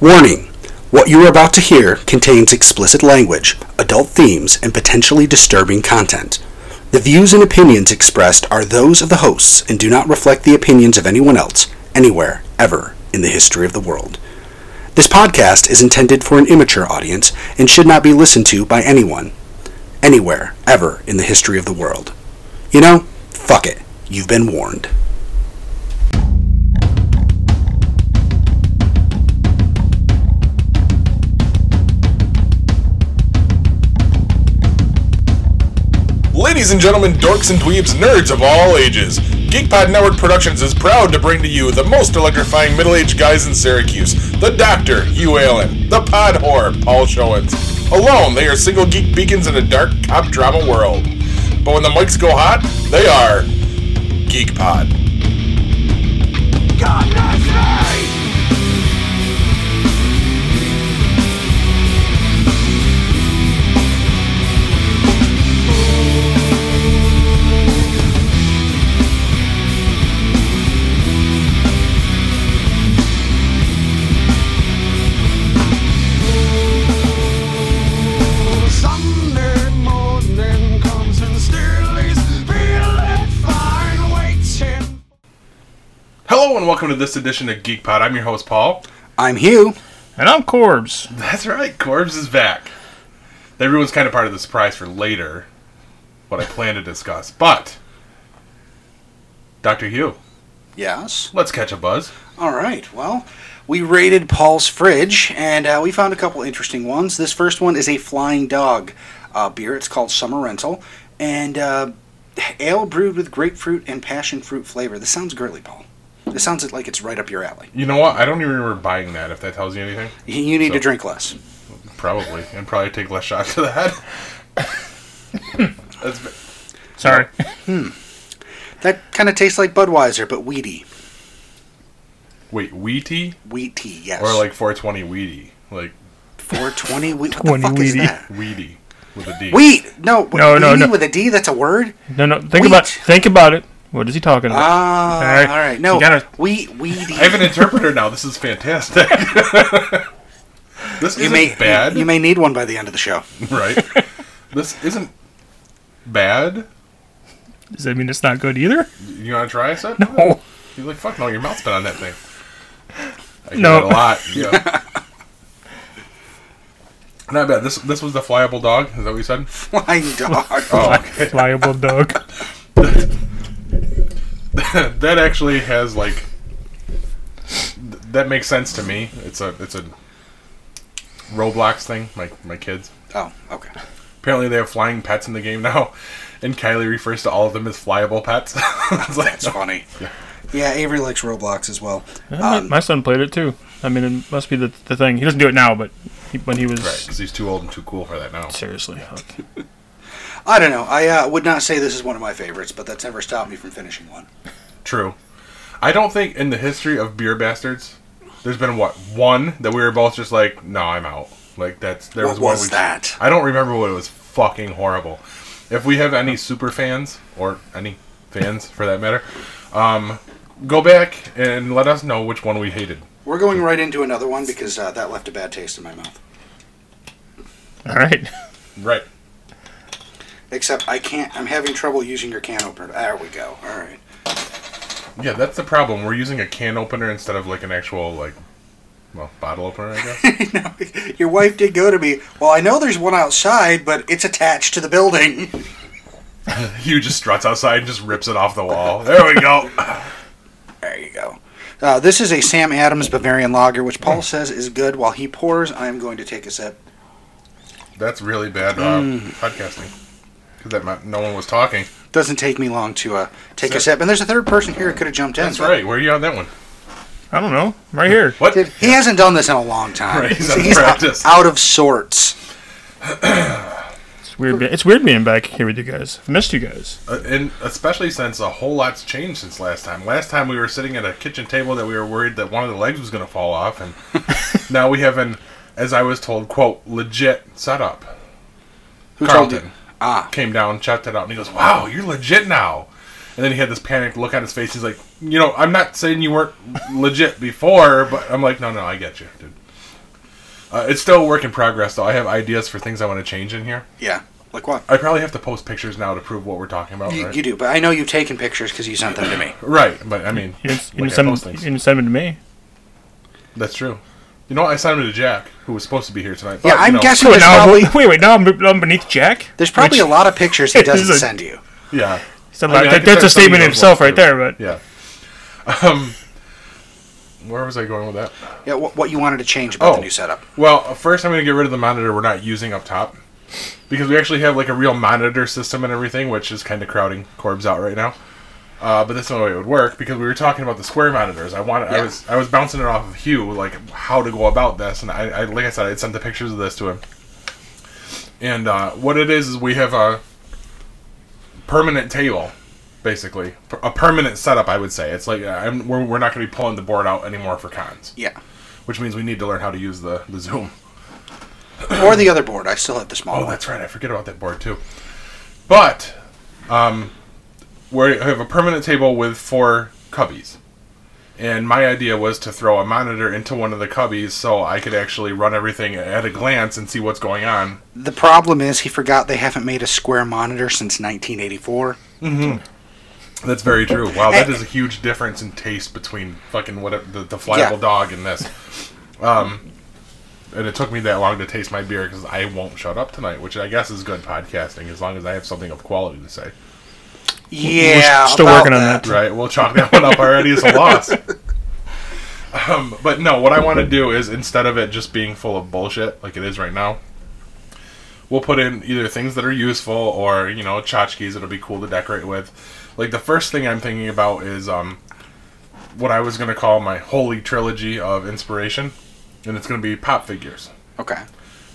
Warning What you are about to hear contains explicit language, adult themes, and potentially disturbing content. The views and opinions expressed are those of the hosts and do not reflect the opinions of anyone else, anywhere, ever, in the history of the world. This podcast is intended for an immature audience and should not be listened to by anyone, anywhere, ever, in the history of the world. You know, fuck it. You've been warned. Ladies and gentlemen, dorks and dweebs, nerds of all ages, GeekPod Network Productions is proud to bring to you the most electrifying middle-aged guys in Syracuse, the Doctor, Hugh Allen, the Pod Whore, Paul Showens. Alone, they are single geek beacons in a dark cop drama world. But when the mics go hot, they are Geek Pod. God bless me! Sunday morning comes and still is feeling fine, waiting. Hello and welcome to this edition of Geek Pod. I'm your host, Paul. I'm Hugh. And I'm Corbs. That's right, Corbs is back. Everyone's kind of part of the surprise for later, what I plan to discuss. But, Dr. Hugh, Yes. let's catch a buzz. All right. Well, we raided Paul's fridge, and uh, we found a couple interesting ones. This first one is a Flying Dog uh, beer. It's called Summer Rental, and uh, ale brewed with grapefruit and passion fruit flavor. This sounds girly, Paul. This sounds like it's right up your alley. You know what? I don't even remember buying that, if that tells you anything. You- You need to So- drink less. Probably. And probably take less shots to the head. That's, Sorry. That kind of tastes like Budweiser, but wheaty. wait, Wheatie? Wheat tea, yes. Or like 420 Wheatie? Like 420 wheat. What the 20 fuck is wheaty. that? Wheatie with a D. Wheat! No, wh- No, no, wheaty no. with a D? That's a word? No, no. Think Wheat. about. Think about it. What is he talking about? Ah, all right. right. No, You gotta- wheat, wheaty. I have an interpreter now. This is fantastic. this you isn't may bad, You may need one by the end of the show. right? This isn't bad. Does that mean it's not good either? You want to try it, Seth? No. You're like, fuck no, your mouth's been on that thing. I hear No. that a lot. Yeah. Not bad. This this was the flyable dog. Is that what you said? Flying dog. Oh, Flyable dog. that actually has like th- that makes sense to me. It's a it's a Roblox thing. My my kids Oh, okay. apparently they have flying pets in the game now, and Kylie refers to all of them as flyable pets. it's like, That's funny. Yeah, Avery likes Roblox as well. My- My son played it too. I mean, it must be the, the thing. He doesn't do it now, but he, when he was Right, because he's too old and too cool for that now. seriously, okay. I don't know. I uh, would not say this is one of my favorites, but that's never stopped me from finishing one. True. I don't think in the history of beer bastards, there's been what one that we were both just like, no, I'm out. Like that's there What was, one was we- that? I don't remember what it was. Fucking horrible. If we have any super fans or any fans for that matter, um, go back and let us know which one we hated. We're going right into another one because uh, that left a bad taste in my mouth. all right. Right. Except I can't. I'm having trouble using your can opener. There we go. All right. Yeah, that's the problem. We're using a can opener instead of like an actual like, well, bottle opener. I guess. No, your wife did go to me. Well, I know there's one outside, but it's attached to the building. Hugh just struts outside and just rips it off the wall. There we go. There you go. Uh, this is a Sam Adams Bavarian Lager, which Paul says is good. While he pours, I am going to take a sip. That's really bad uh, podcasting. Because that meant no one was talking. Doesn't take me long to uh, take a Sip. sip. And there's a third person here who could have jumped in. That's but- right. Where are you on that one? I don't know. I'm right here. What? Dude, he hasn't done this in a long time. Right, he's So out of o- practice. out of sorts. It's weird. be- It's weird being back here with you guys. I missed you guys. Uh, and especially since a whole lot's changed since last time. Last time we were sitting at a kitchen table that we were worried that one of the legs was going to fall off, and now we have an, as I was told, quote legit setup. Who Carlton Ah, came down, checked it out, and he goes, "Wow, you're legit now." And then he had this panicked look on his face. He's like, "You know, I'm not saying you weren't legit before, but I'm like, no, no, I get you, dude." Uh, it's still a work in progress, though. I have ideas for things I want to change in here. Yeah. Like what? I probably have to post pictures now to prove what we're talking about, You, right? you do, but I know you've taken pictures because you sent them to me. right, but I mean, You didn't, you like, I didn't post send, you things. didn't send them to me. That's true. You know what? I sent them to Jack, who was supposed to be here tonight. but, yeah, you I'm know, guessing Wait, there's now, probably wait, wait, now I'm, I'm beneath Jack? there's probably a Which- lot of pictures he doesn't There's a- send you. Yeah. so I mean, I that- could that's send a some of statement in yours itself right once, too. there, but Yeah. Um, where was I going with that? Yeah, what, what you wanted to change about Oh. the new setup? Well, first I'm going to get rid of the monitor we're not using up top because we actually have like a real monitor system and everything, which is kind of crowding Corbs out right now. Uh, but that's the only way it would work because we were talking about the square monitors. I wanted, I Yeah. was, I was bouncing it off of Hugh, like how to go about this, and I, I like I said, I had sent the pictures of this to him. And uh, what it is is we have a permanent table, basically a permanent setup. I would say it's like uh, I'm, we're, we're not going to be pulling the board out anymore for cons, Yeah, which means we need to learn how to use the the Zoom. or the other board. I still have the small Oh, one. that's right. I forget about that board too. But um, we have a permanent table with four cubbies, and my idea was to throw a monitor into one of the cubbies so I could actually run everything at a glance and see what's going on. The problem is he forgot they haven't made a square monitor since 1984. That's very true. Wow, that is a huge difference in taste between fucking what the, the flyable Yeah. dog and this. Um, and it took me that long to taste my beer because I won't shut up tonight, which I guess is good podcasting as long as I have something of quality to say. Yeah, still about working on that. Right. We'll chalk that one up already as a loss. Um, but no, what I want to do is instead of it just being full of bullshit like it is right now, we'll put in either things that are useful or you know tchotchkes that'll be cool to decorate with. Like the first thing I'm thinking about is um, what I was gonna call my holy trilogy of inspiration, and it's gonna be pop figures. Okay.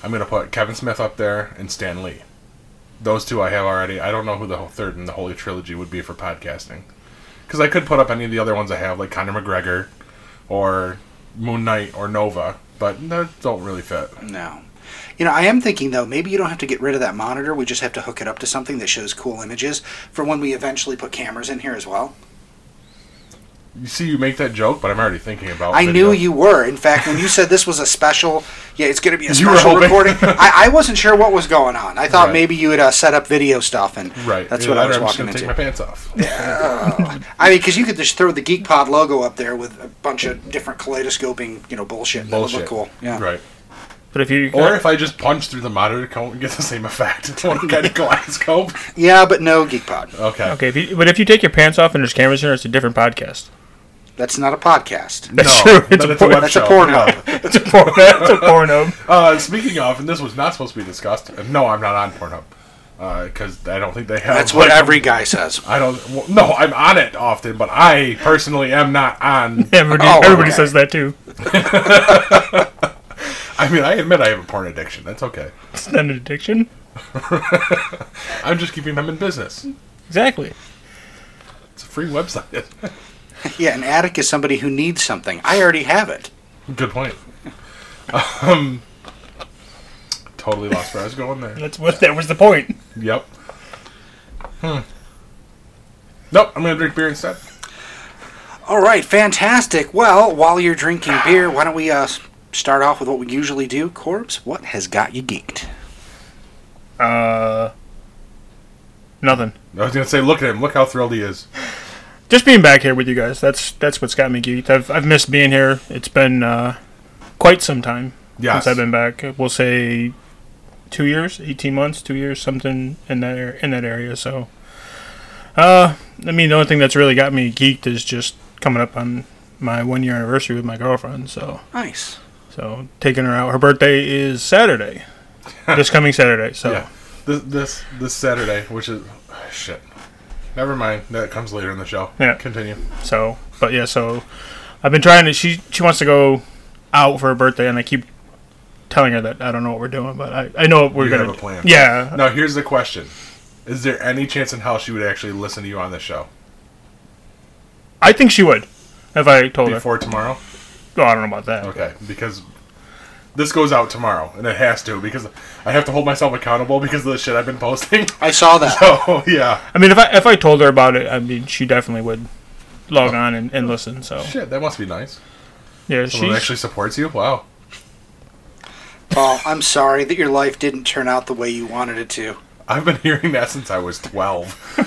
I'm gonna put Kevin Smith up there and Stan Lee. Those two I have already. I don't know who the whole third in the Holy Trilogy would be for podcasting, because I could put up any of the other ones I have, like Conor McGregor, or Moon Knight, or Nova, but those don't really fit. No. You know, I am thinking though, maybe you don't have to get rid of that monitor. We just have to hook it up to something that shows cool images for when we eventually put cameras in here as well. You see, you make that joke, but I'm already thinking about. I video. knew you were. In fact, when you said this was a special, yeah, it's going to be a You were special hoping. recording. I, I wasn't sure what was going on. I thought Right. maybe you had uh, set up video stuff, and Right. that's what Either that I or was I'm just walking gonna into. take my pants off. I mean, because you could just throw the Geek Pod logo up there with a bunch of different kaleidoscoping, you know, bullshit. and that would Bullshit. look cool. Yeah. Right. But if you Or if I just punch through the monitor cone and get the same effect, one kind of kaleidoscope. Yeah, but no Geek Pod. Okay. okay, if you, but if you take your pants off and there's cameras here, it's a different podcast. That's not a podcast. That's no, true. It's then a it's a por- web That's a show. Pornhub. It's a porno. it's a porno. Uh, speaking of, and this was not supposed to be discussed. uh, No, I'm not on Pornhub because I don't think they have. That's what like, every guy says. I don't. Well, no, I'm on it often, but I personally am not on. Everybody, Oh, everybody okay. says that too. I mean, I admit I have a porn addiction. That's okay. It's not an addiction. I'm just keeping them in business. Exactly. It's a free website. Yeah, an addict is somebody who needs something. I already have it. Good point. Um, totally lost where I was going there. That's what that was the point. Yep. Hmm. Nope. I'm gonna drink beer instead. All right, fantastic. Well, while you're drinking beer, why don't we uh, s- start off with what we usually do? Corbs, what has got you geeked? Uh, nothing. I was gonna say, look at him. Look how thrilled he is. Just being back here with you guys. That's that's what's got me geeked. I've I've missed being here. It's been uh, quite some time Yes. since I've been back. We'll say two years, eighteen months, two years, something in that ar- in that area. So, uh, I mean, the only thing that's really got me geeked is just coming up on my one year anniversary with my girlfriend. So. Nice. So taking her out. Her birthday is Saturday, this coming Saturday. So Yeah. This this this Saturday, which is ah, shit. Never mind. That comes later in the show. Yeah. Continue. so, but yeah. So I've been trying to. She she wants to go out for her birthday, and I keep telling her that I don't know what we're doing, but I, I know what we're You gonna have a plan. Yeah. Now here's the question: Is there any chance in hell she would actually listen to you on this show I think she would if I told her. before tomorrow? Oh, I don't know about that. Okay, because this goes out tomorrow, and it has to because I have to hold myself accountable because of the shit I've been posting. I saw that. Oh yeah, I mean, if I if I told her about it, I mean, she definitely would Oh. log on and, and listen. So shit. That must be nice. yeah, Someone she's actually supports you. Wow. Paul, I'm sorry that your life didn't turn out the way you wanted it to. I've been hearing that since I was 12.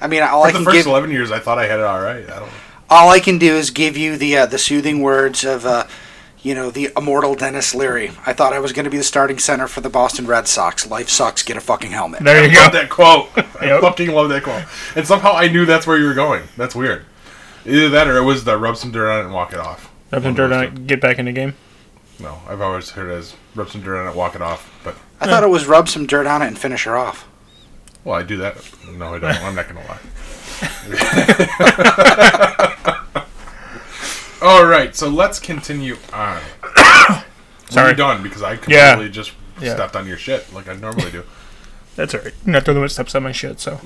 I mean, all I For the can first give, 11 years, I thought I had it all right. I don't all I can do is give you the uh, the soothing words of, uh, you know, the immortal Dennis Leary. I thought I was going to be the starting center for the Boston Red Sox. Life sucks. Get a fucking helmet. There you go. love that quote. I Yep. fucking love that quote. And somehow I knew that's where you were going. That's weird. Either that or it was the rub some dirt on it and walk it off. Rub some dirt on it. Get back in the game. No, I've always heard it as rub some dirt on it, walk it off. But, I thought it was rub some dirt on it and finish her off. well, I do that. No, I don't. I'm not going to lie. all right, so let's continue on. Sorry. We're done because I completely Yeah. just Yeah. stepped on your shit like I normally do. That's all right. You're not throwing much steps on my shit, so.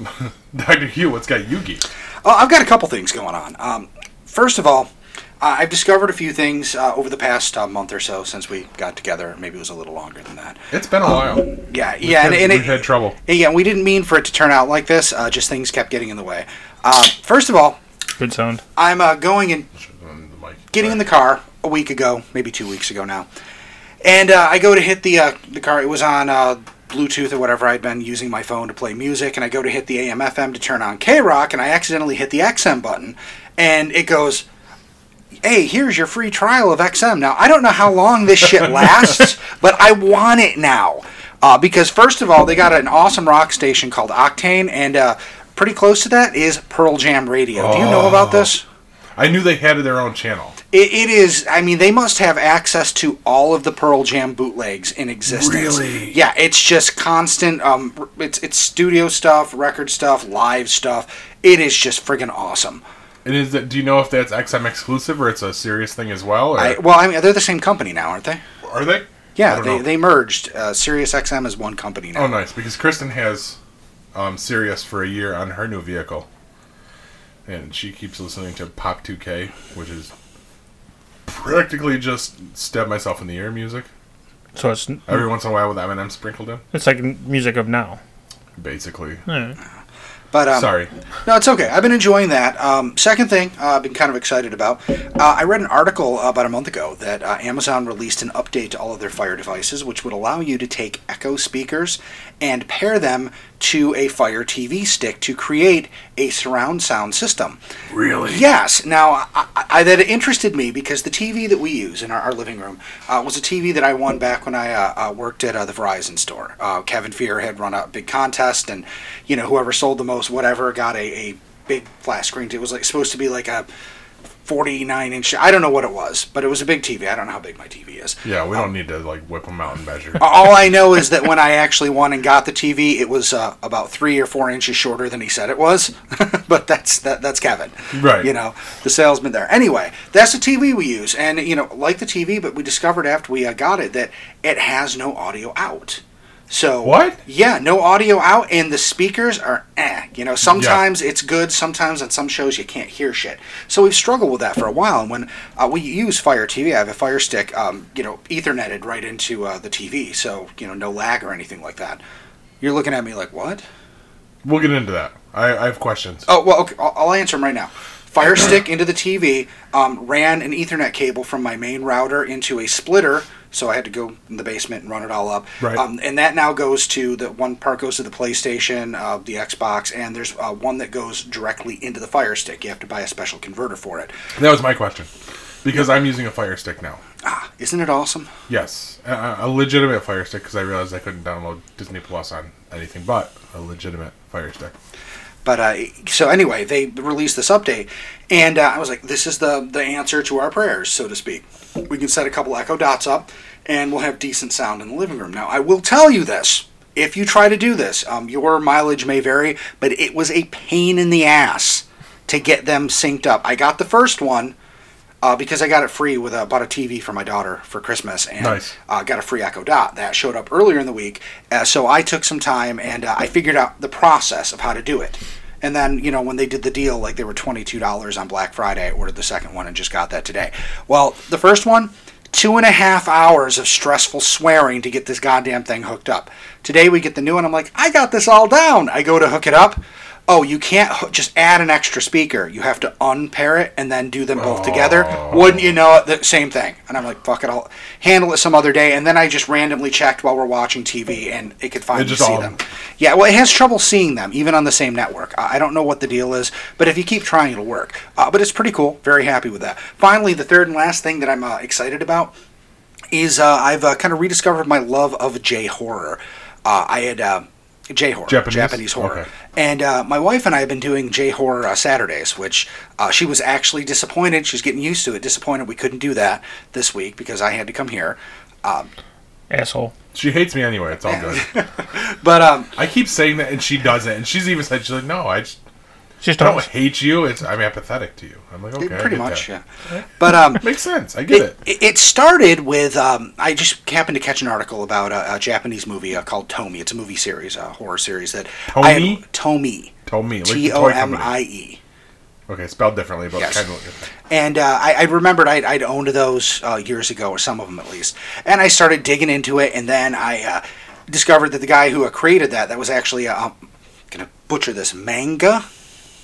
Dr. Hugh, what's got you geeked? Oh, I've got a couple things going on. Um, first of all, uh, I've discovered a few things uh, over the past uh, month or so since we got together. Maybe it was a little longer than that. It's been a while. Yeah, yeah, and, We've and it, had trouble. yeah, we didn't mean for it to turn out like this. Uh, just things kept getting in the way. Uh, first of all, Good sound. I'm uh, going and On the mic. getting in the car a week ago, maybe two weeks ago now, and uh, I go to hit the uh, the car. It was on uh, Bluetooth or whatever. I'd been using my phone to play music, and I go to hit the AM/FM to turn on K Rock, and I accidentally hit the XM button, and it goes. Hey, here's your free trial of XM. Now, I don't know how long this shit lasts, but I want it now. Uh, because, first of all, they got an awesome rock station called Octane, and uh, pretty close to that is Pearl Jam Radio. Do you know about this? I knew they had their own channel. It, it is. I mean, they must have access to all of the Pearl Jam bootlegs in existence. Really? Yeah, it's just constant. Um, r- it's it's studio stuff, record stuff, live stuff. It is just friggin' awesome. And is that? Do you know if that's XM exclusive or it's a serious thing as well? Or I, well, I mean, they're the same company now, aren't they? are they? I Yeah, don't they, know. they merged. Uh, Sirius XM is one company now. Oh, nice. Because Kristen has um, Sirius for a year on her new vehicle, and she keeps listening to Pop 2K, which is practically just stab myself in the ear music. So it's Every once in a while with M&M sprinkled in, it's like music of now. basically. Hmm. Yeah. But um, Sorry. No, it's okay. I've been enjoying that. Um, second thing uh, I've been kind of excited about uh, I read an article about a month ago that uh, Amazon released an update to all of their Fire devices, which would allow you to take Echo speakers and pair them to a Fire TV stick to create a surround sound system. Really? Yes. Now, I, I, I- that interested me because the TV that we use in our, our living room uh, was a TV that I won back when I uh, uh, worked at uh, the Verizon store. Uh, Kevin Fear had run a big contest, and you know whoever sold the most, whatever, got a, a big flat screen. It was like supposed to be like a 49 inch. I don't know what it was, but it was a big TV. I don't know how big my TV is. Yeah, we don't need to like whip them out and measure. All I know is that when I actually won and got the TV, it was uh, about three or four inches shorter than he said it was. but that's that, that's Kevin, Right. You know, the salesman there. Anyway, that's the TV we use, and you know, like the TV, but we discovered after we uh, got it that it has no audio out. So What? Yeah, no audio out, and the speakers are eh. You know, sometimes it's good, sometimes on some shows you can't hear shit. So we've struggled with that for a while. And when uh, we use Fire TV, I have a Fire Stick, um, you know, Etherneted right into uh, the TV, so you know, no lag or anything like that. You're looking at me like what? We'll get into that. I, I have questions. Oh well, okay, I'll, I'll answer them right now. Fire Stick into the TV, um, ran an Ethernet cable from my main router into a splitter, so I had to go in the basement and run it all up. Right. Um, and that now goes to the one part goes to the PlayStation, uh, the Xbox, and there's uh, one that goes directly into the Fire Stick. You have to buy a special converter for it. That was my question. Because I'm using a Fire Stick now. Ah, isn't it awesome? Yes, a, a legitimate Fire Stick because I realized I couldn't download Disney Plus on anything but a legitimate Fire Stick. But uh, so anyway, they released this update, and uh, I was like, "This is the the answer to our prayers, so to speak. We can set a couple Echo Dots up, and we'll have decent sound in the living room." Now, I will tell you this: if you try to do this, um, your mileage may vary, but it was a pain in the ass to get them synced up. I got the first one uh, because I got it free with uh, bought a TV for my daughter for Christmas and Nice. uh, got a free Echo Dot that showed up earlier in the week. Uh, so I took some time and uh, I figured out the process of how to do it. And then you know when they did the deal, like they were twenty two dollars on Black Friday. I ordered the second one and just got that today. Well, the first one, two and a half hours of stressful swearing to get this goddamn thing hooked up. Today we get the new one. I'm like, I got this all down. I go to hook it up. oh, you can't h- just add an extra speaker. You have to unpair it and then do them both together. Oh. Wouldn't you know it? The same thing. And I'm like, fuck it, I'll handle it some other day. And then I just randomly checked while we're watching TV and it could finally just see all- them. Yeah, well, it has trouble seeing them, even on the same network. I I don't know what the deal is, but if you keep trying, it'll work. Uh, but it's pretty cool. Very happy with that. Finally, the third and last thing that I'm uh, excited about is uh, I've uh, kind of rediscovered my love of J horror. Uh, I had uh, J horror, Japanese? horror, Okay. and uh, my wife and I have been doing J horror uh, Saturdays, which uh, she was actually disappointed. She's getting used to it. Disappointed we couldn't do that this week because I had to come here. Asshole. She hates me anyway. It's all good. But um, I keep saying that, and she doesn't. And she's even said, "She's like, no, I just Just I don't don't. hate you. It's I'm apathetic to you." I'm like, okay, I pretty get much, that. yeah. But um, Makes sense. I get it. It, it started with um, I just happened to catch an article about a, a Japanese movie uh, called Tomy. It's a movie series, a horror series that I- Tomy? Tomy, Tomy, like the toy T O M I E. Okay, spelled differently, but Yes. kind of. And uh, I, I remembered I'd, I'd owned those uh, years ago, or some of them at least. And I started digging into it, and then I uh, discovered that the guy who uh, created that that was actually a, I'm gonna butcher this manga.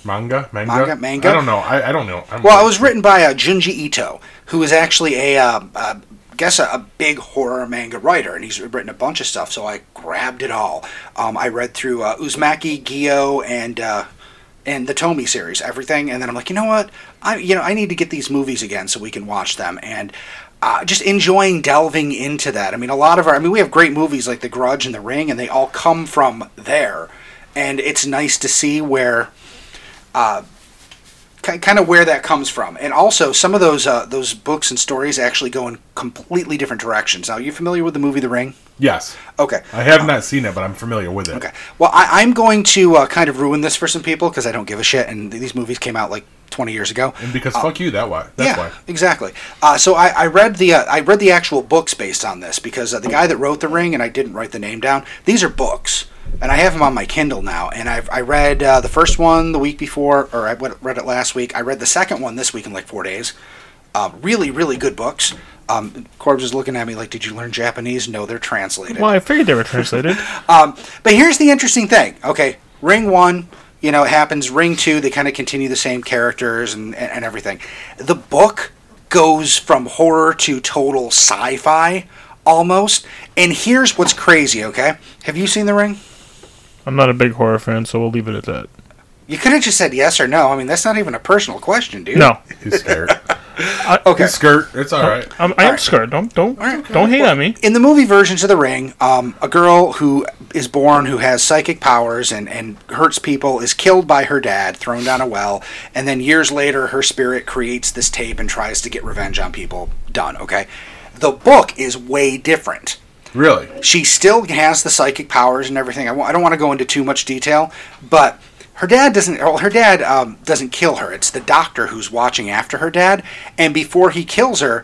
Manga, manga, Manga, manga? I don't know. I, I don't know. I'm Well, it was written by uh, Junji Ito, who is actually a, uh, uh, guess a, a big horror manga writer, and he's written a bunch of stuff. So I grabbed it all. Um, I read through uh, Uzumaki, Gyo, and uh, and the Tomy series, everything, and then I'm like, you know what? I you know I need to get these movies again so we can watch them and. Uh, just enjoying delving into that. I mean, a lot of our, I mean, we have great movies like The Grudge and The Ring, and they all come from there. And it's nice to see where kind of where that comes from, and also some of those uh, those books and stories actually go in completely different directions. Now, are you familiar with the movie The Ring? Yes, Okay. I have not seen it, but I'm familiar with it. Okay. Well, I, I'm going to uh, kind of ruin this for some people because I don't give a shit, and these movies came out like 20 years ago. And because fuck you, that why. That's Uh, yeah, why. exactly. Uh, so I, I read the uh, I read the actual books based on this because uh, the guy that wrote the ring and I didn't write the name down. These are books, and I have them on my Kindle now. And I've I read uh, the first one the week before, or I went- read it last week. I read the second one this week in like four days. Uh, really, really good books. Um, Corbs is looking at me like, "Did you learn Japanese?" No, they're translated. Well, I figured they were translated. But here's the interesting thing. Okay, ring one, you know, it happens. Ring two, they kind of continue the same characters and, and, and everything. The book goes from horror to total sci fi almost. And here's what's crazy, okay? Have you seen The Ring? I'm not a big horror fan, so we'll leave it at that. You could have just said yes or no. I mean, that's not even a personal question, dude. No, He's scared. Okay. He's skirt. It's all right. I'm, I am scared. Don't don't don't hate on me. in the movie versions of the ring um, a girl who is born who has psychic powers and, and hurts people is killed by her dad thrown down a well and then years later her spirit creates this tape and tries to get revenge on people done okay the book is way different Really? she still has the psychic powers and everything. I w- I don't want to go into too much detail, but her dad doesn't. Well, her dad um, doesn't kill her. It's the doctor who's watching after her dad, and before he kills her,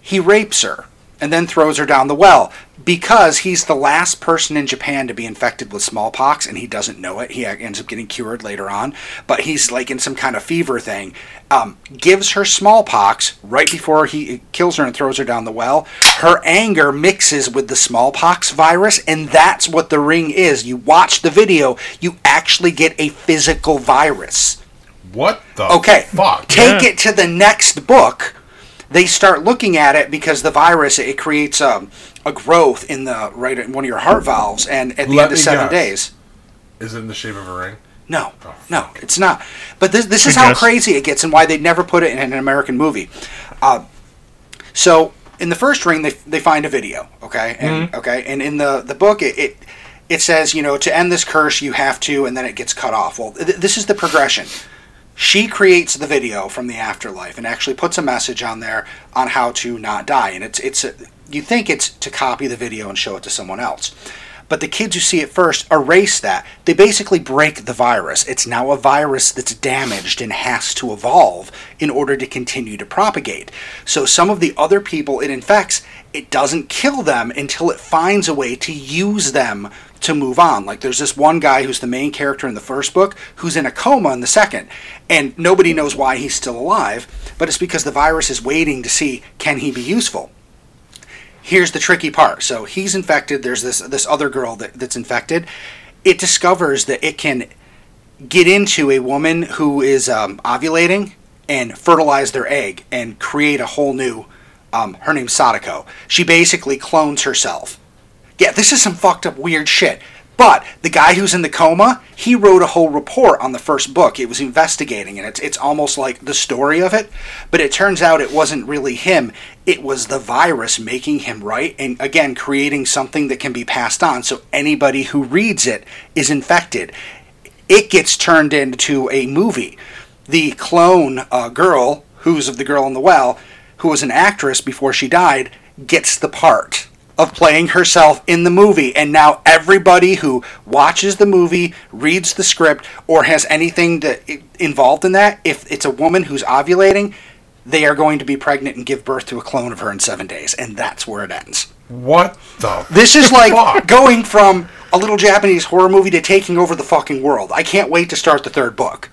he rapes her and then throws her down the well because he's the last person in Japan to be infected with smallpox, and he doesn't know it. He uh, ends up getting cured later on, but he's like in some kind of fever thing. Um, gives her smallpox right before he uh, kills her and throws her down the well. Her anger mixes with the smallpox virus, and that's what the ring is. You watch the video, you actually get a physical virus. What the? Okay. Fuck. Take it to the next book. They start looking at it because the virus it creates um, a growth in the right in one of your heart valves, and at the Let end of me seven guess. Oh, days. Is it in the shape of a ring? No, no, it's not. But this, this is I how guess. crazy it gets and why they'd never put it in an American movie. Uh, so in the first ring, they, they find a video, okay, and Mm-hmm. okay, and in the the book, it, it it says you know to end this curse you have to, and then it gets cut off. Well, th- this is the progression. She creates the video from the afterlife and actually puts a message on there on how to not die, and it's it's a, you think it's to copy the video and show it to someone else. But the kids who see it first erase that. They basically break the virus. It's now a virus that's damaged and has to evolve in order to continue to propagate. So some of the other people it infects, it doesn't kill them until it finds a way to use them to move on. Like there's this one guy who's the main character in the first book who's in a coma in the second, and nobody knows why he's still alive, but it's because the virus is waiting to see can he be useful here's the tricky part. So he's infected. There's this this other girl that, that's infected. It discovers that it can get into a woman who is um, ovulating and fertilize their egg and create a whole new. Um, her name's Sadako. She basically clones herself. Yeah, this is some fucked up weird shit. But the guy who's in the coma, he wrote a whole report on the first book. It was investigating, and it's it's almost like the story of it. But it turns out it wasn't really him. It was the virus making him right, and again creating something that can be passed on. So anybody who reads it is infected. It gets turned into a movie. The clone uh, girl, who's of the girl in the well, who was an actress before she died, gets the part of playing herself in the movie. And now everybody who watches the movie, reads the script, or has anything that involved in that, if it's a woman who's ovulating, they are going to be pregnant and give birth to a clone of her in seven days. And that's where it ends. What the? This is like Fuck. going from a little Japanese horror movie to taking over the fucking world. I can't wait to start the third book.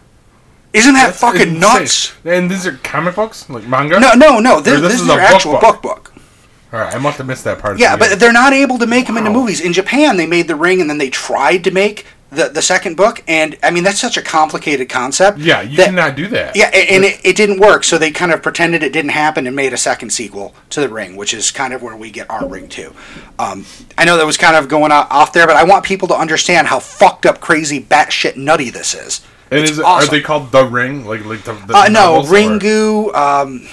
Isn't that That's fucking insane. nuts? And these are comic books, like manga. No, no, no. This, Or this, is their a actual book book. All right, I must have missed that part. Yeah, of the but beginning. they're not able to make them into movies. In Japan, they made The Ring, and then they tried to make the the second book. And I mean, that's such a complicated concept. yeah, you that- cannot do that. Yeah, a- and it, it didn't work, so they kind of pretended it didn't happen and made a second sequel to The Ring, which is kind of where we get our Ring too. Um, I know that was kind of going o- off there, but I want people to understand how fucked up, crazy, batshit nutty this is. And It's is, awesome. are they called the ring? Like like the, the Uh, no, novels, or- Ringu, um,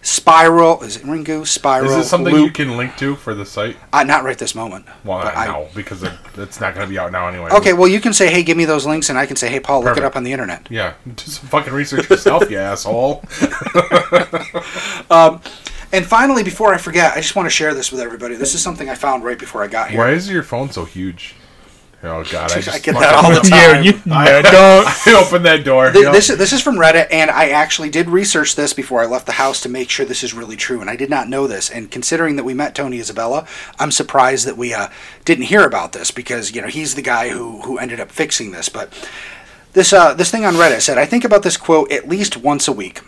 Spiral. Is it Ringu? Spiral. Is this something Loop. you can link to for the site? Uh, not right this moment. Well, but not I- now because it, it's not going to be out now anyway. Okay, well, you can say, hey, give me those links, and I can say, hey, Paul, look it Perfect. up on the internet. Yeah, do some fucking research yourself, you asshole. And finally, before I forget, I just want to share this with everybody. This is something I found right before I got here. Why is your phone so huge? Oh God, I, just I get fucking- that all the Yeah, time. you yeah, don't. I opened that door. Th- Yep. This, is, this is from Reddit, and I actually did research this before I left the house to make sure this is really true, and I did not know this. And considering that we met Tony Isabella, I'm surprised that we uh, didn't hear about this because you know he's the guy who who ended up fixing this. But this uh, this thing on Reddit said, I think about this quote at least once a week.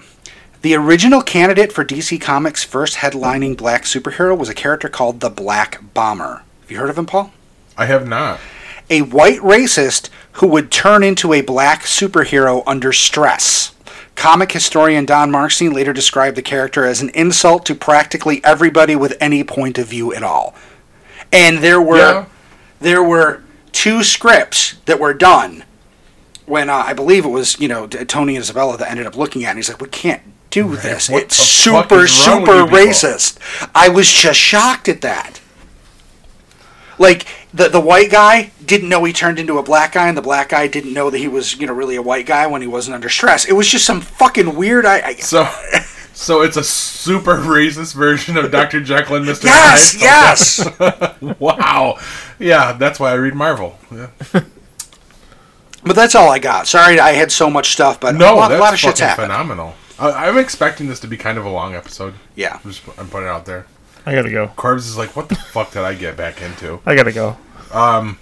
The original candidate for DC Comics' first headlining black superhero was a character called the Black Bomber. Have you heard of him, Paul? I have not. a white racist who would turn into a black superhero under stress. Comic historian Don Markstein later described the character as an insult to practically everybody with any point of view at all. And there were Yeah. there were two scripts that were done when uh, I believe it was you know D- Tony and Isabella that ended up looking at. it. And he's like, we can't do this. What It's the fuck super is wrong with super you people?" racist. I was just shocked at that. Like the the white guy didn't know he turned into a black guy, and the black guy didn't know that he was you know really a white guy when he wasn't under stress. It was just some fucking weird. I, I So, so it's a super racist version of Doctor Jekyll and Mister yes Hyde. yes. Wow. Yeah, that's why I read Marvel. Yeah. but that's all I got. Sorry, I had so much stuff, but No, a lot, that's lot of fucking shit's happened. phenomenal. I, I'm expecting this to be kind of a long episode. Yeah. I'm, just, I'm putting it out there. I gotta go. Corbs is like, what the fuck did I get back into? I gotta go. Oh,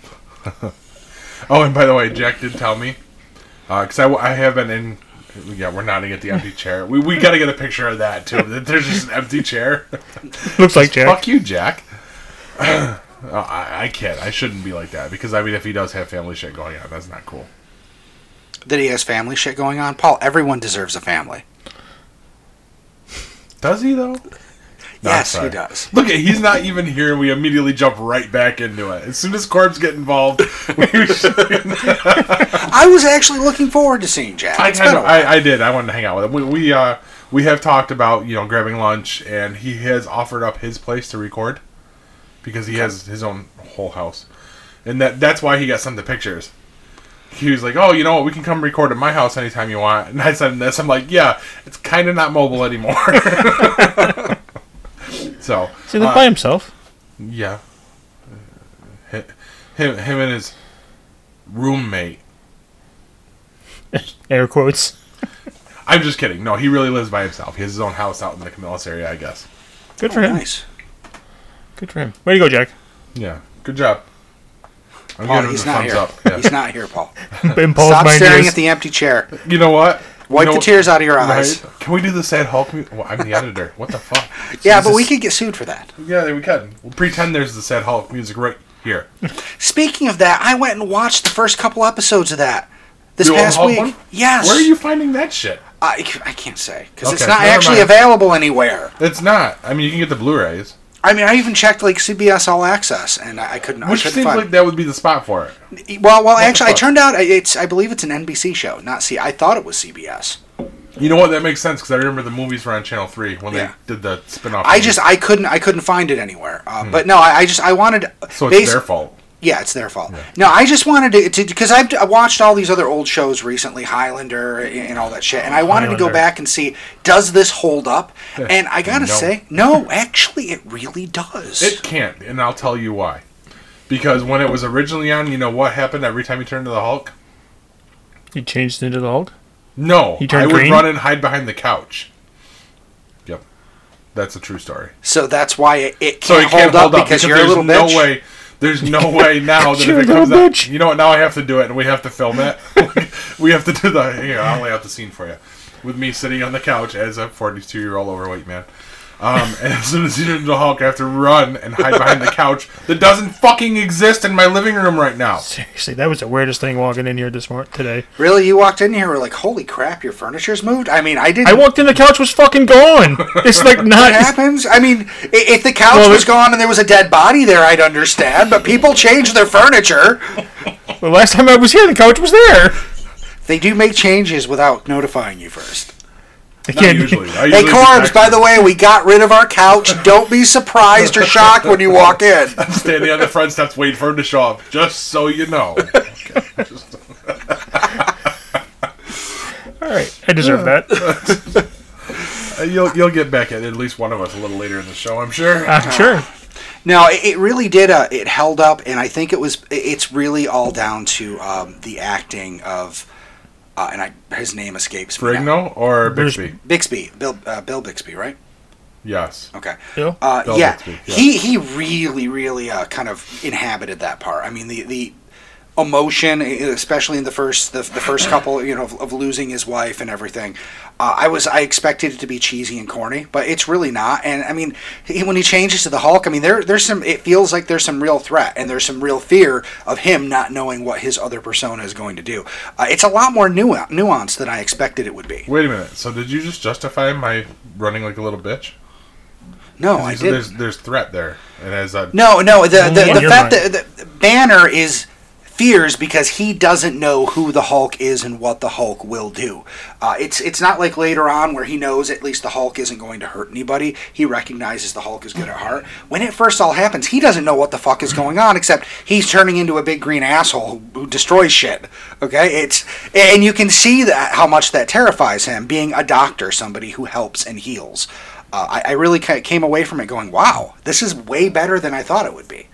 and by the way, Jack did tell me because I w I I, have been in. Yeah, we're nodding at the empty chair. We we got to get a picture of that too. That There's just an empty chair. Looks like Jack. Fuck you, Jack. Oh, I, I can't. I shouldn't be like that because I mean, if he does have family shit going on, that's not cool. That he has family shit going on. Paul, everyone deserves a family. Does he though? No, I'm yes, he sorry. does. Look, he's not even here. We immediately jump right back into it. As soon as Corbs get involved, we I was actually looking forward to seeing Jack. I, It's been kind a of, while. I, I did. I wanted to hang out with him. We we, uh, we have talked about you know grabbing lunch, and he has offered up his place to record because he has his own whole house, and that that's why he got sent the pictures. He was like, "Oh, you know what? We can come record at my house anytime you want." And I sent him this. I'm like, "Yeah, it's kind of not mobile anymore." so See, Uh, they're by himself. yeah, Hi- him him and his roommate. Air quotes. I'm just kidding. No, he really lives by himself. He has his own house out in the Camillus area, I guess. Good for him. Oh, nice. Good for him. Way to go, Jack. Yeah. Good job. I'm Paul, giving him he's a not thumbs here. up. Yeah. He's not here, Paul. In Paul's Stop mind, staring yes. at the empty chair. You know what? Wipe You know the what- tears out of your Right? eyes. Can we do the sad Hulk? Mu- well, I'm the editor. What the fuck? Yeah, but Jesus. we could get sued for that. Yeah, we can. We'll pretend there's the sad Hulk music right Here. Speaking of that, I went and watched the first couple episodes of that this The old past Hulk week. one? Yes. Where are you finding that shit? I, I can't say because it's Okay, not never actually mind. available anywhere. It's not. I mean, you can get the Blu-rays, I mean, I even checked like CBS All Access, and I, I couldn't. which I couldn't seems find. like that would be the spot for it. Well, well, the actually, I fuck? turned out uh, it's. I believe it's an NBC show, not C. I thought it was CBS. You know what? That makes sense because I remember the movies were on Channel Three when Yeah. they did the spin-off. I movies. just I couldn't I couldn't find it anywhere. Uh, But no, I, I just I wanted. so it's basi- their fault. Yeah, it's their fault. No, I just wanted to because I've I watched all these other old shows recently, Highlander and, and all that shit, and I wanted to go Highlander. back and see does this hold up? And I gotta No. say, no, actually, it really does. It can't, and I'll tell you why. Because when it was originally on, you know what happened every time you turned to the Hulk? He changed into the Hulk. No, He turned I would green? run and hide behind the couch. Yep, that's a true story. so that's why it, it can't, So it can't hold, up, because, you're a there's little no bitch. way. There's no way now that You're a if it comes little out, bitch. you know what? Now I have to do it, and we have to film it. we have to do the. Here, I'll lay out the scene for you. With me sitting on the couch as a 42 year old overweight man. Um, and as soon as you turn into Hulk, I have to run and hide behind the couch that doesn't fucking exist in my living room right now. Seriously, that was the weirdest thing walking in here this morning today. Really, you walked in here, were like, holy crap, your furniture's moved. I mean, I didn't. I walked in, the couch was fucking gone. It's like It not. happens. I mean, i- if the couch Well, was it- gone and there was a dead body there, I'd understand. But people change their furniture. The last time I was here, the couch was there. They do make changes without notifying you first. They Not can't- usually. I Hey, usually Corbs, just by the way, we got rid of our couch. Don't be surprised or shocked when you walk in. standing on the front steps waiting for him to show up, just so you know. All right, I deserve that. Uh, You'll, you'll get back at at least one of us a little later in the show, I'm sure. Uh, I'm sure. No, it, it really did. Uh, it held up, and I think it was. i- It's really all down to um, the acting of, uh, and I, his name escapes me. now. Brigno or Bruce- Bixby? Bixby, Bill, uh, Bill Bixby, right? Yes. Okay. Bill? Uh, Bill yeah. Bixby, yeah. He he really really uh, kind of inhabited that part. I mean the the emotion, e, especially in the first the, the first couple you know of, of losing his wife and everything. Uh, I was I expected it to be cheesy and corny, but it's really not. And I mean he, when he changes to the Hulk, I mean there there's some it feels like there's some real threat and there's some real fear of him not knowing what his other persona is going to do. Uh, it's a lot more nu- nuanced than I expected it would be. Wait a minute. So did you just justify my running like a little bitch? No, I There's- did. There's there's threat there, and as a No, no. The Only in the, the your fact mind. that the Banner is fears because he doesn't know who the Hulk is and what the Hulk will do. Uh, it's it's not like later on where he knows at least the Hulk isn't going to hurt anybody. He recognizes the Hulk is good at heart. When it first all happens, he doesn't know what the fuck is going on except he's turning into a big green asshole who, who destroys shit. Okay, it's and you can see that how much that terrifies him. Being a doctor, somebody who helps and heals. Uh, I, I really ca- came away from it going, wow, this is way better than I thought it would be.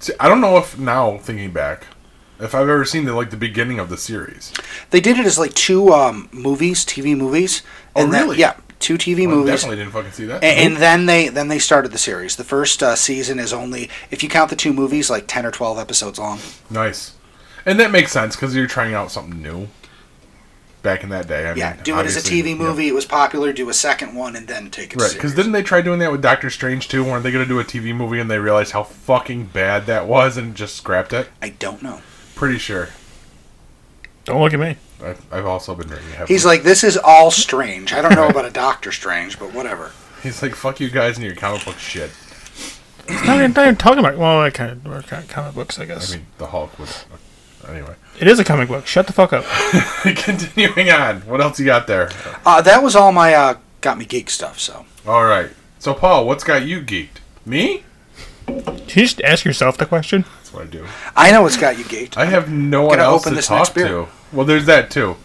See, I don't know if now thinking back, if I've ever seen the like the beginning of the series. They did it as like two um, movies, TV movies. Oh, and then- really? yeah, two TV I movies. Eh, definitely didn't fucking see that. A- And, then they then they started the series. The first uh, season is only, if you count the two movies, like ten or twelve episodes long. nice, and that makes sense because you're trying out something new. Back in that day, I Yeah, mean, do it as a obviously, TV yeah. movie. It was popular. Do a second one, and then take it Right, serious. because didn't they try doing that with Doctor Strange too? Weren't they going to do a TV movie and they realized how fucking bad that was and just scrapped it? I don't know. Pretty sure. Don't look at me. I've, I've also been drinking heavily. He's like, this is all strange. I don't know about a Doctor Strange, but whatever. He's like, fuck you guys and your comic book shit. It's not even, not even talking about. Well, I kind of work kind of comic books, I guess. I mean, the Hulk was. Anyway. it is a comic book. Shut the fuck up. Continuing on. What else you got there? Uh, that was all my uh, got me geek stuff. So All right. So, Paul, what's got you geeked? Me? Did you just ask yourself the question? That's what I do. I know it's got you geeked. I have no one Gonna else open to this talk next beer. to. Well, there's that too.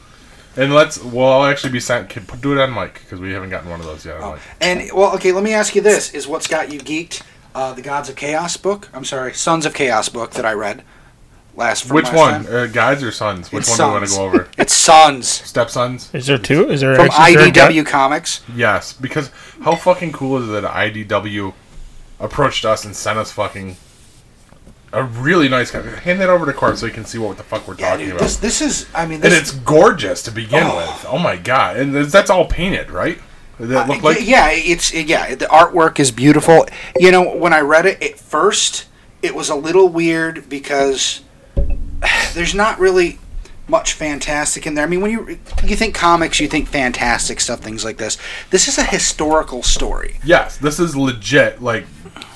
And let's. Well, I'll actually be sent. Can, do it on Mike because we haven't gotten one of those yet. Oh, On mic. And well, okay, let me ask you this: Is what's got you geeked? Uh, the Gods of Chaos book. I'm sorry, Sons of Chaos book that I read last. From Which last one, time. uh, guys or sons? Which It's one sons. do we want to go over? It's Sons Stepsons. Is there two? Is there from actually- is there a IDW Comics. Yes, because how fucking cool is it that IDW approached us and sent us fucking a really nice guy. Hand that over to Corp so he can see what the fuck we're Yeah, talking dude, about. this this is. I mean, and this it's gorgeous to begin Oh. with. Oh my god! And th- that's all painted, right? Does that Uh, look like yeah, it's yeah. The artwork is beautiful. You know, when I read it at first, It was a little weird because there's not really much fantastic in there. I mean, when you you think comics, you think fantastic stuff, things like this. This is a historical story. Yes, this is legit, like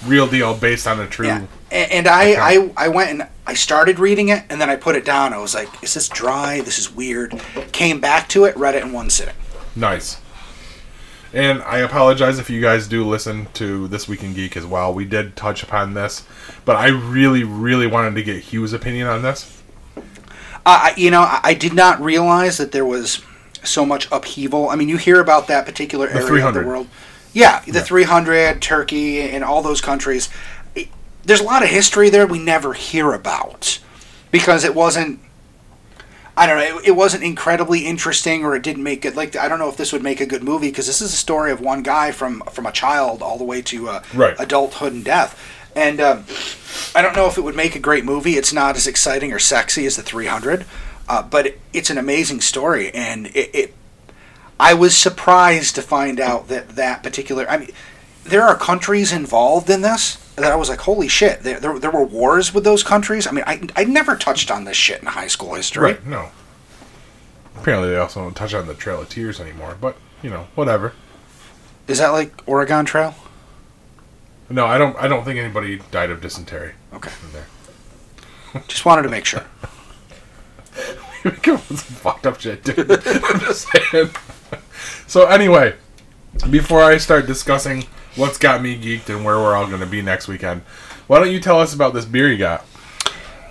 real deal, based on a true. Yeah. And, and I, I I went and I started reading it, and then I put it down. I was like, "Is this dry? This is weird." Came back to it, read it in one sitting. Nice. And I apologize if you guys do listen to This Week in Geek as well. We did touch upon this, but I really, really wanted to get Hugh's opinion on this. I, I- you know, I, I did not realize that there was so much upheaval. I mean, you hear about that particular area of the 300. world. Yeah, the 300, Turkey, and all those countries. It- There's a lot of history there we never hear about because it wasn't. I don't know. It, it wasn't incredibly interesting, or it didn't make good. Like I don't know if this would make a good movie because this is a story of one guy from from a child all the way to uh, Right. adulthood and death. And um, I don't know if it would make a great movie. It's not as exciting or sexy as the 300, uh, but it, it's an amazing story, and it, it. I was surprised to find out that that particular. I mean, there are countries involved in this that I was like, holy shit! There, there, there were wars with those countries. I mean, I, I never touched on this shit in high school history. No. Apparently, they also don't touch on the Trail of Tears anymore, but, you know, whatever. Is that like Oregon Trail? No, I don't. I don't think anybody died of dysentery. Okay, in There. just wanted to make sure. we come up with some fucked up shit, dude. I'm just saying. So anyway, before I start discussing what's got me geeked and where we're all going to be next weekend, why don't you tell us about this beer you got?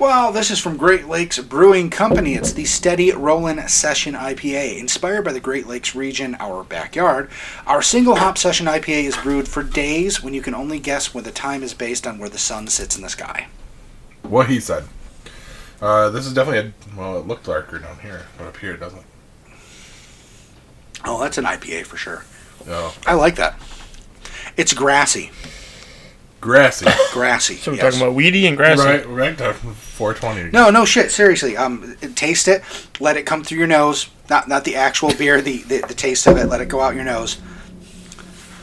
Well, this is from Great Lakes Brewing Company. It's the Steady Rollin' Session IPA, inspired by the Great Lakes region, our backyard. Our single hop session IPA is brewed for days when you can only guess where the time is based on where the sun sits in the sky. What he said. Uh, this is definitely a well. It looked darker down here, but up here it doesn't. Oh, that's an IPA for sure. Oh, I like that. It's grassy, grassy. grassy. So we're yes. talking about weedy and grassy. right, right. to 420. No, no shit. Seriously, um, taste it. Let it come through your nose. Not not the actual beer. The the, the taste of it. Let it go out your nose.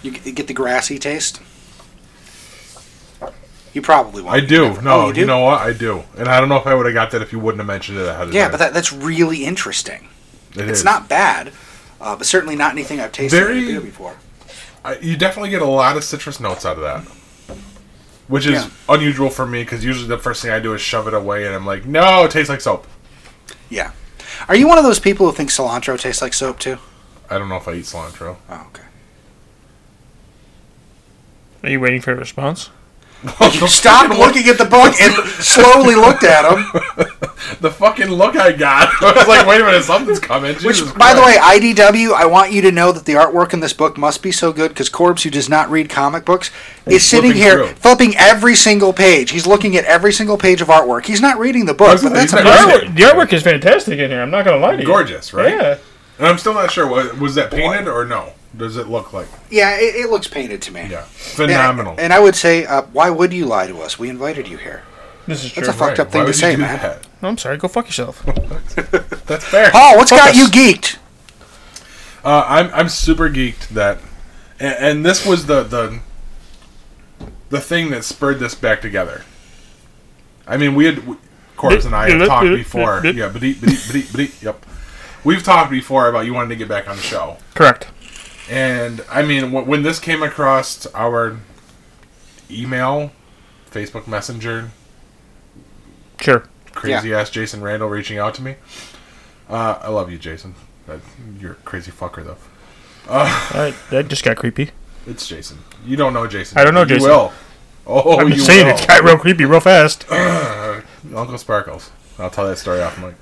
You g- you get the grassy taste. You probably won't. I do. Never- No, Oh, you, know what? I do. And I don't know if I would have got that if you wouldn't have mentioned it ahead of Yeah, time. but that, that's really interesting. It it's is. not bad, uh, but certainly not anything I've tasted in a Very- beer before. I, you definitely get a lot of citrus notes out of that, which is Yeah. unusual for me because usually the first thing I do is shove it away and I'm like, no, it tastes like soap. Yeah. Are you one of those people who think cilantro tastes like soap too? I don't know if I eat cilantro. Oh, okay. Are you waiting for a response? You stopped looking at the book and slowly looked at him. The fucking look I got. I was like, wait a minute, something's coming. Which, Jesus by the way, Christ. IDW, I want you to know that the artwork in this book must be so good because Corbs, who does not read comic books, is sitting flipping here through. flipping every single page. He's looking at every single page of artwork. He's not reading the book, He's but not- that's he's not The amazing. reading artwork, the artwork is fantastic in here. I'm not gonna lie to you. Gorgeous, right? Yeah. and I'm still not sure what was that painted or no. Does it look like? Yeah, it, it looks painted to me. Yeah, And, phenomenal. and I would say, uh, why would you lie to us? We invited you here. This is true. That's a fucked up thing Why to would you say, do man. that? I'm sorry. Go fuck yourself. That's fair. Paul, what's got Focus. you geeked? Uh, I'm I'm super geeked that, and, and this was the the the thing that spurred this back together. I mean, we had w Corbs and I had talked before. Yeah, badeep, badeep, badeep, badeep. Yep, we've talked before about you wanted to get back on the show, Correct. and I mean, wh- when this came across our email, Facebook Messenger, Sure. crazy ass Jason Randall reaching out to me. Uh, I love you, Jason. Uh, You're a crazy fucker, though. Alright, that just got creepy. It's Jason. You don't know Jason. I don't know You Jason. Will. Oh, I'm you just saying will. it got real creepy real fast. Uncle Sparkles. I'll tell that story off mic.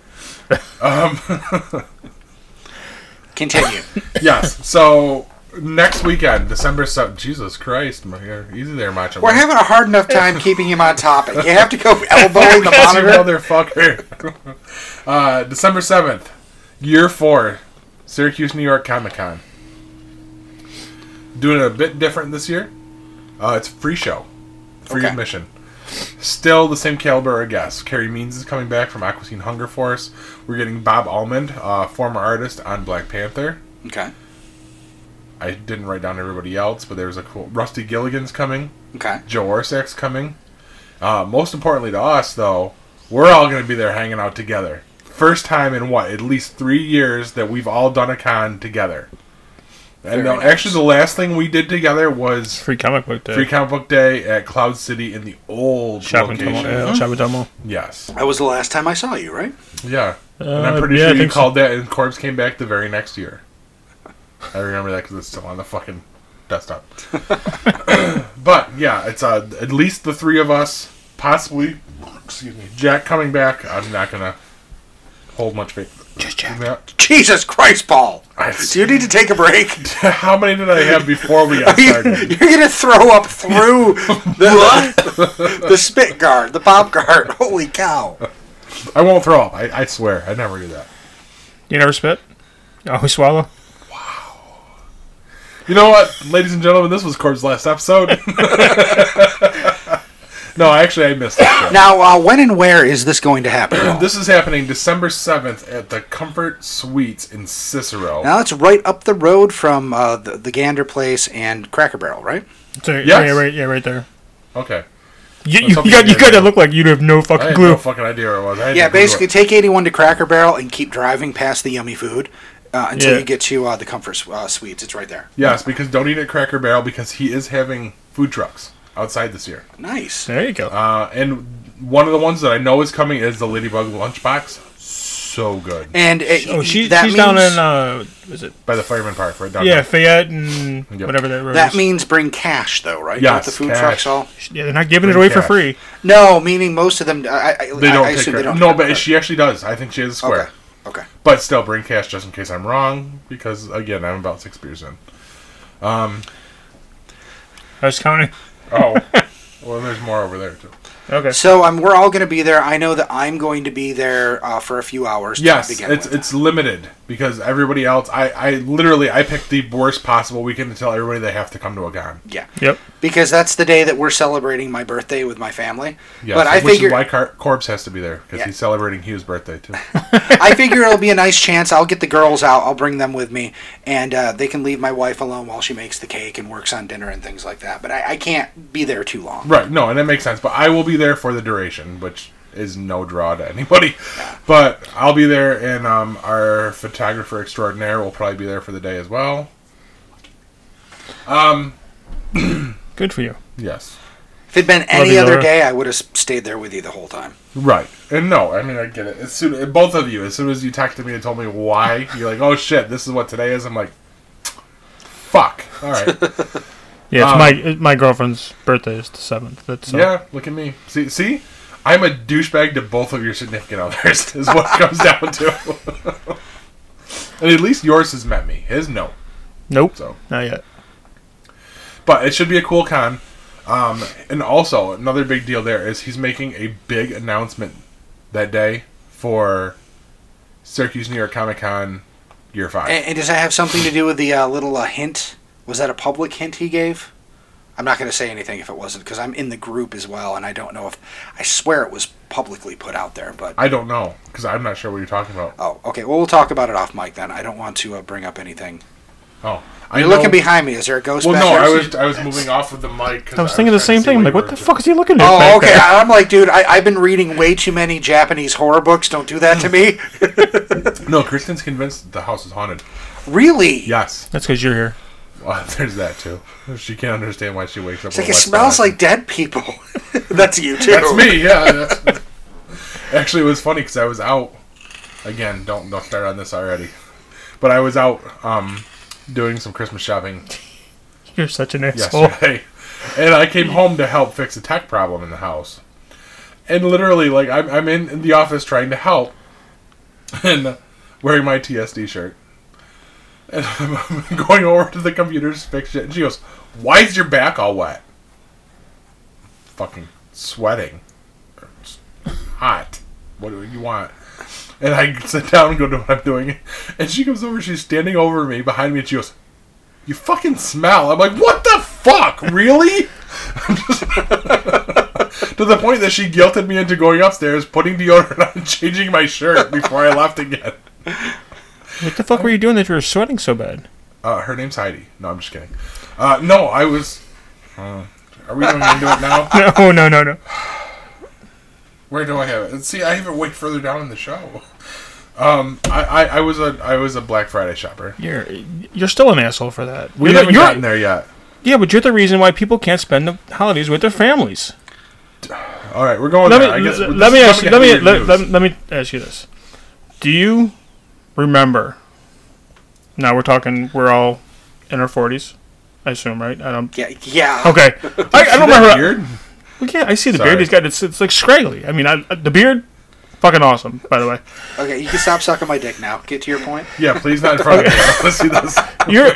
Continue. Yes. so next weekend, December seventh. Jesus Christ, my easy there, Macho. We're Man. having a hard enough time keeping him on topic. You have to go elbowing the Yes, you monitor. motherfucker. uh, December seventh, year four, Syracuse, New York Comic Con. Doing it a bit different this year. Uh, it's a free show, free Okay. admission. Still the same caliber of guests. Carrie Means is coming back from Aqua Teen Hunger Force. We're getting Bob Almond, uh, former artist on Black Panther. Okay. I didn't write down everybody else, but there's a cool Rusty Gilligan's coming. Okay. Joe Orsak's coming. Uh, most importantly to us, though, we're all going to be there hanging out together. First time in what, at least three years that we've all done a con together. And the, Very nice. actually, the last thing we did together was Free comic book day. Free Comic Book Day at Cloud City in the old Shopping location. Tunnel. Yeah, Shopping Tunnel. Yes. That was the last time I saw you, right? Yeah. and I'm Uh, pretty yeah, I sure you think so. called that, and Corbs came back the very next year. I remember that because it's still on the fucking desktop. but yeah, it's uh, at least the three of us, possibly. Excuse me, Jack coming back. I'm not gonna hold much faith. Just Jack. Jesus Christ, Paul! I- Do you need to take a break? How many did I have before we got You're started? gonna throw up through the, the, the spit guard, the pop guard. Holy cow! I won't throw up. I, I swear, I never do that. You never spit? Oh, You Always swallow? You know what, ladies and gentlemen, this was Corb's last episode. no, actually, I missed that. Now, uh, when and where is this going to happen? Paul? This is happening December 7th at the Comfort Suites in Cicero. Now that's right up the road from uh, the, the Gander Place and Cracker Barrel, right? So, Yes. Yeah, right, yeah, right there. Okay. You, That's you, something got, you I got to know. look like you'd have no I fucking had clue. no fucking idea where it was. I had Yeah, to Google basically it. take 81 to Cracker Barrel and keep driving past the yummy food uh, until Yeah. you get to uh, the Comfort Su- uh, Suites. It's right there. yes, because don't eat at Cracker Barrel because he is having food trucks outside this year. Nice. there you go. Uh, and one of the ones that I know is coming is the Ladybug Lunchbox. So good. And it, oh, she, she's that means, down in, uh, was it? By the Fireman Park, right down Yeah, there. Fayette and Yep. whatever that road that is. means bring cash though, right? Yes, Not the food cash. trucks all. yeah, they're not giving it Bring away for cash. free. No, meaning most of them. I, I, They I- don't I take assume they credit. don't. No, have but credit. she actually does. I think she has a square. okay. Okay. But still, bring cash just in case I'm wrong because, again, I'm about six beers in. I was counting. Oh. well, there's more over there, too. Okay. So um, we're all going to be there. I know that I'm going to be there uh, for a few hours. Yes, to begin it's with. it's limited because everybody else. I, I literally I picked the worst possible weekend to tell everybody they have to come to a con. yeah. Yep. because that's the day that we're celebrating my birthday with my family. Yes, but I which figure is why Car- Corbs has to be there because Yeah. he's celebrating Hugh's birthday too. I figure it'll be a nice chance. I'll get the girls out. I'll bring them with me, and uh, they can leave my wife alone while she makes the cake and works on dinner and things like that. But I, I can't be there too long. right? No, and that makes sense. But I will be there for the duration, which is no draw to anybody. But I'll be there, and um, our photographer extraordinaire will probably be there for the day as well. Good for you. Yes, If it'd been Love any you, other Laura. day, I would have stayed there with you the whole time. right. And no, I mean I get it. As soon, both of you, as soon as you texted me and told me why, you're like, "Oh shit, this is what today is." I'm like, "Fuck." All right. Yeah, it's Um, my it- my girlfriend's birthday is the seventh. That's so. Yeah, look at me. See, see, I'm a douchebag to both of your significant others. Is what it comes down to. and at least yours has met me. His no. Nope. So. Not yet. But it should be a cool con. Um, and also another big deal there is he's making a big announcement that day for Syracuse New York Comic Con Year Five. And, and does that have something to do with the uh, little uh, hint? Was that a public hint he gave? I'm not going to say anything if it wasn't because I'm in the group as well, and I don't know if I swear it was publicly put out there, but. I don't know because I'm not sure what you're talking about. Oh, okay. Well, we'll talk about it off mic then. I don't want to uh, bring up anything. Oh, I You're know- looking behind me. Is there a ghost Well, back no, there? I was I was moving off of the mic. 'cause I was thinking the trying same to see thing. I'm you like, were what the doing. fuck is he looking at? Oh, back okay. there? I'm like, dude, I, I've been reading way too many Japanese horror books. Don't do that to me. No, Kristen's convinced the house is haunted. really? Yes. That's because you're here. Well, there's that too. She can't understand why she wakes up. It's like it smells like dead people. That's you too. That's me. Yeah. That's... Actually, it was funny because I was out. Again, don't don't start on this already. But I was out um, doing some Christmas shopping You're such an asshole. yesterday, and I came home to help fix a tech problem in the house. And literally, like I'm I'm in, in the office trying to help, and wearing my TSD shirt, and I'm going over to the computer to fix it. And she goes, "Why is your back all wet? Fucking sweating, It's hot. What do you want?" And I sit down and go to what I'm doing, and she comes over. She's standing over me, behind me, and she goes, you fucking smell. I'm like, what the fuck? Really? to the point that she guilted me into going upstairs, putting deodorant on, and changing my shirt before I left again. What the fuck were you doing that you were sweating so bad? Uh, her name's Heidi. No, I'm just kidding. Uh, no, I was. Uh, are we going to do it now? No, no, no, no. Where do I have it? See, I have it way further down in the show. Um, I, I, I was a I was a Black Friday shopper. You're you're still an asshole for that. We You're the- haven't you're- gotten there yet. Yeah, but you're the reason why people can't spend the holidays with their families. All right, we're going Let me there. I guess let, this let me is ask you, let coming me at let, weird let, news. let me ask you this: Do you remember? Now we're talking. We're all in our forties, I assume, right? I don't. Yeah, yeah. Okay, I, I don't remember. Weird? Well, yeah, I see the Sorry. beard he's got. It's, it's like scraggly. I mean, I, uh, the beard, fucking awesome. By the way, Okay, you can stop sucking my dick now. Get to your point. Yeah, please not in front of me. Let's see this. You're.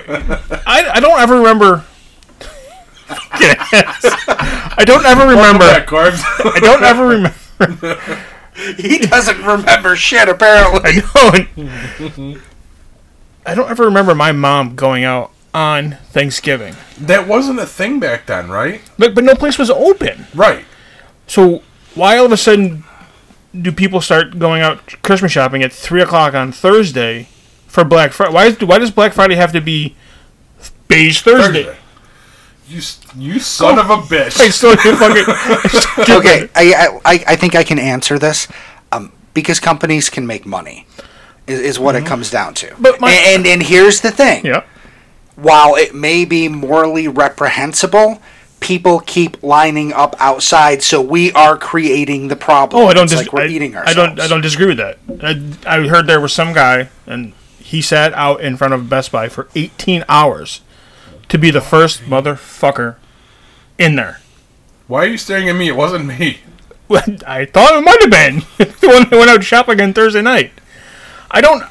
I, I don't ever remember. Fucking ass. I don't ever Back remember. carbs. I don't ever remember. He doesn't remember shit, apparently. I don't. I don't ever remember my mom going out on Thanksgiving. that wasn't a thing back then, right? But but no place was open. Right. So why all of a sudden do people start going out Christmas shopping at three o'clock on Thursday for Black Friday? Why is, why does Black Friday have to be beige Thursday? Thursday. You s- you son Oh. of a bitch. I still get fucking. okay, I, I, I think I can answer this um, because companies can make money, is, is what it comes down to. Mm-hmm. But my- and, and, and here's the thing Yeah. while it may be morally reprehensible, people keep lining up outside, so we are creating the problem. Oh, I don't. It's Dis- like we're I, eating I ourselves. don't. I don't disagree with that. I, I heard there was some guy, and he sat out in front of Best Buy for 18 hours to be the first motherfucker in there. Why are you staring at me? It wasn't me. I thought it might have been the one that went out shopping on Thursday night. I don't.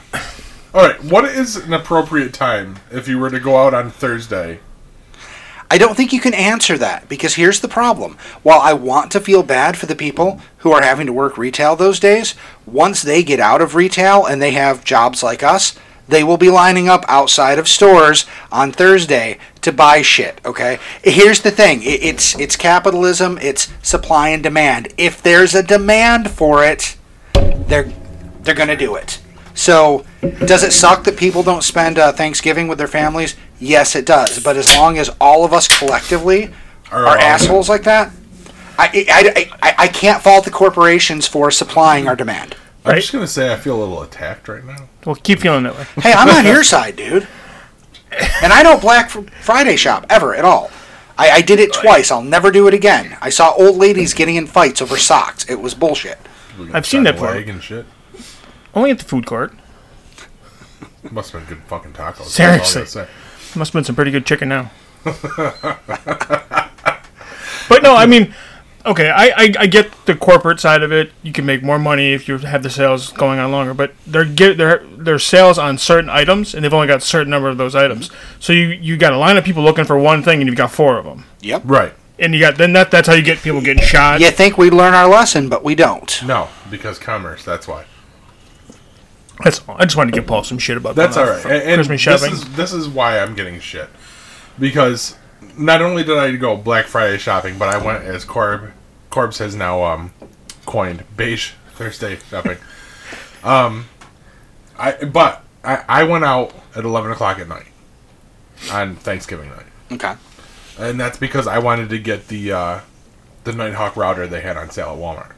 All right, what is an appropriate time if you were to go out on Thursday? I don't think you can answer that because here's the problem. While I want to feel bad for the people who are having to work retail those days, once they get out of retail and they have jobs like us, they will be lining up outside of stores on Thursday to buy shit, okay? Here's the thing. i- It's it's capitalism, it's supply and demand. If there's a demand for it, they're they're going to do it. So, does it suck that people don't spend uh, Thanksgiving with their families? Yes, it does. But as long as all of us collectively Are are, allowed. assholes like that, I, I, I, I- I can't fault the corporations for supplying our demand. I'm Right. just gonna say I feel a little attacked right now. Well, keep feeling that way. Hey, I'm on your side, dude. And I don't Black Fr- Friday shop ever at all. I, I did it twice. I'll never do it again. I saw old ladies getting in fights over socks. It was bullshit. I've seen that Shot in the part. leg and shit. Only at the food court. Must have been good fucking tacos. That's all I gotta Seriously. say. Must have been some pretty good chicken now. but no, I mean, okay, I, I, I get the corporate side of it. You can make more money if you have the sales going on longer, but they're get their their sales on certain items, and they've only got a certain number of those items. So you you got a line of people looking for one thing, and you've got four of them, Yep. Right. and you got then that that's how you get people getting shot. You think we'd learn our lesson, but we don't. No, because commerce. That's why. That's all. I just wanted to give Paul some shit about That's all going right. out for And, and Christmas This shopping. is, this is why I'm getting shit because not only did I go Black Friday shopping, but I went as Corb Corbs has now um, coined beige Thursday shopping. um, I but I, I went out at eleven o'clock at night on Thanksgiving night, Okay. and that's because I wanted to get the uh, the Nighthawk router they had on sale at Walmart.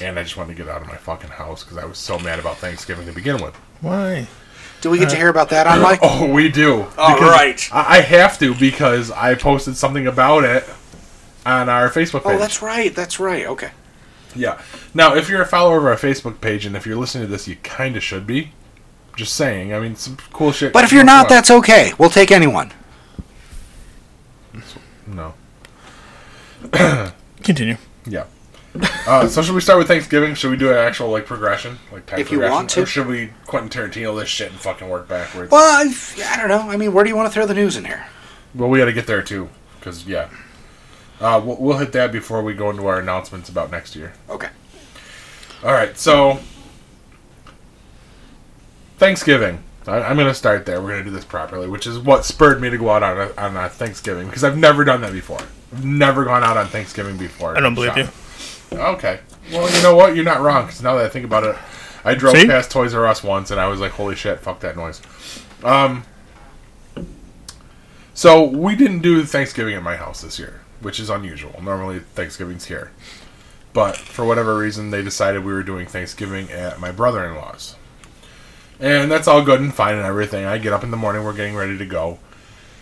And I just wanted to get out of my fucking house because I was so mad about Thanksgiving to begin with. Why? Do we get to hear about that on Mike? Oh, we do. Uh, All Because right. I, I have to because I posted something about it on our Facebook page. Oh, that's right. That's right. Okay. yeah. Now, if you're a follower of our Facebook page and if you're listening to this, you kind of should be. Just saying. I mean, some cool shit. But if you're not, Come on. that's okay. We'll take anyone. no. Continue. Yeah. Uh, so should we start with Thanksgiving? Should we do an actual like progression, like time If you progression, want to. or should we Quentin Tarantino this shit and fucking work backwards? Well, I've, I don't know. I mean, where do you want to throw the news in here? Well, we got to get there too, because yeah, uh, we'll, we'll hit that before we go into our announcements about next year. Okay. All right, so Thanksgiving. I, I'm going to start there. We're going to do this properly, which is what spurred me to go out on a, on a Thanksgiving because I've never done that before. I've never gone out on Thanksgiving before. I don't believe you. Okay. Well, you know what? You're not wrong because now that I think about it, I drove See? past Toys R Us once and I was like, "Holy shit! Fuck that noise." Um. So we didn't do Thanksgiving at my house this year, which is unusual. Normally Thanksgiving's here. But for whatever reason, they decided we were doing Thanksgiving at my brother in law's. And that's all good and fine and everything. I get up in the morning, we're getting ready to go.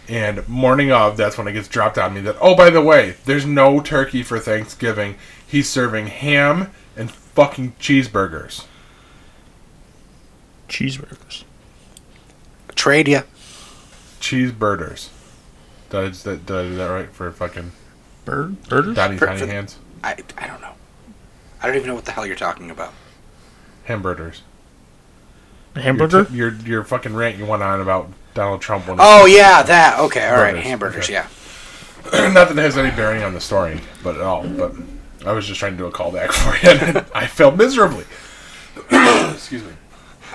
And morning of, that's when it gets dropped on me that, oh, by the way, there's no turkey for Thanksgiving. He's serving ham and fucking cheeseburgers. Cheeseburgers. Trade ya. Cheeseburgers. Did I, did I do that right for fucking Bird? Birders? Donny For- Tiny for- Hands? I, I don't know. I don't even know what the hell you're talking about. Hamburgers. Hamburger? Your, your, your fucking rant you went on about Donald Trump. when- Oh yeah, that. Okay, all right. Burgers, Hamburgers. okay. Yeah. Not that it has any bearing on the story, but at all. But I was just trying to do a callback for you, and I failed miserably. Excuse me.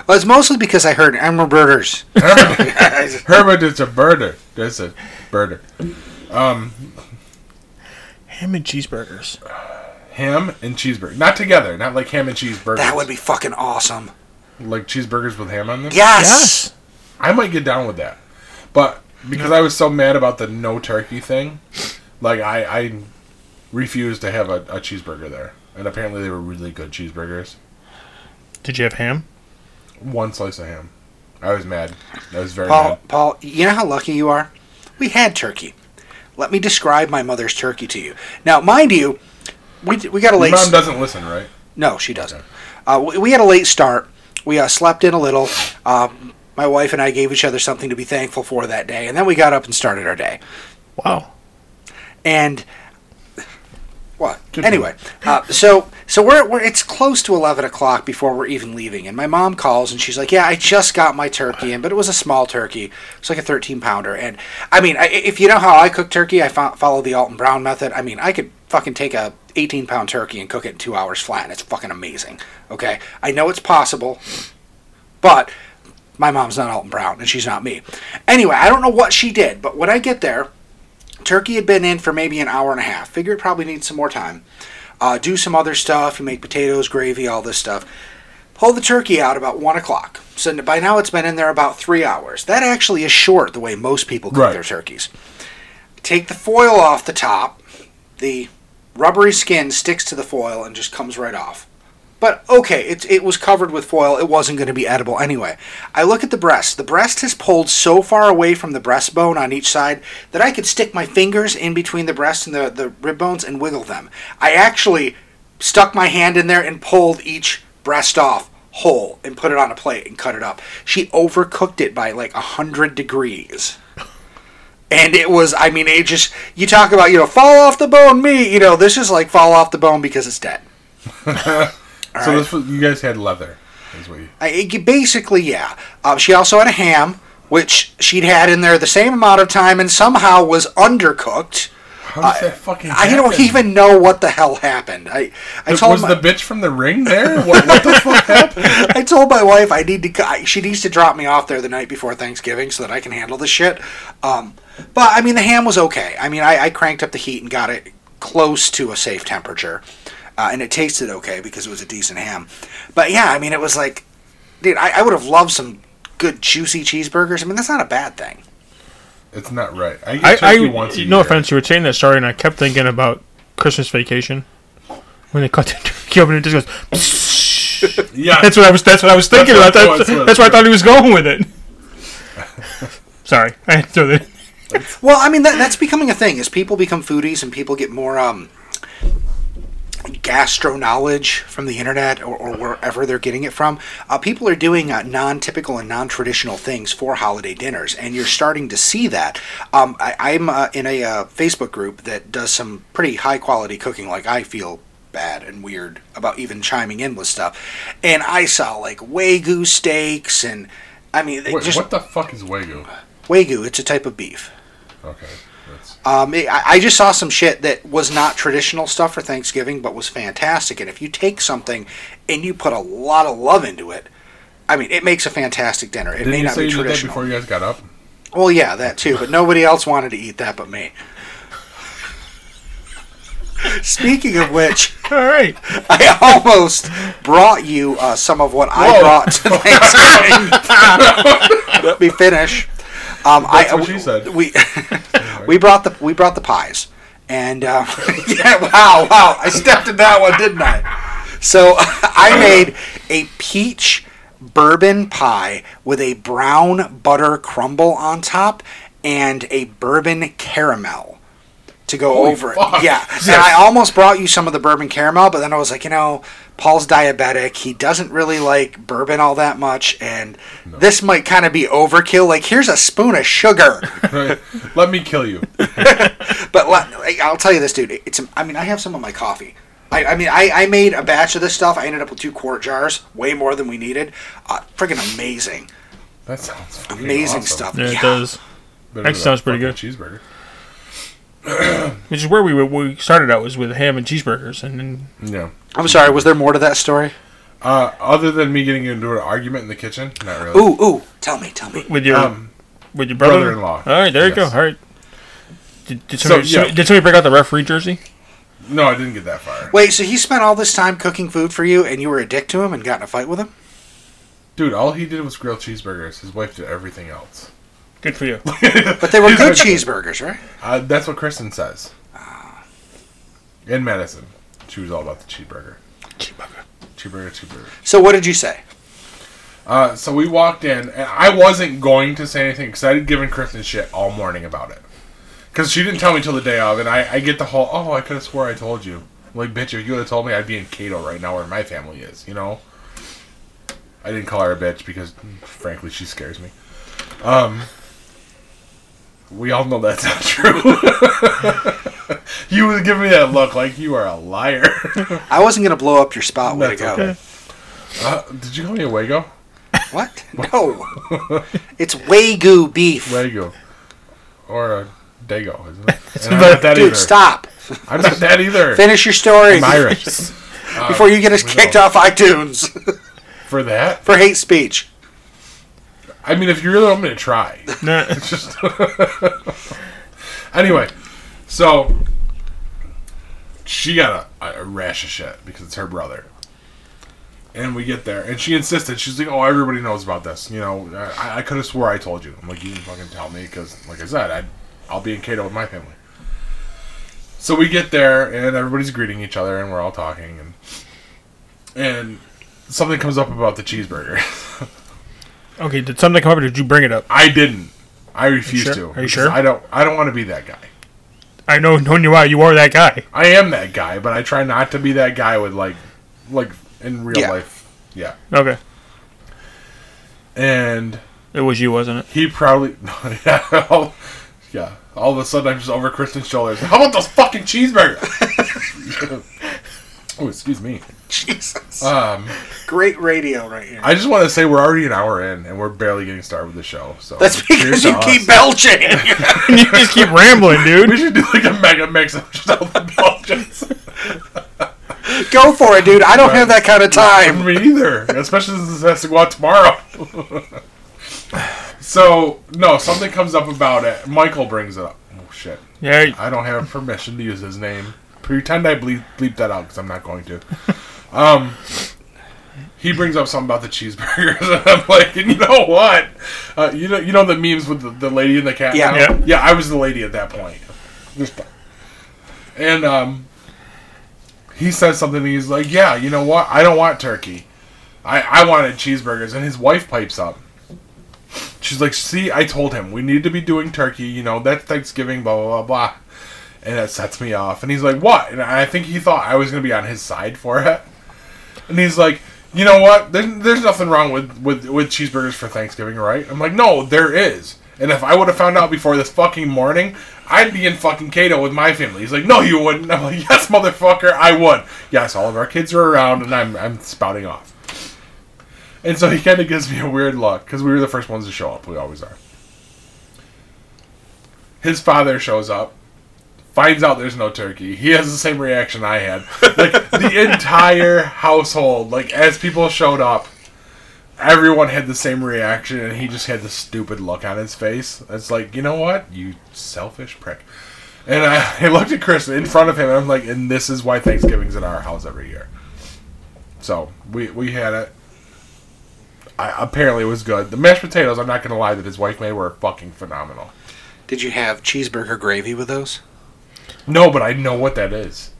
Well, it's mostly because I heard hamburgers. Herbert is a birder. That's a birder. Ham and cheeseburgers. Ham and cheeseburger, not together, not like ham and cheeseburgers. That would be fucking awesome. like cheeseburgers with ham on them. Yes. I might get down with that, but because I was so mad about the no turkey thing, like I, I refused to have a, a cheeseburger there, and apparently they were really good cheeseburgers. Did you have ham? One slice of ham. I was mad. I was very Paul, mad. Paul, you know how lucky you are? We had turkey. Let me describe my mother's turkey to you. Now, mind you, we, we got a Your late. mom doesn't listen, right? No, she doesn't. Uh, we, we had a late start. We uh, slept in a little. Uh, my wife and I gave each other something to be thankful for that day, and then we got up and started our day. Wow. And what? anyway, uh, so so we're, we're it's close to eleven o'clock before we're even leaving, and my mom calls and she's like, "Yeah, I just got my turkey in, but it was a small turkey. It's like a thirteen pounder." And I mean, I, if you know how I cook turkey, I fo- follow the Alton Brown method. I mean, I could fucking take a eighteen pound turkey and cook it in two hours flat, and it's fucking amazing. Okay, I know it's possible, but my mom's not Alton Brown, and she's not me. Anyway, I don't know what she did, but when I get there. Turkey had been in for maybe an hour and a half. Figure it probably needs some more time. Uh, do some other stuff. You make potatoes, gravy, all this stuff. Pull the turkey out about one o'clock. So n- by now it's been in there about three hours. That actually is short the way most people cook Right. their turkeys. Take the foil off the top. The rubbery skin sticks to the foil and just comes right off. But okay, it, it was covered with foil. It wasn't going to be edible anyway. I look at the breast. The breast has pulled so far away from the breastbone on each side that I could stick my fingers in between the breast and the, the rib bones and wiggle them. I actually stuck my hand in there and pulled each breast off whole and put it on a plate and cut it up. She overcooked it by like 100 degrees. And it was, I mean, it just, you talk about, you know, fall off the bone, me, you know, this is like fall off the bone because it's dead. so this was, you guys had leather, is what you. I- it- basically, yeah. Uh, she also had a ham, which she'd had in there the same amount of time and somehow was undercooked. How does that fucking? I don't happen? even know what the hell happened. I, I Was told my, the bitch from the ring there? What, what the fuck happened? I told my wife I need to. co- I- She needs to drop me off there the night before Thanksgiving so that I can handle this shit. Um, but I mean, the ham was okay. I mean, I, I cranked up the heat and got it close to a safe temperature, uh, and it tasted okay because it was a decent ham. But yeah, I mean, it was like, dude, I, I would have loved some good juicy cheeseburgers. I mean, that's not a bad thing. It's not right. I I, get I turkey once a no year. offense, you were saying that story, and I kept thinking about Christmas vacation when they cut the turkey open and it just goes. Yeah, That's what I was. That's what I was thinking That's what I about. That's, thought, that's where I thought he was going with it. Sorry, I had to throw that. in. Well, I mean, that, that's becoming a thing is people become foodies and people get more um, gastro knowledge from the internet or, or wherever they're getting it from. Uh, people are doing uh, non-typical and non-traditional things for holiday dinners, and you're starting to see that. Um, I, I'm uh, in a uh, Facebook group that does some pretty high-quality cooking. Like I feel bad and weird about even chiming in with stuff, and I saw like wagyu steaks and. I mean, they Wait, just what the fuck is wagyu? wagyu. It's a type of beef. Okay, that's Um, it- I, I just saw some shit that was not traditional stuff for Thanksgiving, but was fantastic. And if you take something and you put a lot of love into it, I mean, it makes a fantastic dinner. It may Didn't you not say be you did that traditional. before you guys got up? Well, yeah, that too. But nobody else wanted to eat that but me. Speaking of which, All right, I almost brought you uh, some of what I Whoa. brought to Thanksgiving. Let me finish. Um, That's I, what we, she said. We we brought the we brought the pies, And uh, yeah, wow, wow, I stepped in that one, didn't I? So I made a peach bourbon pie with a brown butter crumble on top and a bourbon caramel to go over fuck. it. Yeah, and I almost brought you some of the bourbon caramel, but then I was like, you know, Paul's diabetic. He doesn't really like bourbon all that much, and this might kind of be overkill. Like, here's a spoon of sugar. Right? Let me kill you. But let, like, I'll tell you this, dude. It's. I mean, I have some of my coffee. I, I mean, I, I made a batch of this stuff. I ended up with two quart jars, way more than we needed. Uh, friggin' amazing, That sounds fucking amazing awesome. stuff. Yeah, it does. Better That than sounds a pretty fucking Cheeseburger. Which is where we were, we started out was with ham and cheeseburgers, and then Yeah. I'm sorry. Was there more to that story? Uh, other than me getting into an argument in the kitchen, not really. Ooh, ooh. Tell me, tell me. with your Um, with your brother brother-in-law. All right, there you go. Yes. All right. Did, did, somebody, yeah. did somebody break out the referee jersey? No, I didn't get that far. Wait, so he spent all this time cooking food for you, and you were a dick to him and got in a fight with him? Dude, all he did was grill cheeseburgers. His wife did everything else. Good for you. But they were good cheeseburgers, right? Uh, that's what Kristen says. Ah. In Madison, she was all about the cheeseburger. Cheeseburger, cheeseburger. So what did you say? Uh, so we walked in, and I wasn't going to say anything because I had given Kristen shit all morning about it. Because she didn't tell me till the day of, and I, I get the whole, oh, I could have swore I told you. Like, bitch, if you would have told me, I'd be in Cato right now where my family is, you know? I didn't call her a bitch because, frankly, she scares me. Um, we all know that's not true. you would give me that look like you are a liar. I wasn't gonna blow up your spot. Way to That's go. okay. uh, did you call me a Wago? What? No. it's wagyu beef. Lego or a Dago, isn't it? And I'm But, not that dude, either. stop. I'm not that either. Finish your story I'm Irish. before you get us kicked don't. off iTunes For that, for hate speech. I mean, if you really want me to try, Nah. it's just. anyway, so she got a, a rash of shit because it's her brother. And we get there, and she insisted. She's like, "Oh, everybody knows about this. You know, I, I could have swore I told you." I'm like, "You didn't fucking tell me, because, like I said, I'd, I'll be in Cato with my family." So we get there, and everybody's greeting each other, and we're all talking, and and something comes up about the cheeseburger. Okay, did something come up or did you bring it up? I didn't. I refuse sure? to. Are you because sure? I don't. I don't want to be that guy. I know, knowing you out, you are that guy. I am that guy, but I try not to be that guy with like, like in real Yeah. life. Yeah. Okay. And It was you, wasn't it? he probably. yeah. All, yeah. All of a sudden, I'm just over Kristen's shoulders. How about those fucking cheeseburgers? oh, excuse me. Jesus. Um, Great radio right here. I just want to say we're already an hour in, and we're barely getting started with the show. So That's cheers because to you us. keep belching. you just keep rambling, We dude. should do like a mega mix of just all the Belgians. go for it, dude. I don't have that kind of time. Me either. Especially since this has to go out tomorrow. so no, something comes up about it. Michael brings it up. Oh shit! Yeah, I don't have permission to use his name. Pretend I bleep, bleep that out because I'm not going to. Um, he brings up something about the cheeseburgers, and I'm like, and you know what? Uh, you know, you know the memes with the, the lady and the cat. Yeah. now? Yeah. yeah. I was the lady at that point. Just- and um, he says something. And he's like, "Yeah, you know what? I don't want turkey. I I wanted cheeseburgers." And his wife pipes up. She's like, "See, I told him we need to be doing turkey. You know that's Thanksgiving. Blah blah blah blah." And that sets me off. And he's like, "What?" And I think he thought I was gonna be on his side for it. And he's like, "You know what? There's, there's nothing wrong with, with with cheeseburgers for Thanksgiving, right?" I'm like, "No, there is." And if I would have found out before this fucking morning, I'd be in fucking Cato with my family. He's like, "No, you wouldn't." I'm like, "Yes, motherfucker, I would." Yes, all of our kids are around, and I'm I'm spouting off. And so he kind of gives me a weird look because we were the first ones to show up. We always are. His father shows up, finds out there's no turkey. He has the same reaction I had. Like the entire household, like as people showed up, everyone had the same reaction, and he just had this stupid look on his face. It's like, you know what, you selfish prick. And I, I looked at Chris in front of him, and I'm like, and this is why Thanksgiving's in our house every year. So we we had it. I, apparently, it was good. The mashed potatoes. I'm not gonna lie that his wife made were fucking phenomenal. Did you have cheeseburger gravy with those? No, but I know what that is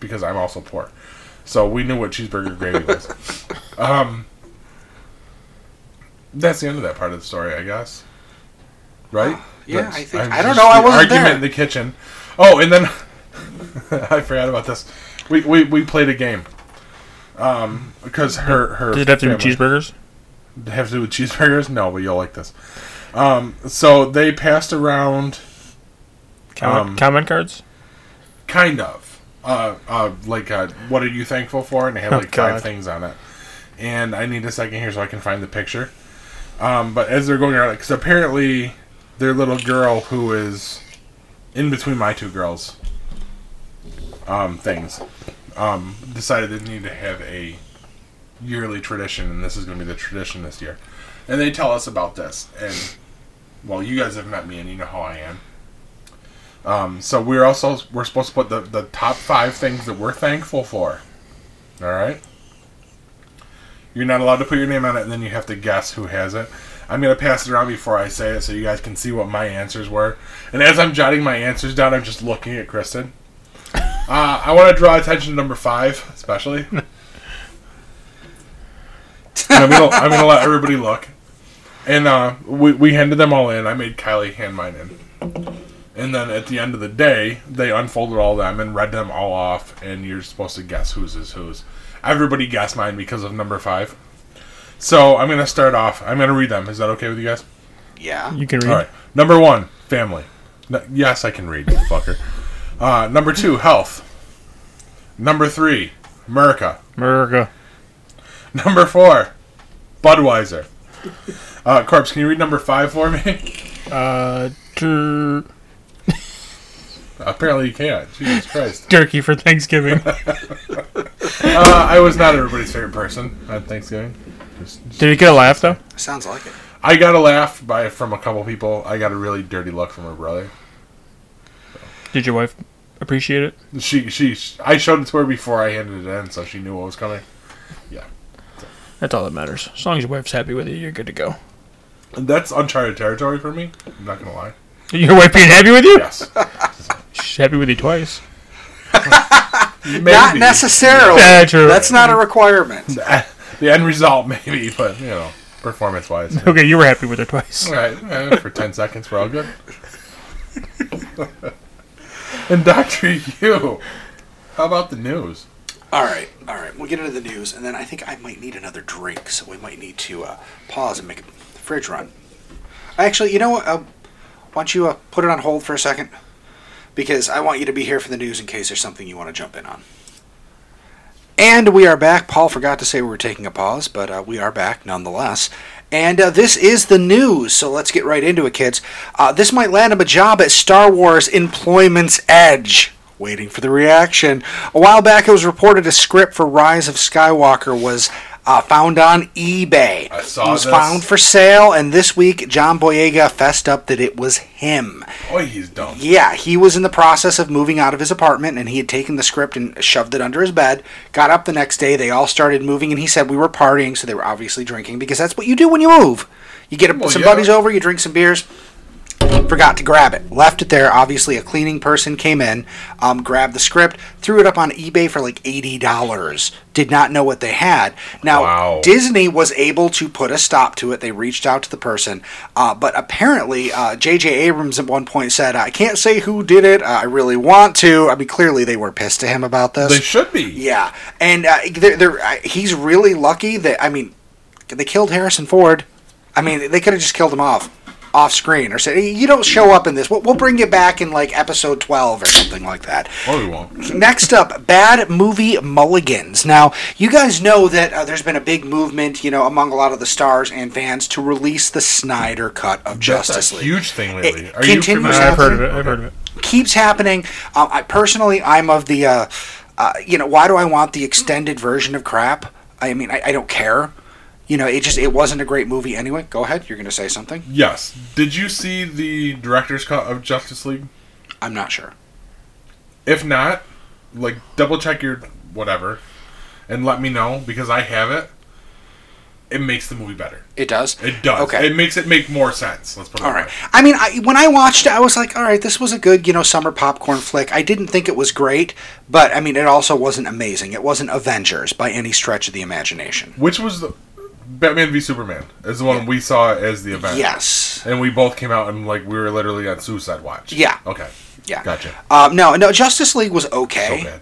because I'm also poor. So we knew what cheeseburger gravy was. Um, that's the end of that part of the story, I guess. Right? yeah, That's- I think- I'm I don't just- know, I the wasn't Argument there. in the kitchen. Oh, and then I forgot about this. We we, we played a game. Um, because her her Does it have to be family- cheeseburgers? have to do with cheeseburgers? No, but you'll like this. Um, so they passed around Comment, Um, comment cards? kind of uh, uh like uh, what are you thankful for and they had Oh, like five God. things on it and i need a second here so i can find the picture um but as they're going around because apparently their little girl who is in between my two girls um things um decided they need to have a yearly tradition and this is going to be the tradition this year and they tell us about this and well you guys have met me and you know how i am um, so we're also we're supposed to put the, the top five things that we're thankful for. All right. You're not allowed to put your name on it, and then you have to guess who has it. I'm gonna pass it around before I say it, so you guys can see what my answers were. And as I'm jotting my answers down, I'm just looking at Kristen. Uh, I want to draw attention to number five, especially. And I'm gonna I'm gonna let everybody look. And uh, we we handed them all in. I made Kylie hand mine in. And then at the end of the day, they unfolded all them and read them all off, and you're supposed to guess whose is whose. Everybody guessed mine because of number five. So I'm going to start off. I'm going to read them. Is that okay with you guys? Yeah. You can read. All right. Number one, family. N- yes, I can read, you fucker. Uh, number two, health. Number three, America. America. Number four, Budweiser. Uh, Corpse, can you read number five for me? Uh, tur- Apparently you can't. Jesus Christ. turkey for Thanksgiving. Uh, I was not everybody's favorite person at Thanksgiving. Did you get a laugh, though? Sounds like it. I got a laugh by from a couple people. I got a really dirty look from her brother. Did your wife appreciate it? She she I showed it to her before I handed it in, so she knew what was coming. That's all that matters. As long as your wife's happy with you, you're good to go. That's uncharted territory for me. I'm not gonna lie. Your wife being happy with you? Yes, She's happy with you twice. maybe Not necessarily. Yeah, true. Oh, That's not a requirement. the end result, maybe, but you know, performance wise. all Okay, you were happy with her twice. right, eh, for ten seconds, we're all good. and Doctor You, how about the news? All right, all right. We'll get into the news, and then I think I might need another drink, so we might need to uh, pause and make a fridge run. Actually, you know what? Uh, why don't you uh, put it on hold for a second? Because I want you to be here for the news in case there's something you want to jump in on. And we are back. Paul forgot to say we were taking a pause, but uh, we are back nonetheless. And uh, this is the news, so let's get right into it, kids. Uh, this might land him a job at Star Wars Employment's Edge. Waiting for the reaction. A while back, it was reported a script for Rise of Skywalker was uh, found on eBay. I saw it was this. found for sale, and this week, John Boyega fessed up that it was him. Boy, he's dumb. Yeah, he was in the process of moving out of his apartment and he had taken the script and shoved it under his bed. Got up the next day, they all started moving, and he said we were partying, so they were obviously drinking because that's what you do when you move. You get a, Well, some yeah. buddies over, you drink some beers. Forgot to grab it. Left it there. Obviously, a cleaning person came in, um, grabbed the script, threw it up on eBay for like $80. Did not know what they had. Now, Wow. Disney was able to put a stop to it. They reached out to the person, uh, but apparently uh, J.J. Abrams at one point said, "I can't say who did it. I really want to." I mean, clearly they were pissed to him about this. They should be. yeah, and uh, they're, they're, uh, he's really lucky that I mean, they killed Harrison Ford. I mean, they could have just killed him off off screen or said, "Hey, "You don't show up in this. We'll, we'll bring you back in like episode twelve or something like that." Oh, he won't. Next up, bad movie mulligans. Now, you guys know that uh, there's been a big movement, you know, among a lot of the stars and fans to release the Snyder cut of Justice That's a League. huge thing lately. It Are you continues familiar- on. I've heard of it. I've heard of it. Keeps happening. Um, I personally, I'm of the, uh, uh, you know, why do I want the extended version of crap? I mean, I, I don't care. You know, it just it wasn't a great movie anyway. Go ahead, you're going to say something. Yes. Did you see the director's cut of Justice League? I'm not sure. If not, like double check your whatever, and let me know because I have it. it makes the movie better. It does. It does. Okay. It makes it make more sense. Let's put it all right. that way. I mean, I, when I watched it, I was like, all right, this was a good, you know, summer popcorn flick. I didn't think it was great, but I mean, it also wasn't amazing. It wasn't Avengers by any stretch of the imagination. Which was the Batman v Superman is the one we saw as the event. Yes. And we both came out and like we were literally on suicide watch. Yeah. Okay. Yeah. Gotcha. Oh, Um, no, no, Justice League was okay. So bad.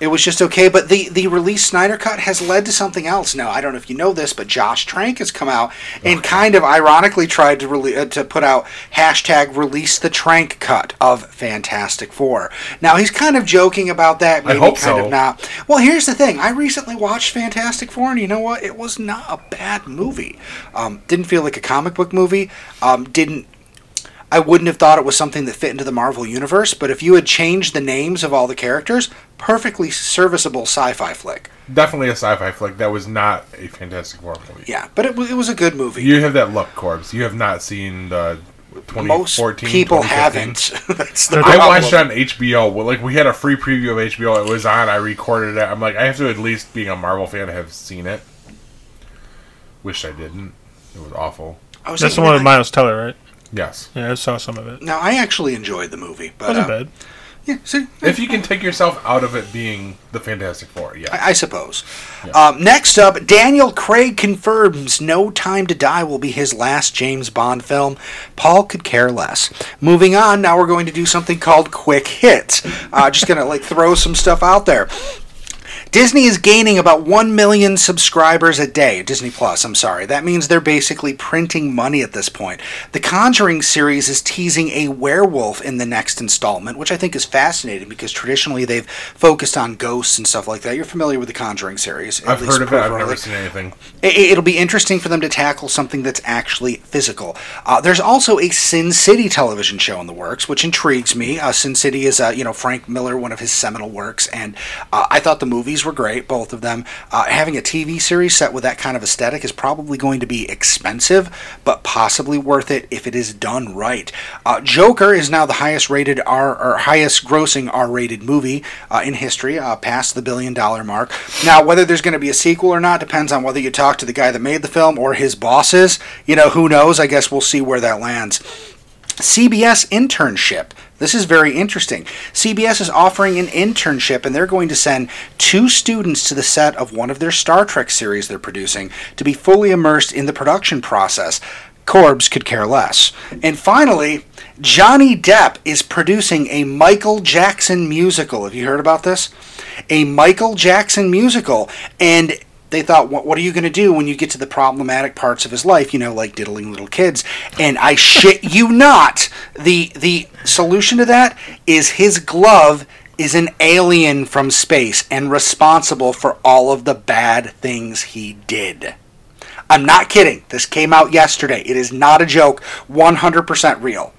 It was just okay, but the the release Snyder cut has led to something else. Now I don't know if you know this, but Josh Trank has come out and kind of ironically tried to rele- uh, to put out hashtag release the Trank cut of Fantastic Four. Now he's kind of joking about that, maybe hope kind so. of not. Well, here's the thing: I recently watched Fantastic Four, and you know what? It was not a bad movie. Um, didn't feel like a comic book movie. Um, didn't I wouldn't have thought it was something that fit into the Marvel universe, but if you had changed the names of all the characters, perfectly serviceable sci-fi flick. Definitely a sci-fi flick. That was not a Fantastic Four movie. Yeah, but it, wa- it was a good movie. You have that luck, Corbs. You have not seen the 2014. Most people 2015. haven't. That's the They're I talking watched it about- on HBO. Well, Like we had a free preview of HBO. It was on. I recorded it. I'm like, I have to at least, being a Marvel fan, have seen it. Wish I didn't. It was awful. I was That's the like, one with "Man, Miles Teller, right? Yes. Yeah, I saw some of it. I- No, I actually enjoyed the movie, but Wasn't uh, bad. yeah, see, If you can take yourself out of it being the Fantastic Four, yeah. I, I suppose. Um, next up, Daniel Craig confirms No Time to Die will be his last James Bond film. Paul could care less. Moving on, now we're going to do something called Quick Hits. Uh, just gonna like throw some stuff out there. Disney is gaining about 1 million subscribers a day. Disney Plus, I'm sorry. That means they're basically printing money at this point. The Conjuring series is teasing a werewolf in the next installment, which I think is fascinating because traditionally they've focused on ghosts and stuff like that. You're familiar with the Conjuring series. at I've least heard of it. I've never peripherally. seen anything. I- It'll be interesting for them to tackle something that's actually physical. Uh, there's also a Sin City television show in the works, which intrigues me. Uh, Sin City is, uh, you know, Frank Miller, one of his seminal works, and uh, I thought the movies were great, both of them. Uh, having a TV series set with that kind of aesthetic is probably going to be expensive, but possibly worth it if it is done right. Uh, Joker is now the highest rated R or highest grossing R-rated movie uh, in history, uh, past the billion-dollar mark. Now, whether there's going to be a sequel or not depends on whether you talk to the guy that made the film or his bosses. You know, who knows? I guess we'll see where that lands. CBS internship. This is very interesting. CBS is offering an internship, and they're going to send two students to the set of one of their Star Trek series they're producing to be fully immersed in the production process. Corbs could care less. And finally, Johnny Depp is producing a Michael Jackson musical. Have you heard about this? A Michael Jackson musical. And they thought, what, what are you going to do when you get to the problematic parts of his life, you know, like diddling little kids? And I shit you not, the the solution to that is his glove is an alien from space and responsible for all of the bad things he did. I'm not kidding. This came out yesterday. It is not a joke. 100% real.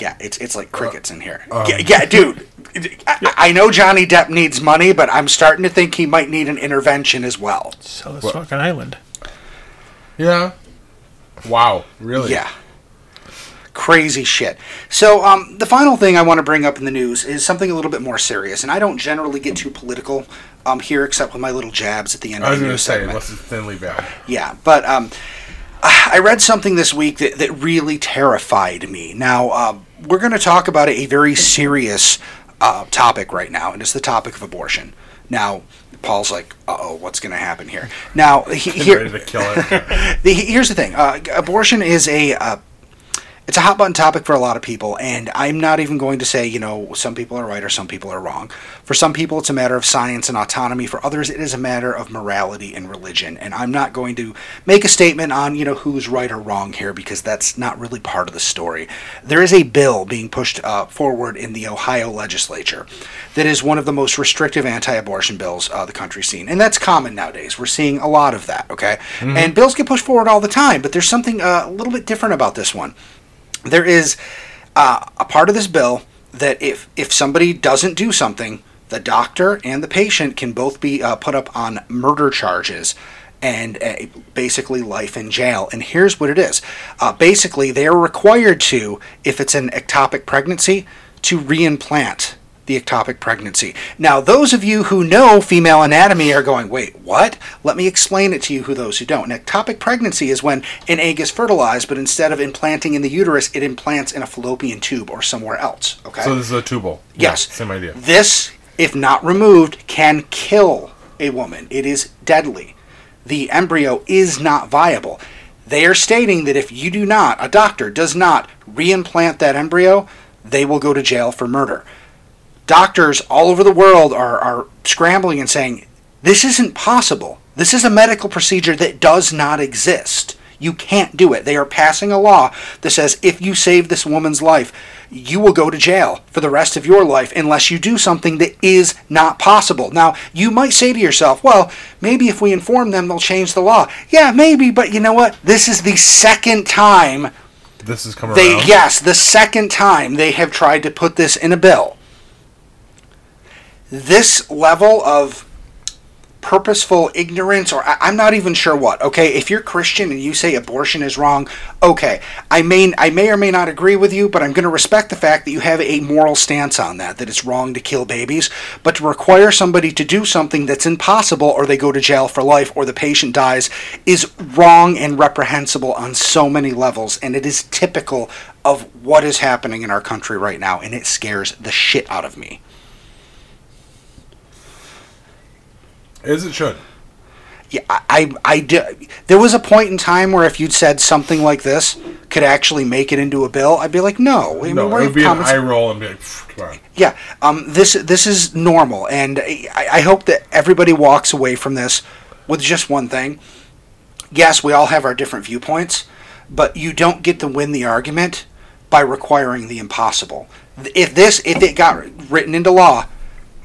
Yeah, it's it's Uh, like crickets in here. um, yeah, yeah, dude. I, I know Johnny Depp needs money, but I'm starting to think he might need an intervention as well. Sell this fucking island. Yeah. Wow. Really? Yeah. Crazy shit. So, um, the final thing I want to bring up in the news is something a little bit more serious, and I don't generally get too political um, here, except with my little jabs at the end. I was of the going to news say, segment. unless it's thinly veiled. Yeah, but um, I read something this week that, that really terrified me. Now, uh, we're going to talk about a very serious uh, topic right now, and it's the topic of abortion. Now, Paul's like, uh oh, what's going to happen here? Now, he, Ready to here, kill it. the, here's the thing uh, abortion is a. Uh, it's a hot button topic for a lot of people, and I'm not even going to say, you know, some people are right or some people are wrong. For some people, it's a matter of science and autonomy. For others, it is a matter of morality and religion. And I'm not going to make a statement on, you know, who's right or wrong here because that's not really part of the story. There is a bill being pushed uh, forward in the Ohio legislature that is one of the most restrictive anti abortion bills uh, the country's seen. And that's common nowadays. We're seeing a lot of that, okay? And bills get pushed forward all the time, but there's something uh, a little bit different about this one there is uh, a part of this bill that if if somebody doesn't do something, the doctor and the patient can both be uh, put up on murder charges and uh, basically life in jail. And here's what it is: uh, basically, they are required to, if it's an ectopic pregnancy, to reimplant the ectopic pregnancy. Now, those of you who know female anatomy are going, wait, what? Let me explain it to you who those who don't. An ectopic pregnancy is when an egg is fertilized, but instead of implanting in the uterus, it implants in a fallopian tube or somewhere else. Okay? So this is a tubal. Yes. Yeah, same idea. This, if not removed, can kill a woman. It is deadly. The embryo is not viable. They are stating that if you do not, a doctor does not reimplant that embryo, they will go to jail for murder. Doctors all over the world are, are scrambling and saying, this isn't possible. This is a medical procedure that does not exist. You can't do it. They are passing a law that says if you save this woman's life, you will go to jail for the rest of your life unless you do something that is not possible. Now, you might say to yourself, well, maybe if we inform them, they'll change the law. Yeah, maybe, but you know what? This is the second time This is coming they, around. yes, the second time they have tried to put this in a bill. This level of purposeful ignorance, or I, I'm not even sure what. Okay, if you're Christian and you say abortion is wrong, okay, I may I may or may not agree with you, but I'm going to respect the fact that you have a moral stance on that that it's wrong to kill babies, but to require somebody to do something that's impossible, or they go to jail for life, or the patient dies, is wrong and reprehensible on so many levels, and it is typical of what is happening in our country right now, and it scares the shit out of me. As it should. Yeah, I, I, I di- There was a point in time where if you'd said something like this could actually make it into a bill, I'd be like, no. I mean, No, we're it would be an common- eye roll and be like, "Pfft, come on. yeah, um, this this is normal, and I, I hope that everybody walks away from this with just one thing. Yes, we all have our different viewpoints, but you don't get to win the argument by requiring the impossible. If this, if it got written into law,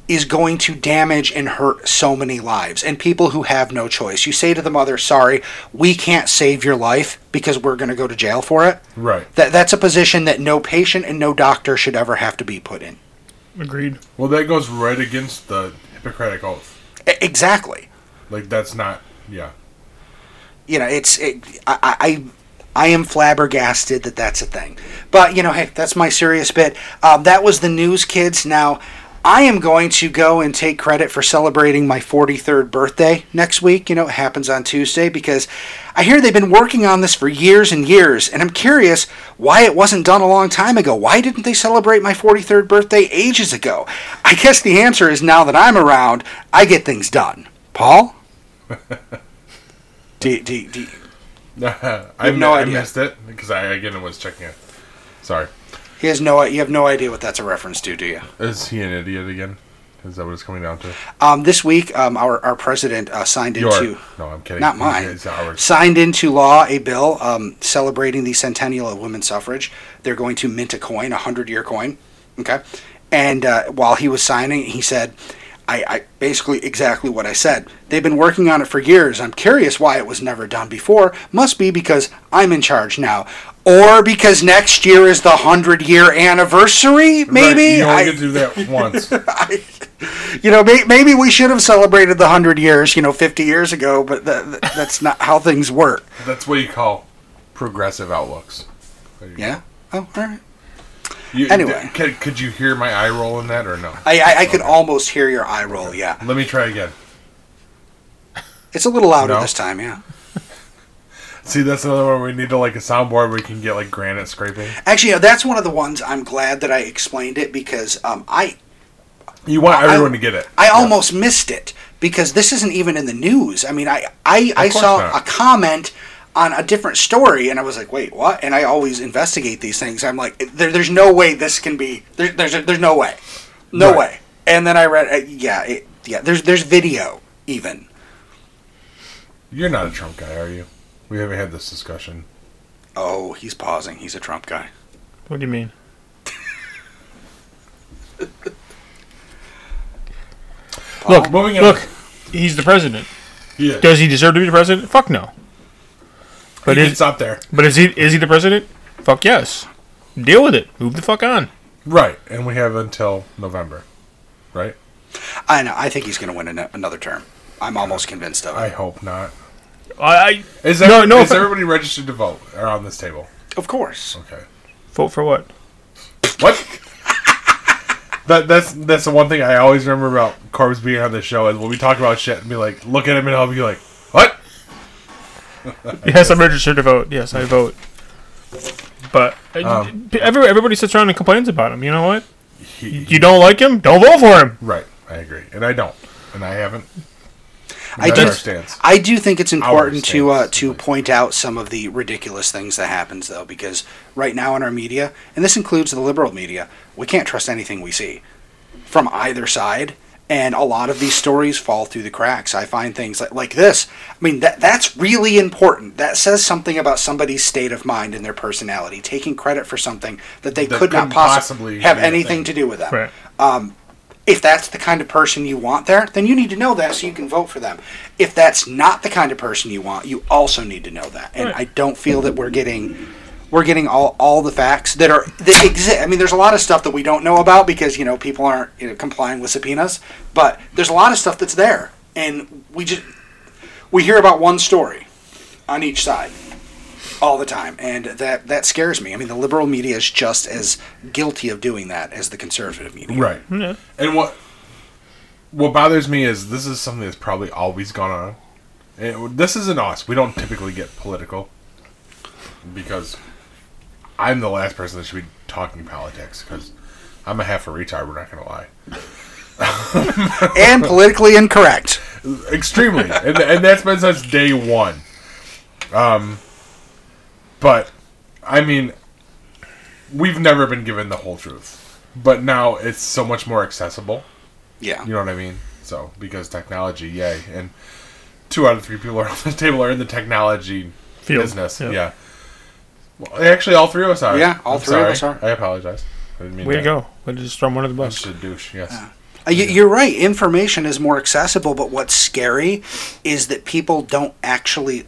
is going to damage and hurt so many lives and people who have no choice. You say to the mother, "Sorry, we can't save your life because we're going to go to jail for it." Right. That that's a position that no patient and no doctor should ever have to be put in. Agreed. Well, that goes right against the Hippocratic Oath. E- Exactly. Like, that's not, yeah. You know, it's it, I, I I am flabbergasted that that's a thing. But you know, hey, that's my serious bit. Um, that was the news, kids. Now, I am going to go and take credit for celebrating my 43rd birthday next week. You know, it happens on Tuesday because I hear they've been working on this for years and years, and I'm curious why it wasn't done a long time ago. Why didn't they celebrate my 43rd birthday ages ago? I guess the answer is now that I'm around, I get things done. Paul. do, do, do, I have no mi- idea. I missed it because I, again, was checking it. Sorry. He has no. You have no idea what that's a reference to, do you? Is he an idiot again? Is that what it's coming down to? Um, this week, um, our our president uh, signed into Your, no, I'm kidding. not mine It's ours. signed into law a bill um, celebrating the centennial of women's suffrage. They're going to mint a coin, a hundred year coin. Okay, and uh, while he was signing, he said. I, I basically exactly what I said. They've been working on it for years. I'm curious why it was never done before. Must be because I'm in charge now, or because next year is the hundred year anniversary. Right, Maybe you only I- get to do that once. you know, may, maybe we should have celebrated the 100 years, you know, 50 years ago, but th- th- that's not how things work. That's what you call progressive outlooks. There you go. Yeah? Oh, all right. You, Anyway. th- could, could you hear my eye roll in that or no? I, I, I could almost hear your eye roll, yeah. Let me try again. It's a little louder No. this time, yeah. See, that's another one we need to like a soundboard where we can get like granite scraping. Actually, you know, that's one of the ones I'm glad that I explained it because um, I, You want I- everyone to get it. I almost missed it because this isn't even in the news. I mean, I, I, I course saw not. a comment on a different story and I was like, wait, what? And I always investigate these things. I'm like, there, there's no way this can be, there, there's, there's no way. No Right. way. And then I read, uh, yeah, it, yeah, there's, there's video even. You're not a Trump guy, are you? We haven't had this discussion. Oh, he's pausing. He's a Trump guy. What do you mean? look, Moving on. look, he's the president. Yeah, Does he deserve to be the president? Fuck no. But it's is up there, but is he is he the president? Fuck yes. Deal with it. Move the fuck on. right? And we have until November, right? I know. I think he's going to win an, another term. I'm almost convinced of it. I hope not. I, I Is No, every- no Is offe- everybody registered to vote around this table? Of course. Okay. vote for what? What? That that's that's the one thing I always remember about Corb's being on this show is when we talk about shit and be like, look at him and I'll be like, what? Yes, I'm registered to vote. Yes, I vote. But uh, Um, d- every, everybody sits around and complains about him. You know what? He, You don't like him? Don't vote for him. right, I agree, and I don't, and I haven't. I That's do- our stance. I do think it's important to uh, stance, to like- point out some of the ridiculous things that happens though, because right now in our media, and this includes the liberal media, we can't trust anything we see from either side, and a lot of these stories fall through the cracks. I find things like like this. I mean, that that's really important. That says something about somebody's state of mind and their personality. Taking credit for something that they That could not couldn't possi- possibly have be a anything thing. to do with them Right. if that's the kind of person you want there, then you need to know that so you can vote for them. If that's not the kind of person you want, you also need to know that. And Right. I don't feel that we're getting we're getting all, all the facts that are that exist. I mean, there's a lot of stuff that we don't know about because you know people aren't you know, complying with subpoenas, but there's a lot of stuff that's there, and we just we hear about one story on each side all the time, and that that scares me. I mean, the liberal media is just as guilty of doing that as the conservative media. Right. And what what bothers me is this is something that's probably always gone on. And this isn't us. We don't typically get political because I'm the last person that should be talking politics because I'm a half a retard. We're not gonna lie. and politically incorrect. extremely, and, and that's been since day one. Um, but I mean, we've never been given the whole truth, but now it's so much more accessible. Yeah. You know what I mean? So because technology, yay, and two out of three people around the table are in the technology Field, business. yeah. Yeah. Well, actually, all three of us are. Yeah, all three of us I apologize. I didn't mean Way to that. go. Way to just throw him under the I'm bus. just a douche. Yes. Uh, you- You're right. Information is more accessible, but what's scary is that people don't actually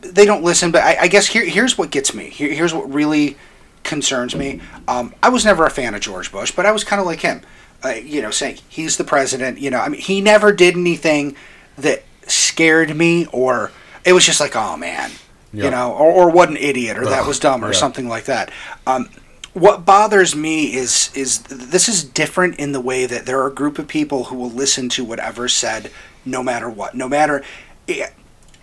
they don't listen. But I, I guess here here's what gets me. Here, here's what really concerns me. Um, I was never a fan of George Bush, but I was kind of like him. Uh, you know, saying he's the president. You know, I mean, he never did anything that scared me, or it was just like, oh man, you Yeah. know, or, or what an idiot, or that Ugh, was dumb, or yeah. something like that. Um, what bothers me is is this is different in the way that there are a group of people who will listen to whatever's said, no matter what, no matter. A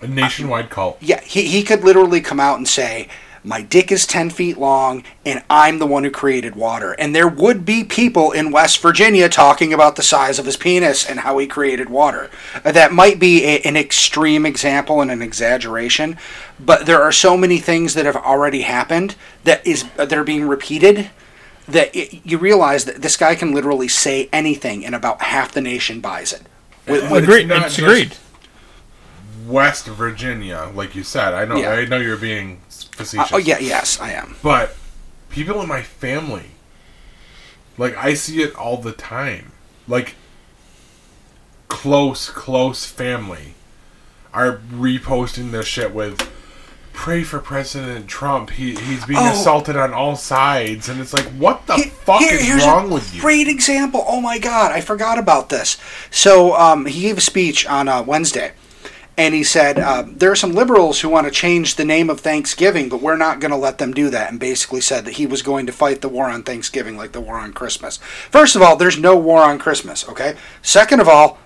nationwide cult. Yeah, he, he could literally come out and say, My dick is 10 feet long, and I'm the one who created water. And there would be people in West Virginia talking about the size of his penis and how he created water. Uh, That might be a, an extreme example and an exaggeration, but there are so many things that have already happened that is uh, that are being repeated that it, you realize that this guy can literally say anything, and about half the nation buys it. With- with- Agreed. not It's just- agreed. West Virginia, like you said. I know. Yeah. I know you're being facetious. oh, yeah, yes, I am. But people in my family, like I see it all the time. Like close, close family are reposting their shit with pray for President Trump. He he's being Oh. assaulted on all sides, and it's like, what the Here- fuck here- is here's wrong a with you? Great example. Oh my god, I forgot about this. So um, he gave a speech on uh, Wednesday, and he said uh, there are some liberals who want to change the name of Thanksgiving, but we're not going to let them do that. And basically said that he was going to fight the war on Thanksgiving like the war on Christmas. First of all, there's no war on Christmas. Okay. Second of all,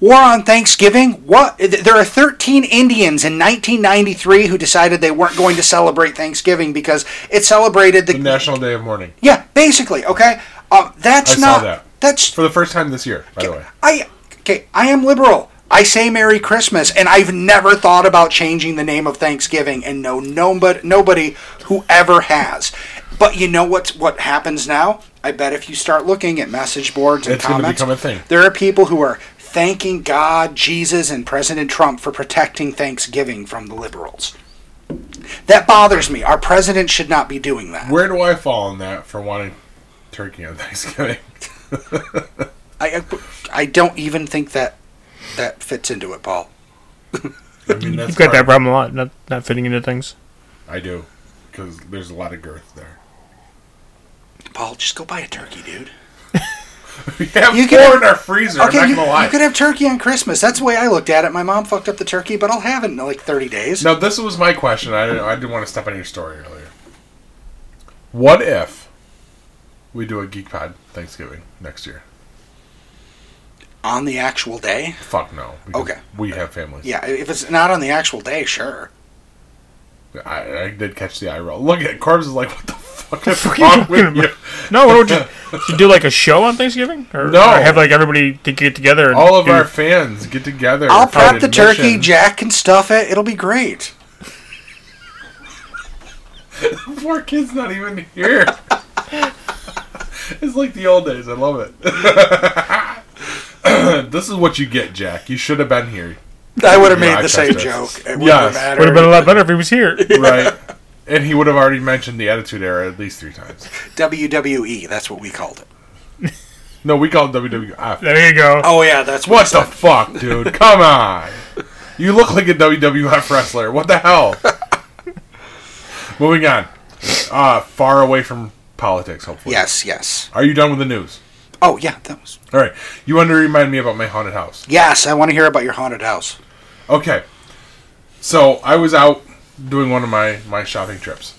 War on Thanksgiving? What? Th- There are 13 Indians in 1993 who decided they weren't going to celebrate Thanksgiving because it celebrated the, The National Day of Mourning yeah, basically. Okay, um, that's I saw not. that. That's for the first time this year, by the way. I. Okay, I am liberal. I say Merry Christmas, and I've never thought about changing the name of Thanksgiving, and no, nobody, nobody who ever has. But you know what? What happens now? I bet if you start looking at message boards and It's gonna comments, become a thing. there are people who are thanking God, Jesus, and President Trump for protecting Thanksgiving from the liberals. That bothers me. Our president should not be doing that. Where do I fall on that for wanting turkey on Thanksgiving? I, I, I don't even think that that fits into it, Paul. I mean, that's You've got that part- problem a lot, not, not fitting into things. I do, because there's a lot of girth there. Paul, just go buy a turkey, dude. We have You four can- in our freezer. okay, I'm you, not gonna lie. you could have turkey on Christmas. That's the way I looked at it. My mom fucked up the turkey, but I'll have it in like 30 days. now, this was my question. I didn't, I didn't want to step on your story earlier. What if we do a Geek Pod Thanksgiving next year. on the actual day. Fuck no. because Okay. We have families. Yeah, i- if it's not on the actual day, sure. I, I did catch the eye roll. Look at Corbs is like, what the fuck is fuck wrong you with talking you? No, what would you, should you do like a show on Thanksgiving? Or, No. or have like everybody to get together and All of do- our fans get together. I'll for prep the admission. turkey. Jack can stuff it. It'll be great. Poor kid's not even here. it's like the old days. I love it. this is what you get, Jack. You should have been here, I would have Yeah, made I the same trust us. joke. It wouldn't Yes. have mattered. Would have been a lot better if he was here. right? and he would have already mentioned the Attitude Era at least three times. WWE. E, That's what we called it. No, we call it WWF. There you go. Oh yeah, that's Ah, What the fuck, dude? Come on. You look like a WWF wrestler. What the hell? Moving on. Uh, far away from politics, hopefully. Yes, yes. Are you done with the news? Oh yeah, that was. All right. You want to remind me about my haunted house. Yes, I want to hear about your haunted house. Okay. So I was out doing one of my my shopping trips,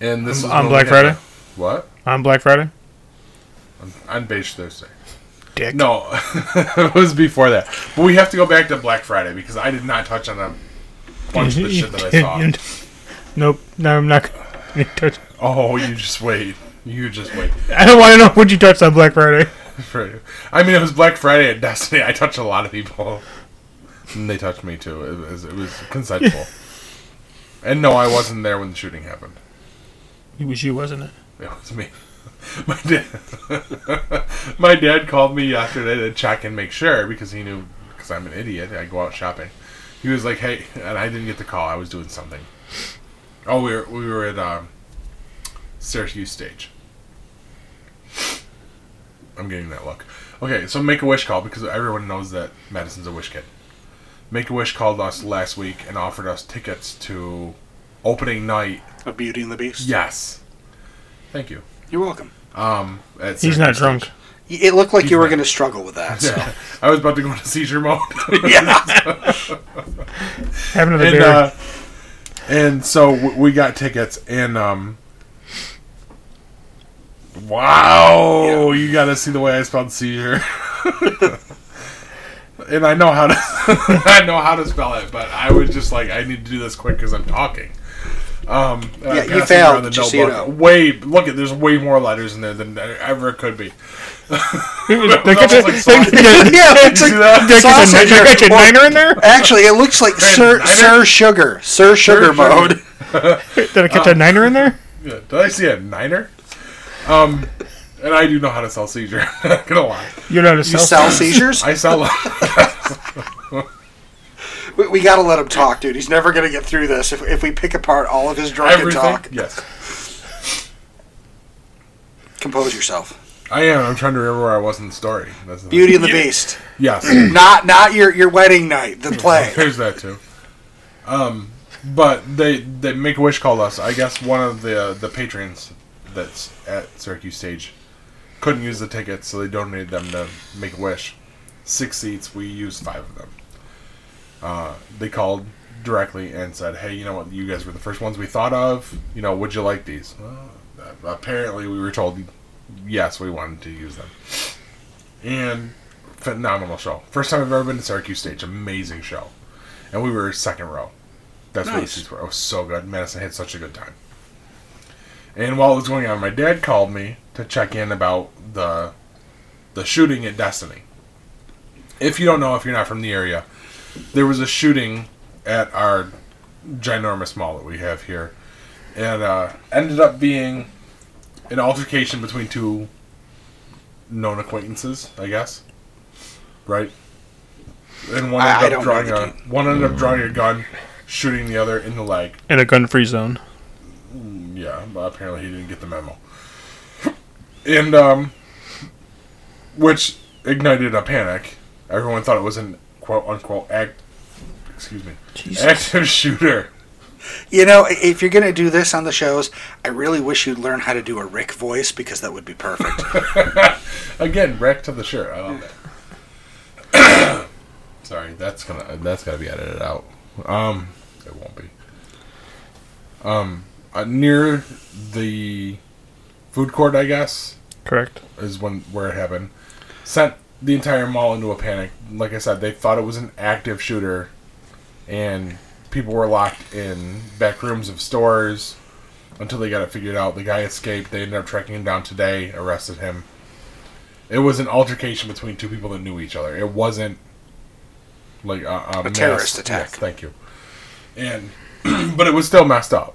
and this is on what Black we had. Friday? What On Black Friday? on Beige Thursday? Dick. No, it was before that. But we have to go back to Black Friday because I did not touch on a bunch of the shit that I saw. nope. No, I'm not. gonna touch- Oh, you just wait. You just wait. I don't want to know what you touched on Black Friday. For- I mean, it was Black Friday at Destiny. I touched a lot of people, and they touched me too. It was, it was consensual. and no, I wasn't there when the shooting happened. It was you, wasn't it? It was me. My dad. my dad called me yesterday to check and make sure because he knew because I'm an idiot. I go out shopping. He was like, "Hey," and I didn't get the call. I was doing something. Oh, we were we were at um, Syracuse stage. I'm getting that look. Okay, so make a wish call because everyone knows that Madison's a wish kid. Make a wish called us last week and offered us tickets to opening night. Of Beauty and the Beast. Yes. Thank you. You're welcome. Um, at He's Syracuse not drunk. Y- It looked like you were going to struggle with that. State. So. Yeah. I was about to go into seizure mode. yeah. Have another and, beer. uh, and so w- we got tickets, and um, wow, you got to see the way I spelled seizure. and I know how to, I know how to spell it, but I was just like, I need to do this quick because I'm talking. Um, and I Yeah, you passed it around failed, just so you know. Way, look at there's way more letters in there than there ever could be. It was- it they was got almost you- like sausage. they- they- yeah, it's You see that? like they got you- sausage. they got you or- niner in there? Actually, it looks like Sir niner? Sir Sugar, Sir Sugar Sugar. mode. Did I catch a niner in there? Yeah, Did I see a niner? Um, and I do know how to sell seizure. I'm not gonna lie. You're not a You self- sell seizures? I sell. We, we got to let him talk, dude. He's never going to get through this if, if we pick apart all of his drunken everything. talk. Yes, Compose yourself. I am. I'm trying to remember where I was in the story. That's the Beauty and the Beast. Yes, Not not your your wedding night. The play. there's that too. Um, but they they Make a Wish called us. I guess one of the uh, the patrons that's at Syracuse Stage couldn't use the tickets, so they donated them to Make a Wish. Six seats. We used five of them. Uh, they called directly and said, "Hey, you know what? You guys were the first ones we thought of. You know, would you like these?" Well, Uh, apparently, we were told yes, we wanted to use them. And phenomenal show. First time I've ever been to Syracuse Stage. Amazing show. And we were second row. That's where the Nice. seats were. It was so good. Madison had such a good time. And while it was going on, my dad called me to check in about the the shooting at Destiny. If you don't know, if you're not from the area, there was a shooting at our ginormous mall that we have here, and uh, ended up being an altercation between two known acquaintances, I guess. Right. And one I- I don't ended up know drawing the a one ended up drawing a gun, shooting the other in the leg. in a gun-free zone. Yeah, but apparently he didn't get the memo. And um which ignited a panic. Everyone thought it was an quote unquote act excuse me. Active shooter. You know, i- if you're going to do this on the shows, I really wish you'd learn how to do a Rick voice because that would be perfect. Again, back to the shirt. I love it. Sorry, that's gonna that's gotta be edited out. Um it won't be. Um uh, near the food court, I guess, Correct. is when where it happened. Sent the entire mall into a panic. Like I said, they thought it was an active shooter, and people were locked in back rooms of stores until they got it figured out. The guy escaped. They ended up tracking him down today, arrested him. It was an altercation between two people that knew each other. It wasn't like a, a, mass- terrorist attack. Yes, thank you. And but it was still messed up.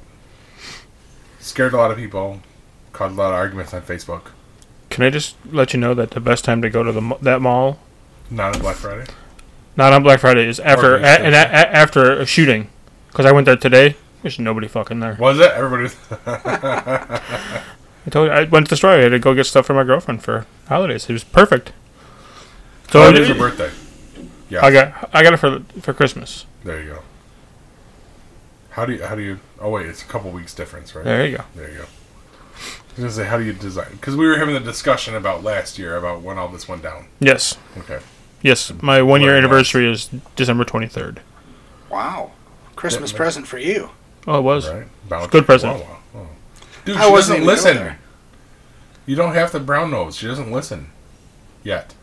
Scared a lot of people. Caused a lot of arguments on Facebook. Can I just let you know that the best time to go to the ma- that mall, Not on Black Friday. not on Black Friday, is after a, Okay, and a, a- after a shooting, because I went there today. There's nobody fucking there. Was it? Everybody. I told you, I went to the store. I had to go get stuff for my girlfriend for holidays. It was perfect. So Oh, I, it is your did- birthday. Yeah. I got I got it for for Christmas. There you go. How do you? How do you? Oh wait, it's a couple weeks difference, right? There you go. There you go. I was gonna say, how do you design? Because we were having the discussion about last year about when all this went down. Yes, Okay. yes. My one year Very nice. anniversary is December 23rd. Wow. Christmas present for you. Oh, it was. Right. Bounce. Good present. Wow, wow, wow. Dude, I she wasn't even doesn't going listen. there. You don't have the brown nose. She doesn't listen. Yet.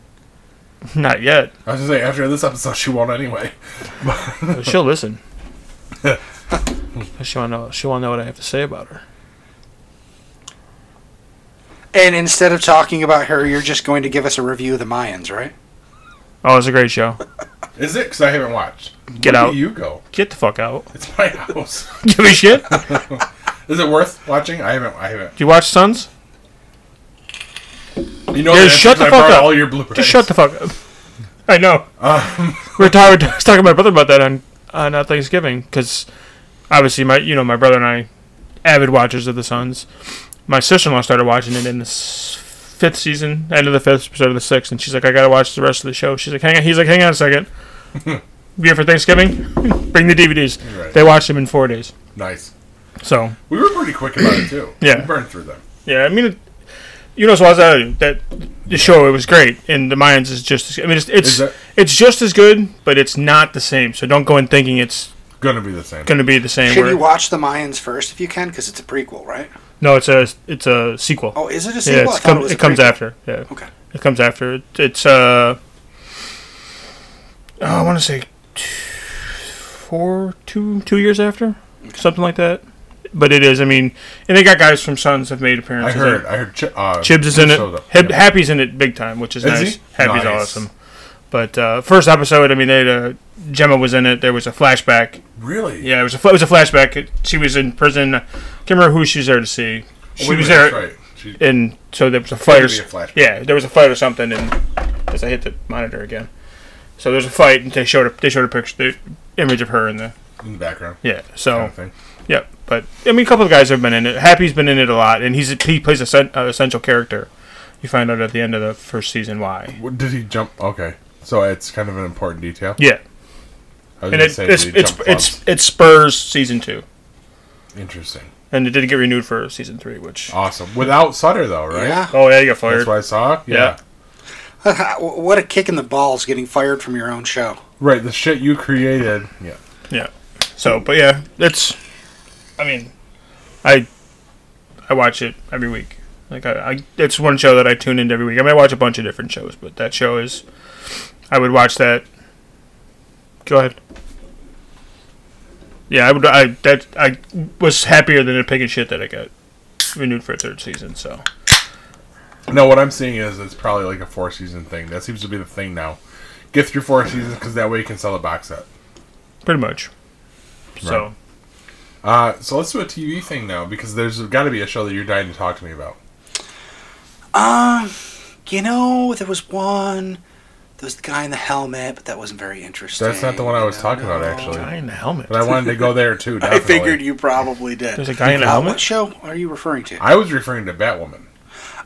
Not yet. I was gonna say after this episode she won't anyway. But she'll listen. she want to know. She want to know what I have to say about her. And instead of talking about her, you're just going to give us a review of the Mayans, right? Oh, it's a great show. Is it? Because I haven't watched. Get Where do out. You go. Get the fuck out. It's my house. Give a shit. Is it worth watching? I haven't. I haven't. Do you watch Sons? You know, Yeah, that shut the I fuck brought up. All your Blu-rays. Just shut the fuck up. I know. we were tired. I was talking to my brother about that on on uh, Thanksgiving because obviously my you know my brother and I avid watchers of the Suns. My sister in law started watching it in the s- fifth season, end of the fifth episode of the sixth, and she's like, I gotta watch the rest of the show. She's like, hang on. He's like, hang on a second. Be here for Thanksgiving. Bring the DVDs. Right. They watched them in four days. Nice. So We were pretty quick about it too. Yeah. We burned through them. yeah, I mean. It, you know, so I was uh, that the show it was great, and the Mayans is just. I mean, it's it's, Is that it's just as good, but it's not the same. So don't go in thinking it's gonna be the same? going to be the same. Should where- you watch the Mayans first if you can? Because it's a prequel, right? no, it's a it's a sequel. Oh, is it a yeah, sequel? it's I thought come- was it a comes prequel. after. Yeah, Okay. it comes after. It, it's uh, oh, I want to say t- four, two, two years after, something like that. But it is. I mean, and they got guys from Sons have made I appearances. heard. I heard. Ch- uh, Chibs is in it. showed up. Hip- Yeah. Happy's in it big time, which is, Is nice. he? Happy's Nice. awesome. But uh, first episode, I mean, they had a, Gemma was in it. There was a flashback. Really? Yeah, it was a fl- it was a flashback. It- She was in prison. I can't remember who she was there to see. She Wait a was minute, there, that's Right. She, and so there was a fight. Or, be a s- flashback. yeah, there was a fight or something, and as I hit the monitor again, so there was a fight, and they showed a they showed a picture, the image of her in the in the background. yeah. So Kind of thing. yeah, but I mean, a couple of guys have been in it. Happy's been in it a lot, and he's he plays a cen- uh, essential character. You find out at the end of the first season why. What, did he jump? Okay. So it's kind of an important detail. I Yeah, was and gonna it, say, it's did he it's jump it's it spurs season two, clubs? interesting. and it did get renewed for season three, which. Awesome. Without Sutter though, right? Yeah. Oh yeah, you That's got fired. what I saw. Yeah. Yeah. what a kick in the balls getting fired from your own show. Right. The shit you created. Yeah. Yeah. So, but yeah, it's. I mean, I I watch it every week. Like I, I, it's one show that I tune into every week. I mean, I watch a bunch of different shows, but that show is. I would watch that. Go ahead. Yeah, I would. I that I was happier than a pig and shit that I got renewed for a third season. So No, what I'm seeing is it's probably like a four season thing. That seems to be the thing now. Get through four seasons because that way you can sell a box set. pretty much. So Uh, so let's do a TV thing now because there's got to be a show that you're dying to talk to me about. You know, there was one. There was the guy in the helmet, but that wasn't very interesting. That's not the one I was talking about guy actually, in the helmet. but I wanted to go there too. I Definitely. figured you probably did. There's a guy in a Uh, helmet. What show are you referring to? I was referring to Batwoman.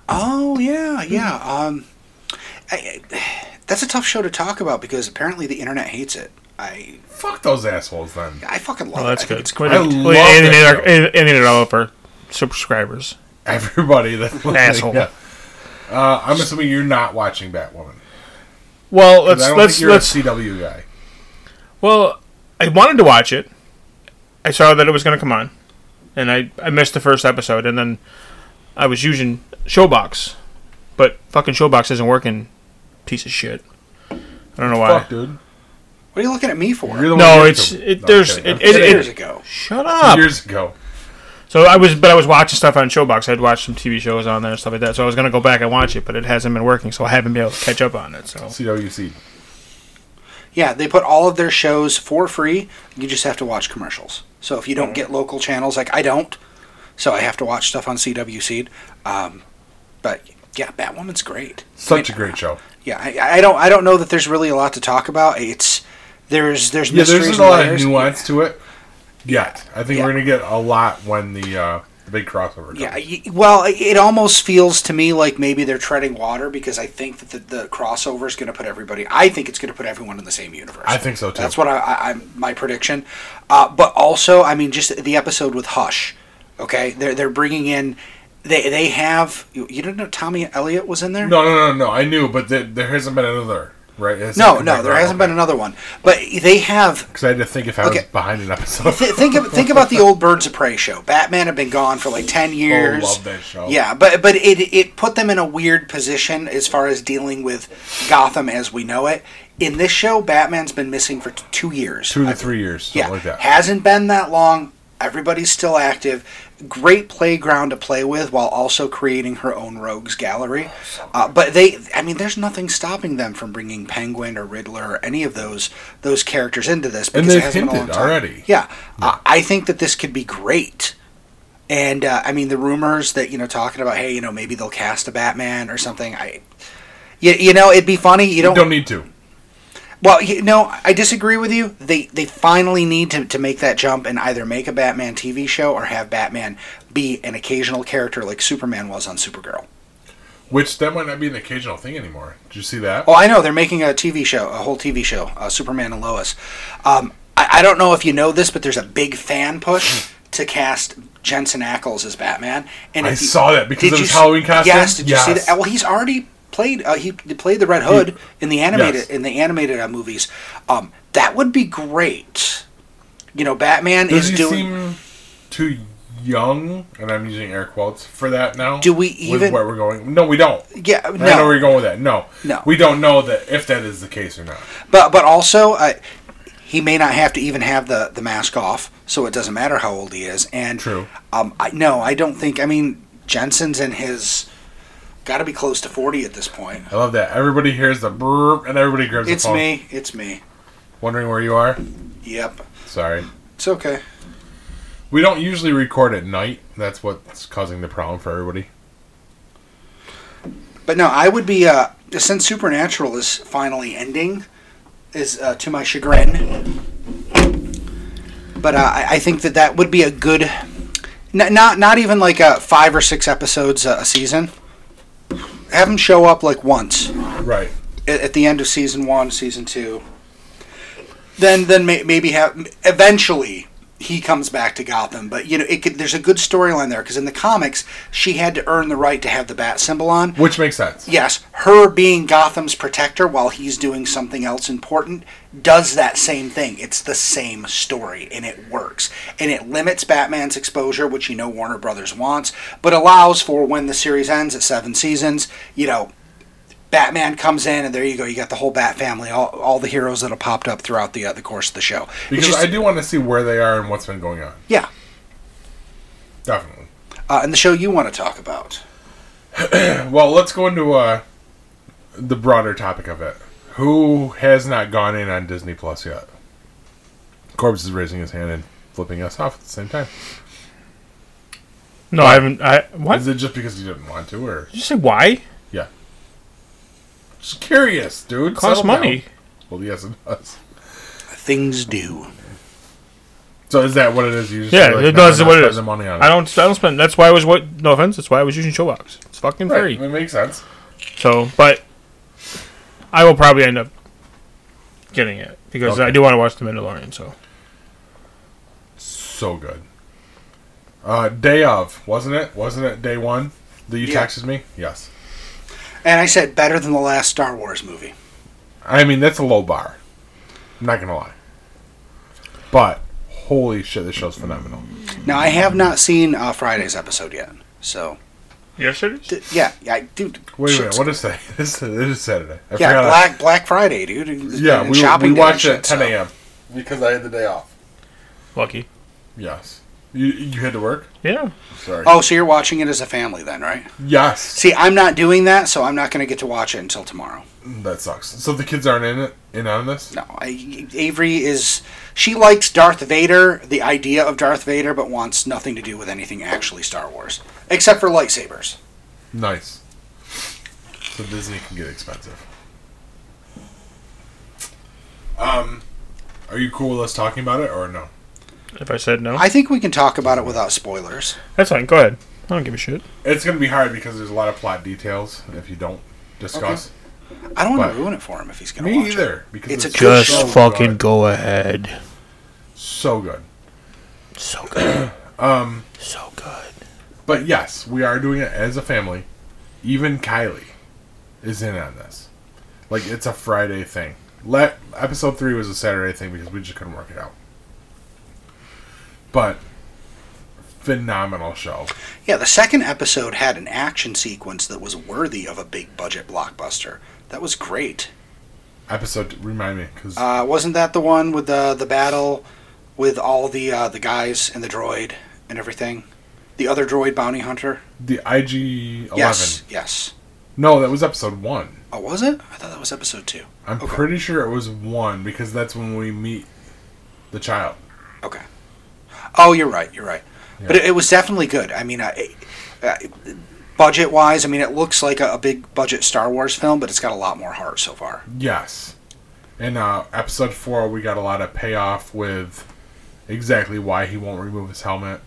Oh yeah, yeah. Um, I, I- that's a tough show to talk about because apparently the internet hates it. I Fuck those assholes then. I fucking love Oh, it. that's I think good. it's Quite I a- love well, that Anthony show. and I- Anthony and all of our subscribers. Everybody that's listening, Asshole. yeah. Uh, I'm assuming you're not watching Batwoman. Well, 'Cause let's I don't let's think you're let's. a CW guy. Well, I wanted to watch it. I saw that it was going to come on, and I I missed the first episode, and then I was using Showbox, but fucking Showbox isn't working. Piece of shit. I don't know why. Fuck, dude. What are you looking at me for? You're the No, one who it's- took- it- I'm there's- kidding. I'm it- it- kidding. years ago. Shut up. years ago. So I was, but I was watching stuff on Showbox. I'd watched some TV shows on there and stuff like that. So I was gonna go back and watch it, but it hasn't been working. So I haven't been able to catch up on it. So CWC. Yeah, they put all of their shows for free. You just have to watch commercials. So if you Mm-hmm. don't get local channels, like I don't, so I have to watch stuff on CW Seed. Um, but yeah, Batwoman's great. Such a great show. Yeah, I, I don't I don't know that there's really a lot to talk about. It's there's there's Yeah, mysteries there's just a and lot of layers. nuance to it. Yet. I think Yeah. we're going to get a lot when the, uh, the big crossover comes. Yeah, y- well, it almost feels to me like maybe they're treading water because I think that the, the crossover is going to put everybody. I think it's going to put everyone in the same universe. I think so, too. That's what I, I, I'm my prediction. Uh, but also, I mean, just the episode with Hush. Okay, they're they're bringing in. They they have. You, you didn't know Tommy Elliott was in there. No, no, no, no. I knew, but there, there hasn't been another, right? It hasn't No, come no, back there around. hasn't been another one. But they have Because I had to think if I was Okay. behind an episode. Th- think of, think about the old Birds of Prey show. Batman had been gone for like ten years. Oh, love that show. Yeah, but but it it put them in a weird position as far as dealing with Gotham as we know it. In this show, Batman's been missing for t- two years. Two to three years, something yeah, like that. hasn't been that long. Everybody's still active. Great playground to play with while also creating her own rogues gallery. Oh, Uh, but they, I mean, there's nothing stopping them from bringing Penguin or Riddler or any of those those characters into this And because it they've hasn't been a hinted long time. already. Yeah, Uh, I think that this could be great. And uh, I mean, the rumors that you know, talking about, hey, you know, maybe they'll cast a Batman or something. I, you, you know, it'd be funny. You You don't don't need to. well, you no, I disagree with you. They they finally need to, to make that jump and either make a Batman TV show or have Batman be an occasional character like Superman was on Supergirl. Which that might not be an occasional thing anymore. Did you see that? Oh, I know they're making a TV show, a whole TV show, uh, Superman and Lois. Um, I, I don't know if you know this, but there's a big fan push to cast Jensen Ackles as Batman. And I if you- saw that because did of you his s- Halloween costume. Yes, did you see Yes. that? Well, he's already played. Uh, he he played the Red Hood in the animated Yes. in the animated uh, movies. Um, that would be great. You know, Batman Does is he doing. seem too young? And I'm using air quotes for that now. Do we even- With where we're going? No, we don't. yeah, I don't know no, where you're going with that. No. No. We don't know that if that is the case or not. but but also, uh, he may not have to even have the the mask off, so it doesn't matter how old he is. And True. um, I no, I don't think. I mean, Jensen's in his got to be close to forty at this point. I love that. Everybody hears the brrr and everybody grabs It's the phone. me. It's me. Wondering where you are? Yep. Sorry. It's okay. We don't usually record at night. That's what's causing the problem for everybody. But no, I would be uh, since Supernatural is finally ending, is uh, to my chagrin. But uh, I, I think that that would be a good, n- not not even like uh five or six episodes uh, a season. Have them show up like once Right. at, at the end of season one, season two. Then then may, maybe have eventually he comes back to Gotham, but you know it could, there's a good storyline there because in the comics she had to earn the right to have the bat symbol on. Which makes sense. Yes, her being Gotham's protector while he's doing something else important does that same thing. It's the same story and it works. And it limits Batman's exposure, which you know Warner Brothers wants, but allows for when the series ends at seven seasons, you know, Batman comes in and there you go. You got the whole Bat family, all, all the heroes that have popped up throughout the uh, the course of the show. It's Because just- I do want to see where they are and what's been going on. yeah, Definitely. uh, and the show you want to talk about. Well, let's go into uh, the broader topic of it. Who has not gone in on Disney Plus yet? Corbs is raising his hand and flipping us off at the same time. no, I haven't. I what? Is it just because you didn't want to, or Did you say why? just curious, dude? Costs Settle down. money. Well, yes, it does. Things do. So is that what it is? You just Yeah, feel no, it does I'm what not spending it is. The money on I it. don't. I don't spend. That's why I was. What? No offense. That's why I was using Showbox. It's fucking free. Right, it makes sense. So, but I will probably end up getting it because I Okay. do want to watch The Mandalorian. So So good. Uh, day of, wasn't it? Wasn't it day one that you Yeah. texted me? Yes. And I said better than the last Star Wars movie. I mean, that's a low bar. I'm not gonna lie. But holy shit, this show's phenomenal. Now I have not seen uh, Friday's episode yet, so Yes, it is. D- yeah, yeah, dude. Wait a shit's- minute, what is that? It's, it is Saturday. I yeah, forgot. Black Black Friday, dude. and- yeah, and we, shopping we day and watched it shit, at 10 so- a.m. because I had the day off. Lucky. Yes. You, you had to work? Yeah. Sorry. Oh, so you're watching it as a family then, right? Yes. See, I'm not doing that, so I'm not going to get to watch it until tomorrow. That sucks. So the kids aren't in it, in on this? No, I, Avery is. She likes Darth Vader, the idea of Darth Vader, but wants nothing to do with anything actually Star Wars, except for lightsabers. Nice. So Disney can get expensive. Um, are you cool with us talking about it or no? If I said no, I think we can talk about it without spoilers. that's fine. Go ahead. I don't give a shit. It's gonna be hard because there's a lot of plot details if you don't discuss. I don't want But- to ruin it for him if he's going to watch Me it. either. Because It's it's, a good so show. good. go ahead. so good. So good. um. So good. But yes, we are doing it as a family. Even Kylie is in on this. Like it's a Friday thing. Let episode three was a Saturday thing because we just couldn't work it out. But phenomenal show. Yeah, the second episode had an action sequence that was worthy of a big budget blockbuster. That was great. Episode remind me because Uh, wasn't that the one with the the battle with all the uh, the guys and the droid and everything? The other droid bounty hunter. the IG eleven. Yes, yes. No, that was episode one. Oh, was it? I thought that was episode two. I'm Okay. pretty sure it was one because that's when we meet the child. Okay. Oh, you're right. You're right. But it, it was definitely good. I mean, I, I, budget wise, I mean, it looks like a, a big budget Star Wars film, but it's got a lot more heart so far. Yes. In uh, episode four, we got a lot of payoff with exactly why he won't remove his helmet.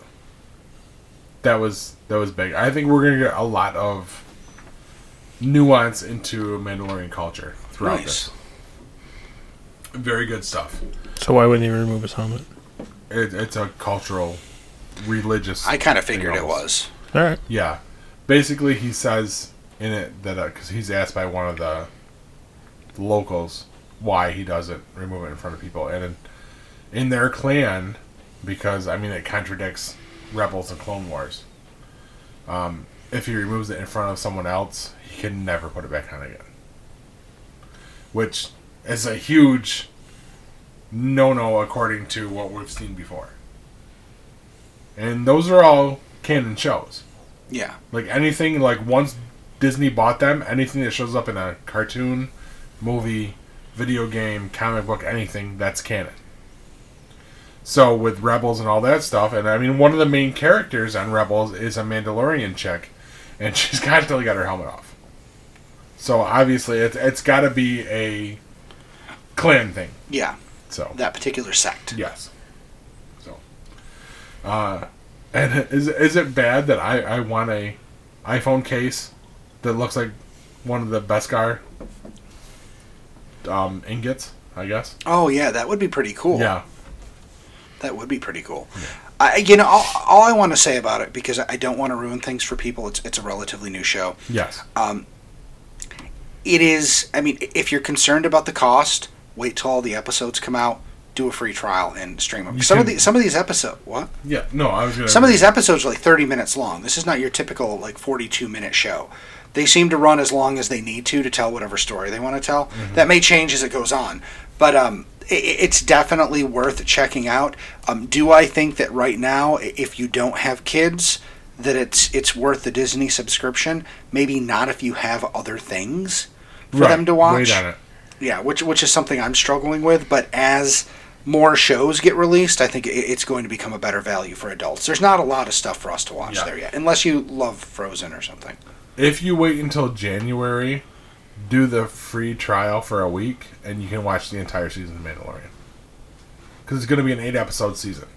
That was that was big. I think we're gonna get a lot of nuance into Mandalorian culture throughout Nice. this. Very good stuff. So why wouldn't he remove his helmet? It, it's a cultural, religious. I kind of thing figured it almost. was. All right. Yeah. Basically, he says in it that because he's asked by one of the locals why he doesn't remove it in front of people, and in, in their clan, because I mean it contradicts Rebels and Clone Wars. Um, if he removes it in front of someone else, he can never put it back on again, which is a huge no-no according to what we've seen before. And those are all canon shows. Yeah. Like anything, like once Disney bought them, anything that shows up in a cartoon, movie, video game, comic book, anything, that's canon. So with Rebels and all that stuff, and I mean, one of the main characters on Rebels is a Mandalorian chick, and she's constantly got her helmet off. So obviously, it's it's got to be a clan thing. Yeah. So That particular sect. Yes. So, uh, and is is it bad that I I want a iPhone case that looks like one of the Beskar um, ingots? I guess. Oh, yeah. That would be pretty cool. Yeah. That would be pretty cool. I, you know, all, all I want to say about it because I don't want to ruin things for people. It's it's a relatively new show. Yes. It is. I mean, if you're concerned about the cost, wait till all the episodes come out. Do a free trial and stream them. You Some of can- the some of these episodes. What? yeah. No, I was gonna. Some of these episodes are like 30 minutes long. This is not your typical like 42 minute show. They seem to run as long as they need to to tell whatever story they want to tell. That may change as it goes on, but um, i- i it's definitely worth checking out. Um, do I think that right now, i- if you don't have kids, that it's it's worth the Disney subscription? Maybe not if you have other things for Right, them to watch. Wait on it. Yeah, which which is something I'm struggling with. But as more shows get released, I think it, it's going to become a better value for adults. There's not a lot of stuff for us to watch Yeah. there yet, unless you love Frozen or something. If you wait until January, do the free trial for a week, and you can watch the entire season of Mandalorian. Because it's going to be an eight episode season.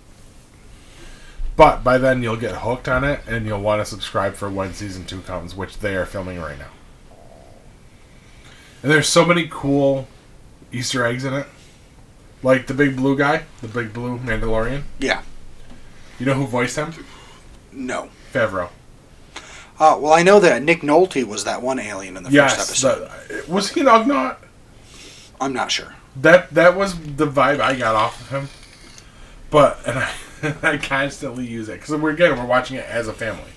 But by then, you'll get hooked on it, and you'll want to subscribe for when season two comes, which they are filming right now. And there's so many cool Easter eggs in it. Like the big blue guy, the big blue Mandalorian. Yeah. You know who voiced him? No. Favreau. Uh, well, I know that Nick Nolte was that one alien in the first Yes. episode. the- was he an Ugnaught? I'm not sure. That that was the vibe I got off of him. But and I, I constantly use it because we're again we're watching it as a family.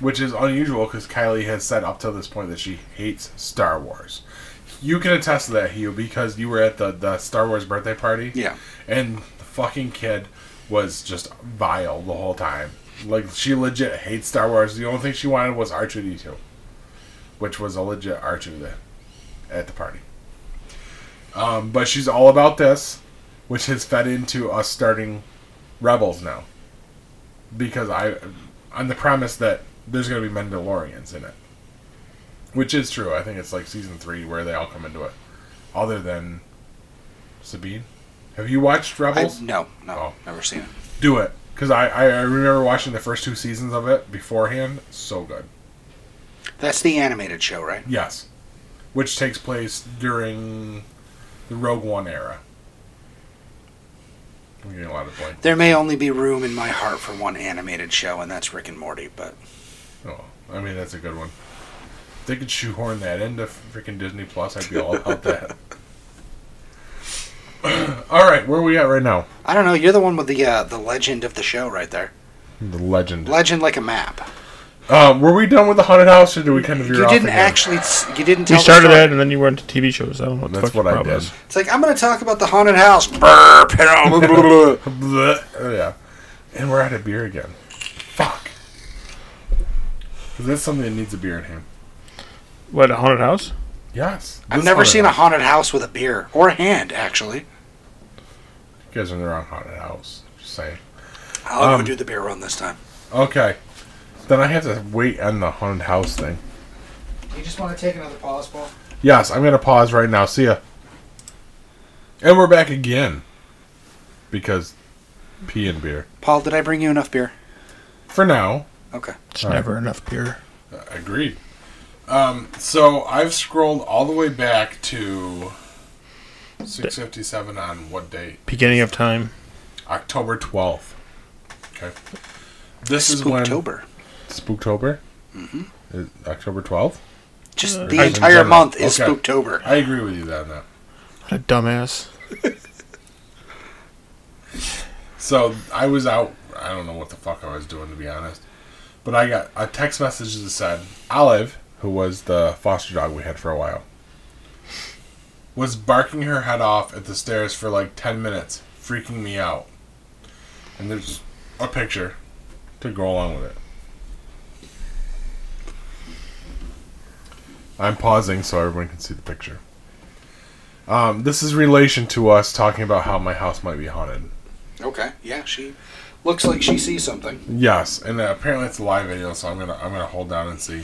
which is unusual because Kylie has said up till this point that she hates Star Wars. You can attest to that, Hugh, because you were at the, the Star Wars birthday party. Yeah. And the fucking kid was just vile the whole time. Like, she legit hates Star Wars. The only thing she wanted was R2D2, which was a legit R2 at the party. Um, but she's all about this, which has fed into us starting Rebels now. Because I, on the premise that there's going to be Mandalorians in it, which is true. I think it's like season three where they all come into it. Other than Sabine, have you watched I, Rebels? no, no, Oh. never seen it. Do it because I, I I remember watching the first two seasons of it beforehand. So good. That's the animated show, right? Yes, which takes place during the Rogue One era. I'm getting a lot of blank. There may only be room in my heart for one animated show, and that's Rick and Morty. But Oh, I mean that's a good one. If they could shoehorn that into freaking Disney Plus, I'd be all about that. all right, where are we at right now? I don't know. You're the one with the uh, the legend of the show, right there. The legend. Legend like a map. Um, were we done with the haunted house, or do we kind of veer You off didn't again? actually. s- You didn't. Tell We the started story. that, and then you went to TV shows. I don't know what That's the fuck what I problem did. is. It's like I'm going to talk about the haunted house. Brr, paranormal. Bleh. Oh, yeah, and we're out of beer again. Fuck. 'Cause That's something that needs a beer in him. What a haunted house? Yes. I've This never haunted seen a house. haunted house with a beer or a hand, actually. You guys are in the wrong haunted house. Just saying. I'll Um, go do the beer run this time. Okay. Then I have to wait on the haunted house thing. You just want to take another pause, Paul? Yes, I'm gonna pause right now. See ya. And we're back again because pee and beer Paul, did I bring you enough beer? for now. Okay. It's never enough beer. Agreed. Um, so I've scrolled all the way back to 657 on what date? Beginning of time. October 12th. Okay. This is when Spooktober. Spooktober. Mm-hmm. October 12th. Just in the entire general. month is Okay. Spooktober. I agree with you on that. What a dumbass. So I was out. I don't know what the fuck I was doing to be honest, but I got a text message that said Olive, who was the foster dog we had for a while, was barking her head off at the stairs for like ten minutes, freaking me out. And there's a picture to go along with it. I'm pausing so everyone can see the picture. Um, this is relation to us talking about how my house might be haunted. Okay. Yeah, she looks like she sees something. Yes, and uh, apparently it's a live video, so I'm gonna I'm gonna hold down and see.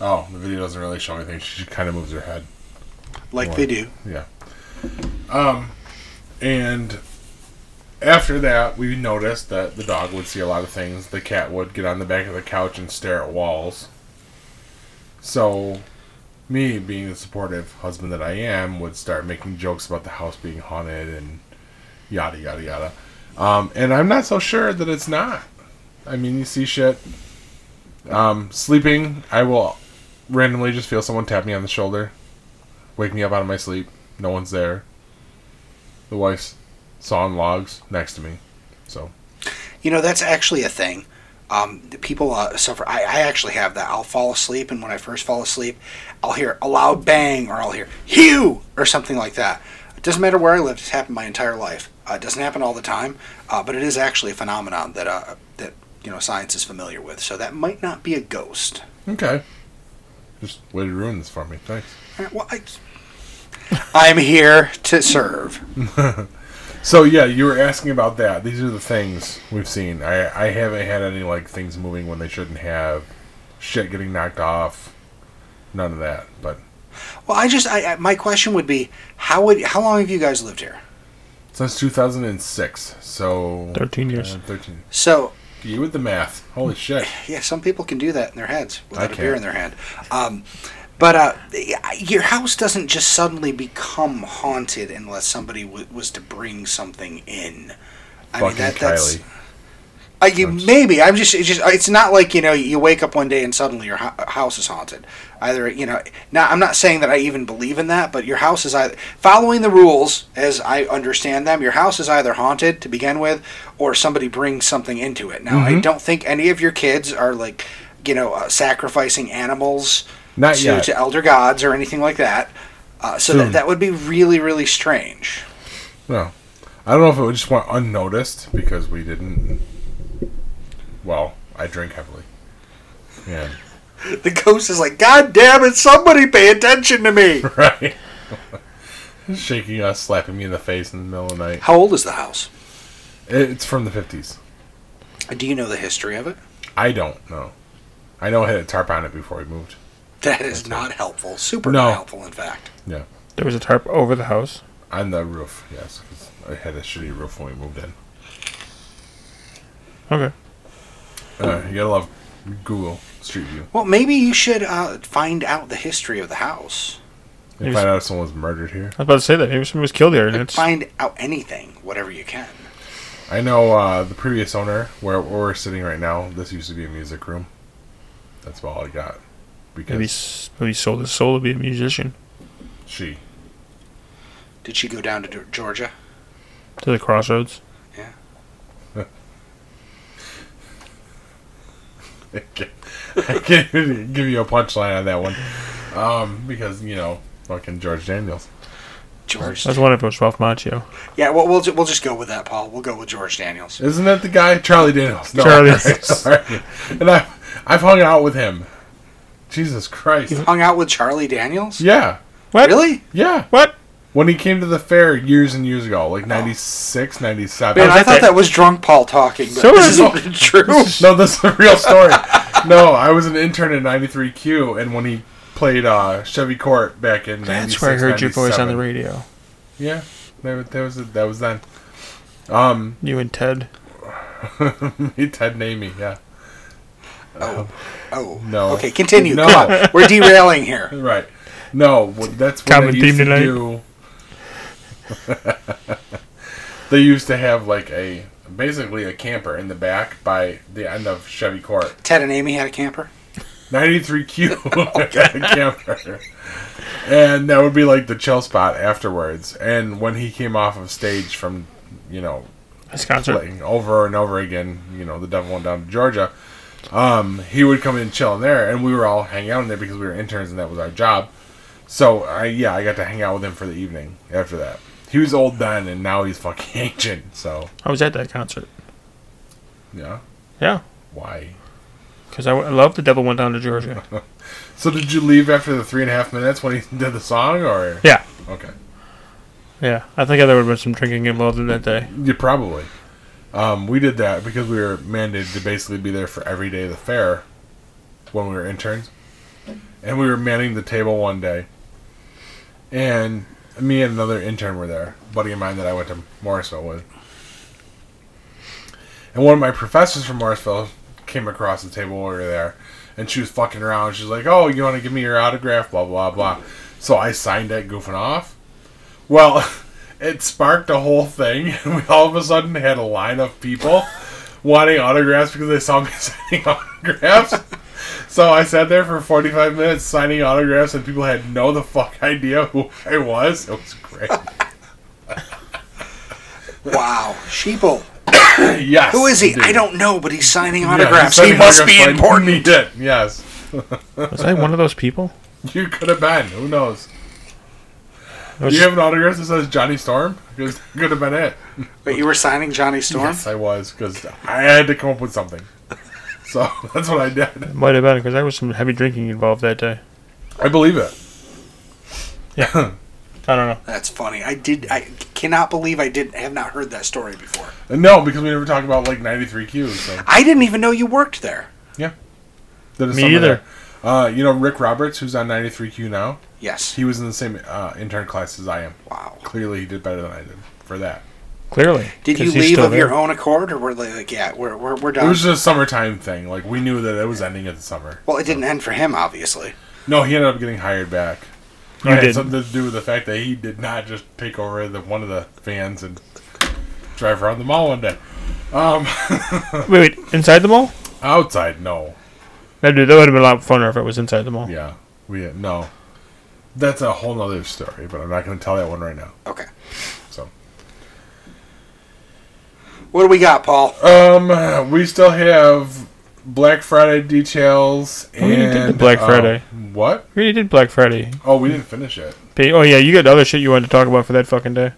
Oh, the video doesn't really show anything. She kind of moves her head. Like they do. Yeah. Um, and after that, we noticed that the dog would see a lot of things. The cat would get on the back of the couch and stare at walls. So, me being the supportive husband that I am, would start making jokes about the house being haunted and yada yada yada. Um, and I'm not so sure that it's not. I mean, you see shit. Um, sleeping, I will randomly just feel someone tap me on the shoulder wake me up out of my sleep. No one's there. The wife's sawing logs next to me. So You know, that's actually a thing. Um, the people uh, suffer. I, I actually have that. I'll fall asleep, and when I first fall asleep, I'll hear a loud bang, or I'll hear "Hugh" or something like that. It doesn't matter where I live. It's happened my entire life. Uh, it doesn't happen all the time, uh, but it is actually a phenomenon that uh, that you know science is familiar with. So that might not be a ghost. okay, just way to ruin this for me. Thanks. All right, Well, I, I'm here to serve. So yeah, you were asking about that. These are the things we've seen. I I haven't had any like things moving when they shouldn't have, shit getting knocked off, none of that. But Well, I just I, I, my question would be how would how long have you guys lived here? since 2006, so 13 years. uh, 13. So You with the math? Holy shit! Yeah, some people can do that in their heads without a beer can't. in their hand. Um, but uh, your house doesn't just suddenly become haunted unless somebody w- was to bring something in. I Fucking that's Kylie. I, you, I'm s- maybe I'm just it's just it's not like you know you wake up one day and suddenly your ho- house is haunted. Either you know now I'm not saying that I even believe in that, but your house is either following the rules as I understand them. Your house is either haunted Mm-hmm. to begin with, or somebody brings something into it. Now I don't think any of your kids are like you know, uh, sacrificing animals Not to, yet. to elder gods or anything like that. Uh, so Soon. that, that would be really, really strange. No. I don't know if it would just went unnoticed because we didn't. Well, I drink heavily. Yeah. The ghost is like, God damn it, somebody pay attention to me. Right. Shaking us, slapping me in the face in the middle of the night. How old is the house? It's from the 50s. Uh, Do you know the history of it? I don't know. I know I had a tarp on it before we moved. That is not helpful. Super No. not helpful, in fact. There was a tarp over the house. On the roof, yes. 'cause I had a shitty roof when we moved in. Okay. Uh, you gotta love Google Street View. Well, maybe you should uh, find out the history of the house. And find out if someone was murdered here. I was about to say that. Maybe somebody was killed there, and Like, it's Find out anything, whatever you can. I know uh, the previous owner, where, where we're sitting right now, this used to be a music room. That's all I got. maybe Because s- maybe sold his soul to be a musician she. Did she go down to Ge- Georgia? to the crossroads. I can't- I can't even give you a punchline on that one. Um, because, you know, fucking George Daniels. George. I was wondering if it was Ralph Macchio. Yeah, well, we'll, ju- we'll just go with that, Paul. We'll go with George Daniels. Isn't that the guy? Charlie Daniels. No, Charlie I'm Sorry. And I, I've hung out with him. Jesus Christ. Hung out with Charlie Daniels? Yeah. What? Really? Yeah. What? When he came to the fair years and years ago, like 96, 97. Man, I that thought the- that was drunk Paul talking, but So this is- isn't true. no, this is a real story. no, I was an intern in '93Q, and when he played uh, Chevy Court back in That's where I heard your voice on the 96, radio. Yeah, that, was- that was it. that was then. Um, You and Ted. me, Ted Namey, yeah, Oh. Oh. No. Okay, continue. No. Come on. We're derailing here. right. No, wh- that's what Common they theme used to tonight. do. they used to have like a basically a camper in the back by the end of Chevy Court. Ted and Amy had a camper. 93Q camper. And that would be like the chill spot afterwards. And when he came off of stage from, you know, His concert. playing over and over again, you know, the devil went down to Georgia, um, he would come in and chill in there. And we were all hanging out in there because we were interns and that was our job. So, I, yeah, I got to hang out with him for the evening after that. He was old then and now he's fucking ancient. So, I was at that concert. yeah. Yeah. Why? Because I, w- I love The Devil Went Down to Georgia. So, did you leave after the three and a half minutes when he did the song or? Yeah. Okay. Yeah. I think there would have been some drinking involved in that day. Yeah, probably. Um, we did that because we were mandated to basically be there for every day of the fair when we were interns. And we were manning the table one day. And me and another intern were there, a buddy of mine that I went to Morrisville with. And one of my professors from Morrisville came across the table over there and she was fucking around. She's like, Oh, you want to give me your autograph? Blah, blah, blah. So I signed it, goofing off. Well, it sparked a whole thing, and we all of a sudden had a line of people wanting autographs because they saw me signing autographs. so I sat there for 45 minutes signing autographs, and people had no the fuck idea who I was. It was great. Wow. Sheeple. yes. Who is he? indeed. I don't know, but he's signing Yeah, he's autographs. signing he must autographs, be but important. He did. Yes. Was I one of those people? You could have been. Who knows? I Do was you have an autograph that says Johnny Storm? Because that could have been it. But you were signing Johnny Storm? Yes, I was because I had to come up with something. So that's what I did. might have been because there was some heavy drinking involved that day. I believe it. I don't know. That's funny. I did. I cannot believe I didn't have not heard that story before. No, because we never talk about like 93 Qs. So. I didn't even know you worked there. That is Me something either. there. Uh, you know Rick Roberts, who's on 93Q now. Yes. He was in the same uh, intern class as I am. Wow. Clearly, he did better than I did for that. Clearly. Did 'cause you he's leave still of your there. own accord, or were they like, yeah, we're we're, we're It done? was just a summertime thing. Like we knew that it was ending at the summer. well, it didn't end for him, obviously. No, he ended up getting hired back. You it had didn't. something to do with the fact that he did not just take over the one of the vans and drive around the mall one day. Um, Wait, wait. Inside the mall? Outside, no. That, that would have been a lot funner if it was inside the mall. Yeah, we no. That's a whole nother story, but I'm not going to tell that one right now. Okay. So. What do we got, Paul? Um, we still have Black Friday details we and did the Black um, Friday. what? We already did Black Friday. Oh, we didn't finish it. Pay- Oh yeah, you got other shit you wanted to talk about for that fucking day.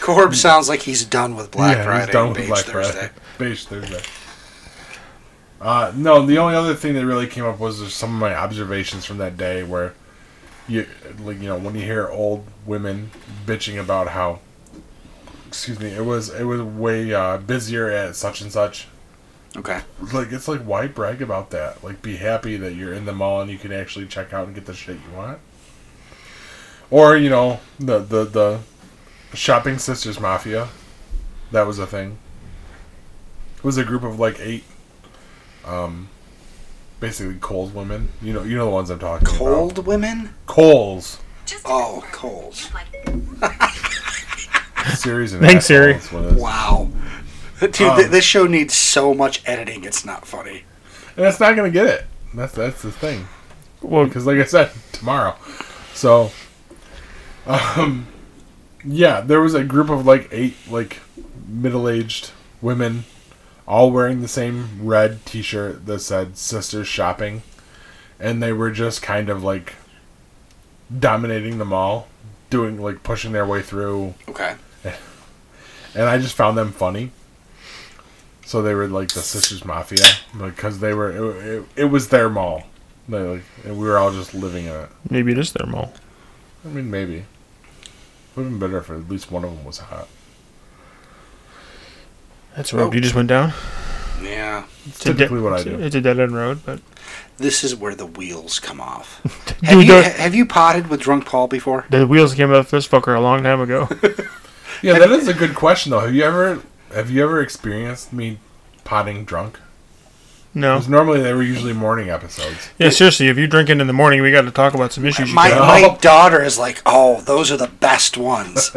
Corb sounds like he's done with Black he's Friday. done with Beige Black Thursday. Friday. Beige Thursday. Uh, no, the only other thing that really came up was just some of my observations from that day where you like you know when you hear old women bitching about how excuse me it was it was way uh, busier at such and such Okay. like it's like why brag about that like be happy that you're in the mall and you can actually check out and get the shit you want or you know the the the shopping sisters mafia that was a thing it was a group of like eight um basically Coles women you know you know the ones i'm talking about Cold women? Coles Just to Oh, confirm, Coles. you'd like series and Thanks, Siri. Wow. Dude, Um. th- this show needs so much editing, it's not funny. and it's not gonna get it that's that's the thing Well, because like I said, tomorrow. So, um, yeah, there was a group of like eight like middle-aged women, all wearing the same red T-shirt that said "Sisters Shopping," and they were just kind of like dominating the mall, doing like pushing their way through, Okay. and I just found them funny. So they were like the Sisters Mafia because they were it, it, it was their mall. They, like, and we were all just living in it. maybe it is their mall. I mean, maybe. Would have been better if at least one of them was hot. That's a road Oh, you just went down. Yeah. It's It's a typically de- what I it's a- do. It's a dead end road, but This is where the wheels come off. have, Dude, you, the- have you potted with Drunk Paul before? the wheels came off this fucker a long time ago. Yeah, that is a good question though. Have you ever have you ever experienced me potting drunk? No, Because normally they were usually morning episodes. yeah, seriously. If you drink in the morning, we got to talk about some issues. You My, got. my daughter is like, oh, those are the best ones.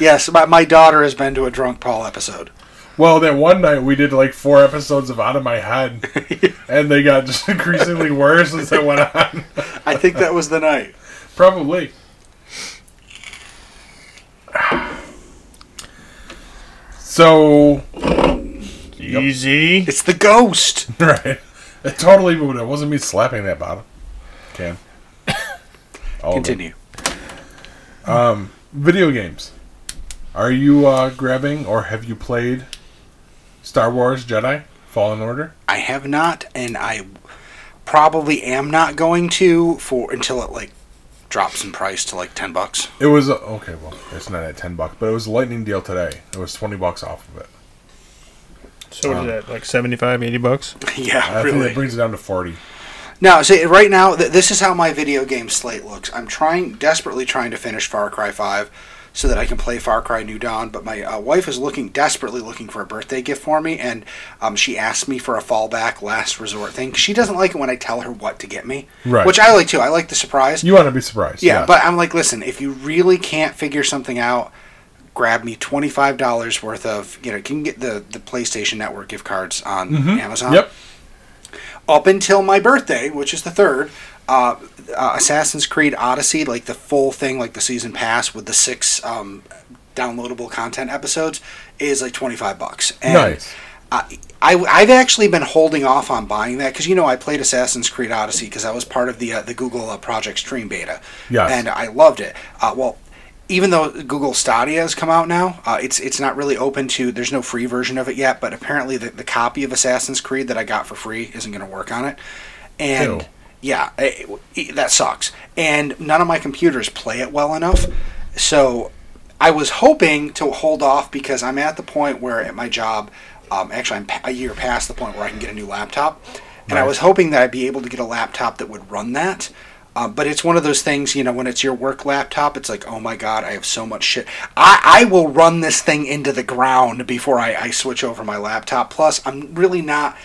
yes, my, my daughter has been to a Drunk Paul episode. Well, that one night we did like four episodes of Out of My Head, and they got just increasingly worse as they went on. I think that was the night. Probably. So Easy. It's the ghost. Right. It totally would. It wasn't me slapping that bottom. Can. All of it. Continue. Video games. Are you uh, grabbing or have you played Star Wars Jedi Fallen Order? I have not, and I probably am not going to for until it like drops in price to like ten bucks. It was a, okay. Well, it's not at ten bucks, but it was a lightning deal today. It was twenty bucks off of it. So what is that? Like 75, 80 bucks? yeah, I think really. that brings it down to forty. No, see, right now, th- this is how my video game slate looks. I'm trying, desperately trying to finish Far Cry 5 so that I can play Far Cry New Dawn, but my uh, wife is looking, desperately looking for a birthday gift for me, and um, she asked me for a fallback last resort thing. She doesn't like it when I tell her what to get me, Right. which I like too. I like the surprise. You want to be surprised? yeah, but I'm like, listen, if you really can't figure something out, grab me $25 worth of, you know, you can get the, the PlayStation Network gift cards on Amazon Mm-hmm. Yep. up until my birthday, which is the third, uh, uh, Assassin's Creed Odyssey, like the full thing, like the season pass with the six um, downloadable content episodes, is like twenty five bucks. And Nice. I, I, I've actually been holding off on buying that because you know I played Assassin's Creed Odyssey because I was part of the uh, the Google uh, Project Stream beta. Yes. And I loved it. Uh, well. Even though Google Stadia has come out now, uh, it's it's not really open to. There's no free version of it yet, but apparently the, the copy of Assassin's Creed that I got for free isn't going to work on it, and Ew. yeah, it, it- that sucks. And none of my computers play it well enough. So I was hoping to hold off because I'm at the point where at my job, um, actually, I'm pa- a year past the point where I can get a new laptop. And I was hoping that I'd be able to get a laptop that would run that. Uh, but it's one of those things, you know, when it's your work laptop, it's like, oh my God, I have so much shit. I, I will run this thing into the ground before I, I switch over my laptop. Plus, I'm really not.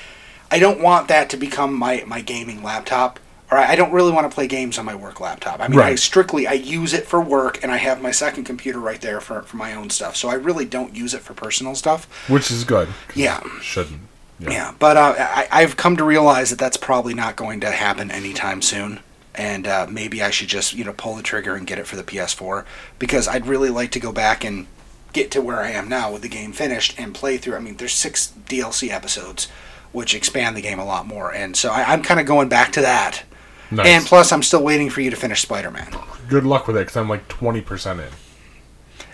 I don't want that to become my, my gaming laptop. Or I I don't really want to play games on my work laptop. I mean, I Right. strictly I use it for work, and I have my second computer right there for, for my own stuff. So I really don't use it for personal stuff. Which is good. 'cause Yeah. it Shouldn't. Yeah, but uh, I, I've come to realize that that's probably not going to happen anytime soon. And uh, maybe I should just you know pull the trigger and get it for the PS4 because I'd really like to go back and get to where I am now with the game finished and play through. I mean, there's six DLC episodes, which expand the game a lot more, and so I, I'm kind of going back to that. Nice. And plus, I'm still waiting for you to finish Spider Man. Good luck with it, because I'm like 20% in.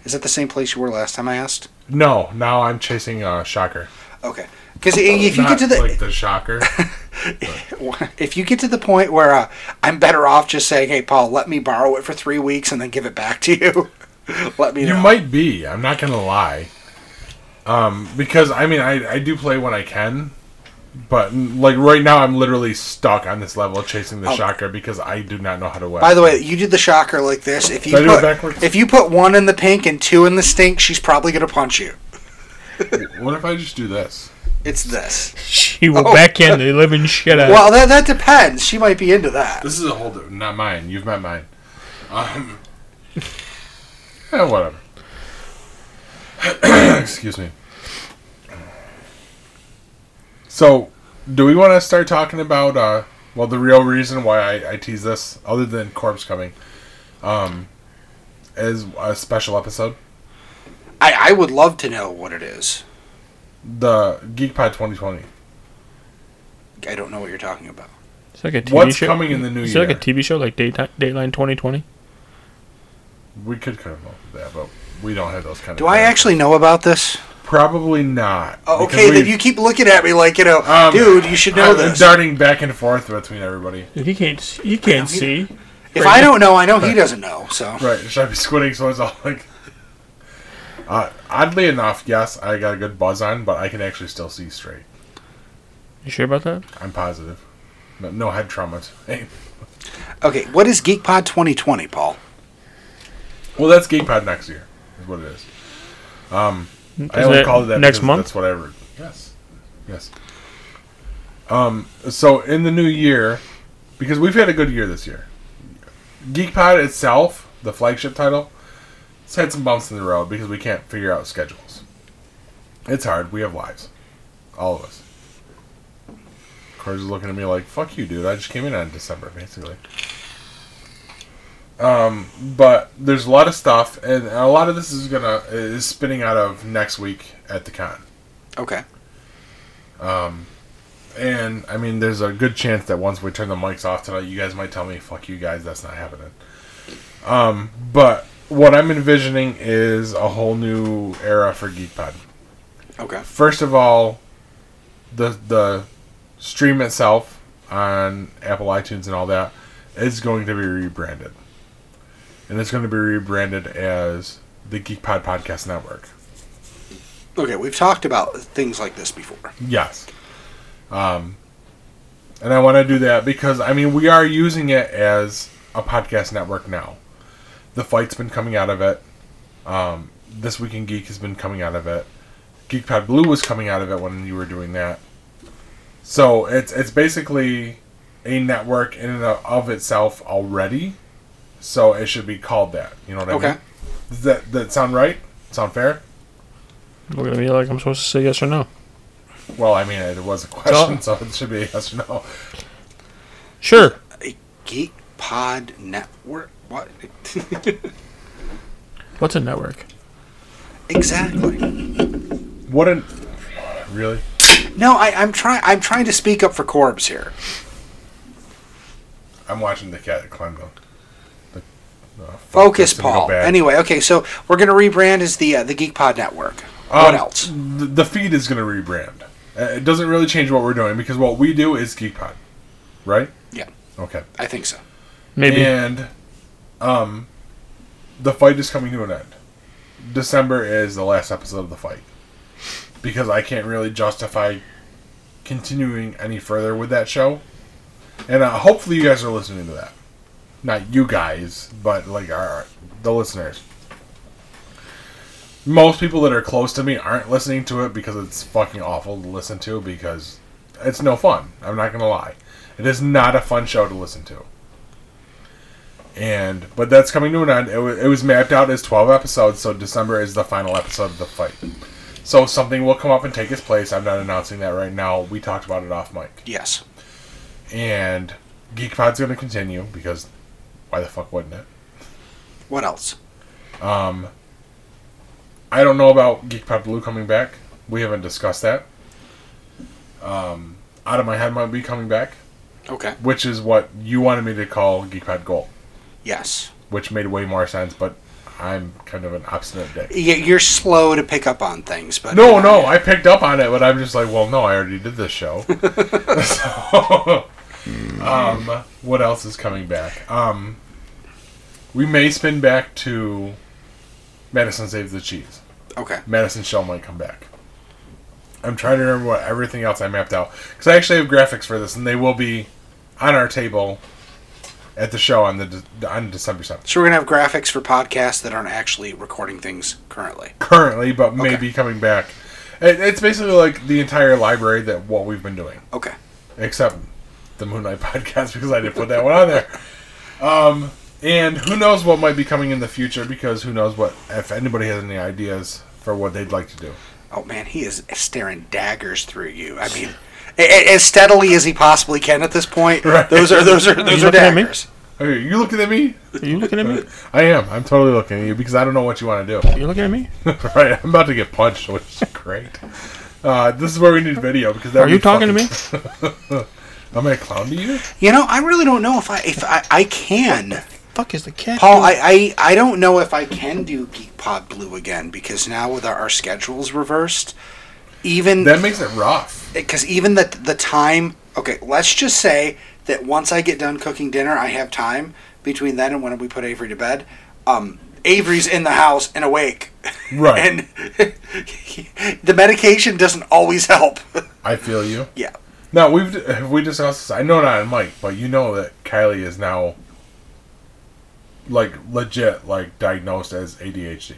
Is that the same place you were last time I asked? No, now I'm chasing uh, Shocker. Okay, because if you get Not to the like the Shocker. if you get to the point where uh, I'm better off just saying, "Hey, Paul, let me borrow it for three weeks and then give it back to you." let me You know. might be. I'm not gonna lie. Um, because I mean, I I do play when I can, but mm, like right now, I'm literally stuck on this level chasing the shocker because I do not know how to weapon. Oh. By the way, you did the shocker like this. If you Did I do it put, backwards? if you put one in the pink and two in the stink, she's probably gonna punch you. what if I just do this? It's this. She will Oh. backhand the living shit Uh, out. Well, that that depends. She might be into that. This is a whole di- not mine. You've met mine. Um, yeah, whatever. Excuse me. So, do we want to start talking about uh, well the real reason why I, I tease this, other than Corpse coming, um, is a special episode, I, I would love to know what it is. the GeekPod 2020. I don't know what you're talking about. It's like a TV What's show. coming in the new Is it year? like a TV show like Daytime, Dateline 2020? we could cut him off that, but we don't have those kind Do of. I plans. actually know about this? Probably not. Oh, because okay, then we've- you keep looking at me like you know, Um, dude. You should know I'm this. Darting back and forth between everybody. He can't. s- He can't see. If I don't know, I know he doesn't know. So Right, should I be squinting so it's all like. Uh, oddly enough, yes, I got a good buzz on, but I can actually still see straight. You sure about that? I'm positive. No, no head trauma today. okay, what is GeekPod 2020, Paul? Well, that's GeekPod next year, is what it is. Um, I Is only it call it that next because month? That's what I re- Yes. Yes. Um, so in the new year, because we've had a good year this year, GeekPod itself, the flagship title, it's had some bumps in the road because we can't figure out schedules. It's hard. We have lives, all of us. Cars is looking at me like, "Fuck you, dude! I just came in on December, basically." but there's a lot of stuff, and a lot of this is gonna is spinning out of next week at the con. Okay, And I mean, there's a good chance that once we turn the mics off tonight, you guys might tell me, "Fuck you guys, that's not happening." Um, but what I'm envisioning is a whole new era for GeekPod. okay, First of all, the the stream itself on Apple iTunes and all that is going to be rebranded, and it's going to be rebranded as the GeekPod Podcast Network. okay. We've talked about things like this before. Yes. Um, and I want to do that because I mean we are using it as a podcast network now. The fight's been coming out of it. Um, this week in Geek has been coming out of it. GeekPad Blue was coming out of it when you were doing that. So it's it's basically a network in and of itself already. So it should be called that. You know what I Okay. mean? Does that that sound right? Sound fair? Look at me like I'm supposed to say yes or no. Well, I mean it was a question, so it should be a yes or no. Sure. GeekPod Network. What What's a network? exactly? What an really? No, I, I'm trying. I'm trying to speak up for Corbs here. I'm watching the cat climb the. the uh, Focus, this and go Paul. back. Anyway, okay, so we're gonna rebrand as the uh, the GeekPod Network. what Um, else? The, the feed is going to rebrand. Uh, It doesn't really change what we're doing because what we do is GeekPod, right? Yeah, Okay. I think so. Maybe. And, um, the fight is coming to an end. December is the last episode of the fight because I can't really justify continuing any further with that show. And uh, hopefully, you guys are listening to that. Not you guys, but like our the listeners. Most people that are close to me aren't listening to it because it's fucking awful to listen to because it's no fun. I'm not gonna lie. It is not a fun show to listen to and but that's coming to an end. It, wa- it was mapped out as twelve episodes, so December is the final episode of the fight. So something will come up and take its place. I'm not announcing that right now. We talked about it off mic, Yes. and GeekPod's going to continue because why the fuck wouldn't it? What else? I don't know about Geek Pop Blue coming back. We haven't discussed that. Um, Out of my head might be coming back, Okay. which is what you wanted me to call Geek Pop Gold, Yes. which made way more sense. But I'm kind of an obstinate dick. Y- You're slow to pick up on things, but uh, No, no, I picked up on it, but I'm just like, well, no, I already did this show. so, um, what else is coming back? Um, we may spin back to Madison Save the Cheese. Okay. Madison Shell might come back. I'm trying to remember what everything else I mapped out because I actually have graphics for this, and they will be on our table at the show on the de- on December seventh. So we're gonna have graphics for podcasts that aren't actually recording things currently. Currently, but may be coming back. It, it's basically like the entire library that what we've been doing. Okay. except the Moon Knight podcast because I didn't put that one on there. Um, and who knows what might be coming in the future because who knows what if anybody has any ideas for what they'd like to do. Oh man, he is staring daggers through you. I mean, a- a- as steadily as he possibly can at this point. Right. Those are those are those are, looking at me? daggers. Hey, you looking at me? Are you looking at me? I am. I'm totally looking at you because I don't know what you want to do. You're looking at me? right? I'm about to get punched, which is great. Uh, this is where we need video because that Are you talking to me? me? Am I a clown to you? You know, I really don't know if I if I, I can. Fuck is the cat? Paul, I, I, I don't know if I can do Geek Pod Blue again because now with our, our schedules reversed, even That makes it rough. because even the the time. Okay, let's just say that once I get done cooking dinner, I have time between then and when we put Avery to bed. Um, Avery's in the house and awake, Right. and the medication doesn't always help. I feel you. yeah, Now we've have we discussed this. I know not on Mike, but you know that Kylie is now like legit like diagnosed as ADHD.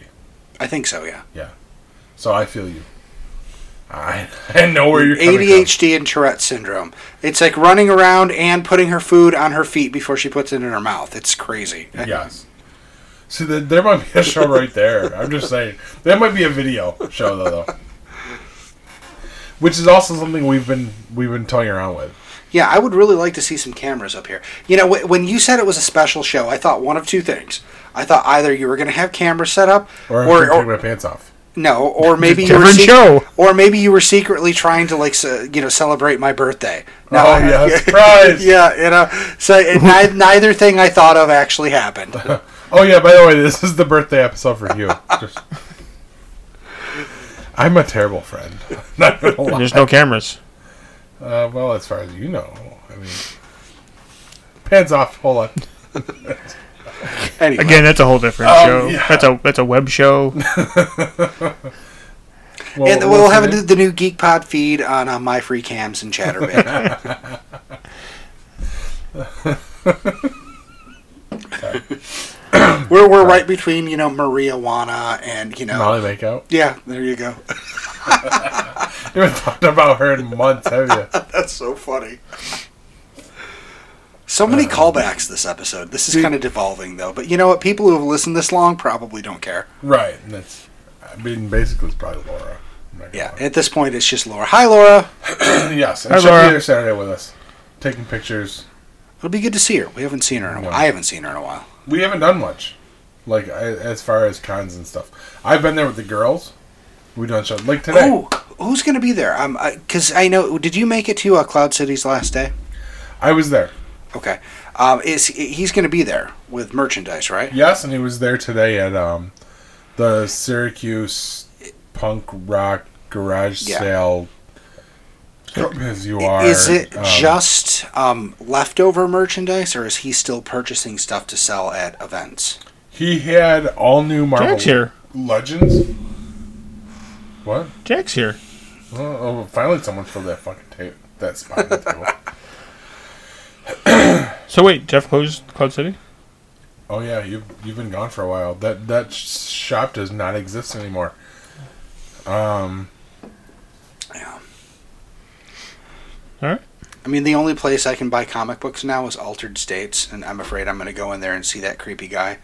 I think so. Yeah, So I feel you. I, I know where you're coming ADHD. ADHD and Tourette syndrome. It's like running around and putting her food on her feet before she puts it in her mouth. It's crazy. from. Yes. See, that there might be a show right there. I'm just saying that might be a video show though, though. Which is also something we've been we've been toying around with. Yeah, I would really like to see some cameras up here. You know, wh- when you said it was a special show, I thought one of two things. I thought either you were going to have cameras set up, or, Or I'm gonna or, take my pants off. no, or maybe you were Different sec- show. or maybe you were secretly trying to like ce- you know celebrate my birthday. No, oh I- yeah, surprise! yeah, you know. So it, ni- neither thing I thought of actually happened. Oh yeah, by the way, this is the birthday episode for you. Just- I'm a terrible friend. Not gonna lie. There's no cameras. Uh, well, as far as you know, I mean, pants off. Hold on. Anyway, Again, that's a whole different Um, show. yeah. That's a that's a web show. Well, and we'll what's have the the, name? the new Geek Pod feed on uh, my free cams and Chatterbit. we're we're right between you know marijuana and you know Molly Makeout. yeah there you go. You haven't thought about her in months, have you? That's so funny. So many callbacks this episode. This is kind of devolving though, but you know what? People who have listened this long probably don't care. Right. and That's. I mean, basically, it's probably Laura. I'm not gonna Yeah, lie. at this point, it's just Laura. Hi, Laura. yes. Hi, And she'll Laura. be there Saturday with us, taking pictures. It'll be good to see her. We haven't seen her in a while. Yeah. I haven't seen her in a while. We haven't done much, like I, as far as cons and stuff. I've been there with the girls. We've done shows like today. Oh, who's gonna be there? Um, because I know. Did you make it to uh, Cloud City's last day? I was there. Okay. Um, is he's gonna be there with merchandise, right? Yes, and he was there today at um, the Syracuse punk rock garage Yeah. sale. Come As you are, Is it um, just um, leftover merchandise, or is he still purchasing stuff to sell at events? He had all new Marvel Jack's here. Legends. What? Jack's here. Oh, oh, finally, someone filled that fucking tape. That spot on the table. So wait, Jeff closed Cloud City. Oh yeah, you've you've been gone for a while. That that sh- shop does not exist anymore. Um, Yeah. All right. I mean, the only place I can buy comic books now is Altered States, and I'm afraid I'm gonna go in there and see that creepy guy,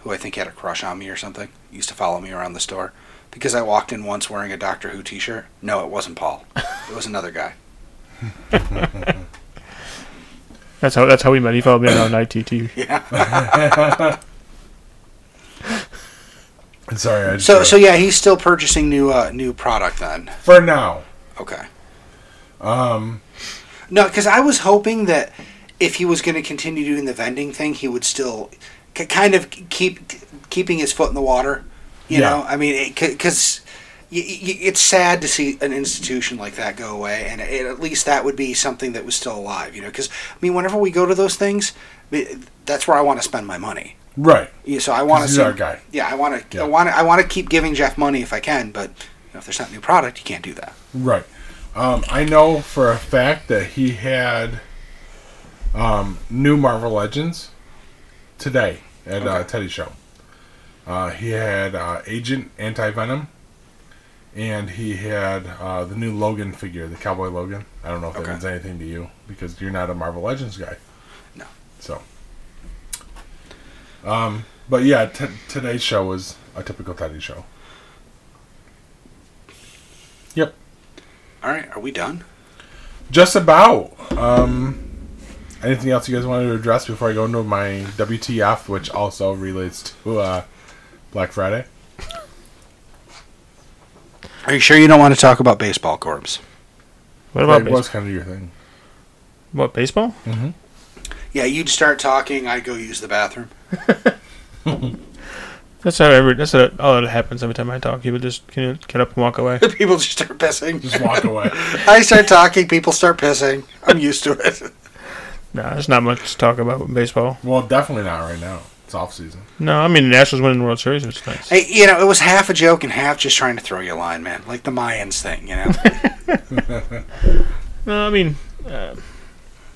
who I think had a crush on me or something. Used to follow me around the store because I walked in once wearing a Doctor Who T-shirt. No, it wasn't Paul. It was another guy. That's how that's how we met. He followed me around ITT. Yeah. I'm Sorry, I just So so yeah, he's still purchasing new uh, new product then. for now. Okay. Um, No, because I was hoping that if he was going to continue doing the vending thing, he would still k- kind of keep keeping his foot in the water. You Yeah. know, I mean, because y- y- it's sad to see an institution like that go away, and it, at least that would be something that was still alive. You know, because I mean, whenever we go to those things, I- that's where I want to spend my money. right. Yeah, so I want to He's see. our guy. Yeah, I want to. Yeah. I want to. I want to keep giving Jeff money if I can, but you know, if there's not new product, you can't do that. Right. Um, I know for a fact that he had um, new Marvel Legends today at uh, Teddy's show. Uh, he had uh, Agent Anti Venom, and he had uh, the new Logan figure, the Cowboy Logan. I don't know if that Okay. means anything to you because you're not a Marvel Legends guy. No. So. Um, but yeah, t- today's show was a typical Teddy show. Yep. All right, are we done? Just about. Um, anything else you guys wanted to address before I go into my WTF, which also relates to uh, Black Friday? Are you sure you don't want to talk about baseball, Corbs? What That about base- was kind of your thing. what baseball? Yeah, you'd start talking. I'd go use the bathroom. That's how every that's how, all that happens every time I talk. He would just you know, get up and walk away. People just start pissing. Just walk away. I start talking. People start pissing. I'm used to it. nah, there's not much to talk about with baseball. well, definitely not right now. It's off season. No, I mean the Nationals winning the World Series was nice. Hey, you know, it was half a joke and half just trying to throw you a line, man. Like the Mayans thing, you know. No, I mean, uh,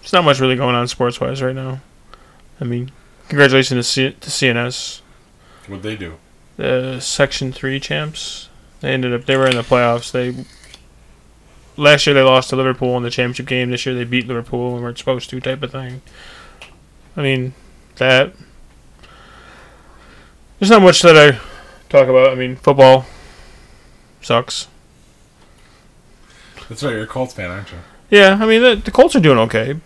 it's not much really going on sports wise right now. I mean, congratulations to, C- to CNS, What'd they do? the Section Three champs. They ended up they were in the playoffs. They last year they lost to Liverpool in the championship game. This year they beat Liverpool and weren't supposed to type of thing. I mean, that there's not much that I talk about. I mean, football sucks. That's right, you're a Colts fan, aren't you? Yeah, I mean the, the Colts are doing okay.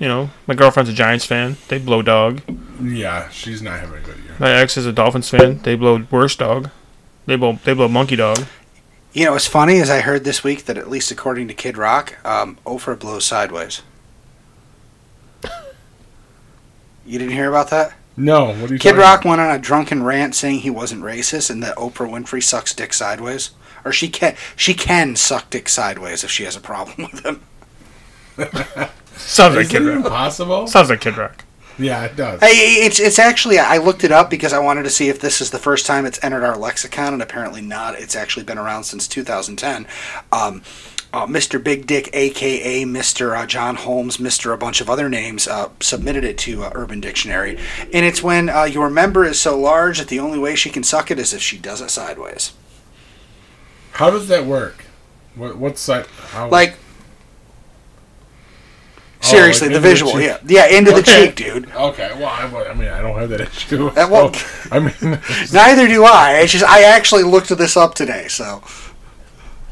You know, my girlfriend's a Giants fan. They blow dog. Yeah, she's not having a good year. My ex is a Dolphins fan. They blow worse dog. They blow they blow monkey dog. you know, what's funny is I heard this week that at least according to Kid Rock, um, Ofer blows sideways. You didn't hear about that? No, what are you Kid talking Rock went on a drunken rant saying he wasn't racist and that Oprah Winfrey sucks dick sideways, or she can she can suck dick sideways if she has a problem with him. Sounds about? like Is it Kid Rock. even possible? Sounds like Kid Rock. Yeah, it does. I, it's it's actually I looked it up because I wanted to see if this is the first time it's entered our lexicon, and apparently not. It's actually been around since 2010. Um, uh, Mr. Big Dick, aka Mr. Uh, John Holmes, Mr. a bunch of other names, uh, submitted it to uh, Urban Dictionary, and it's when uh, your member is so large that the only way she can suck it is if she does it sideways. How does that work? What, what's that? How, Like Oh, seriously, like the into the visual, cheek. yeah, yeah, into the Okay. cheek, dude. Okay, well, I, I mean, I don't have that issue. That won't- so, I mean, Neither do I. It's just I actually looked this up today, so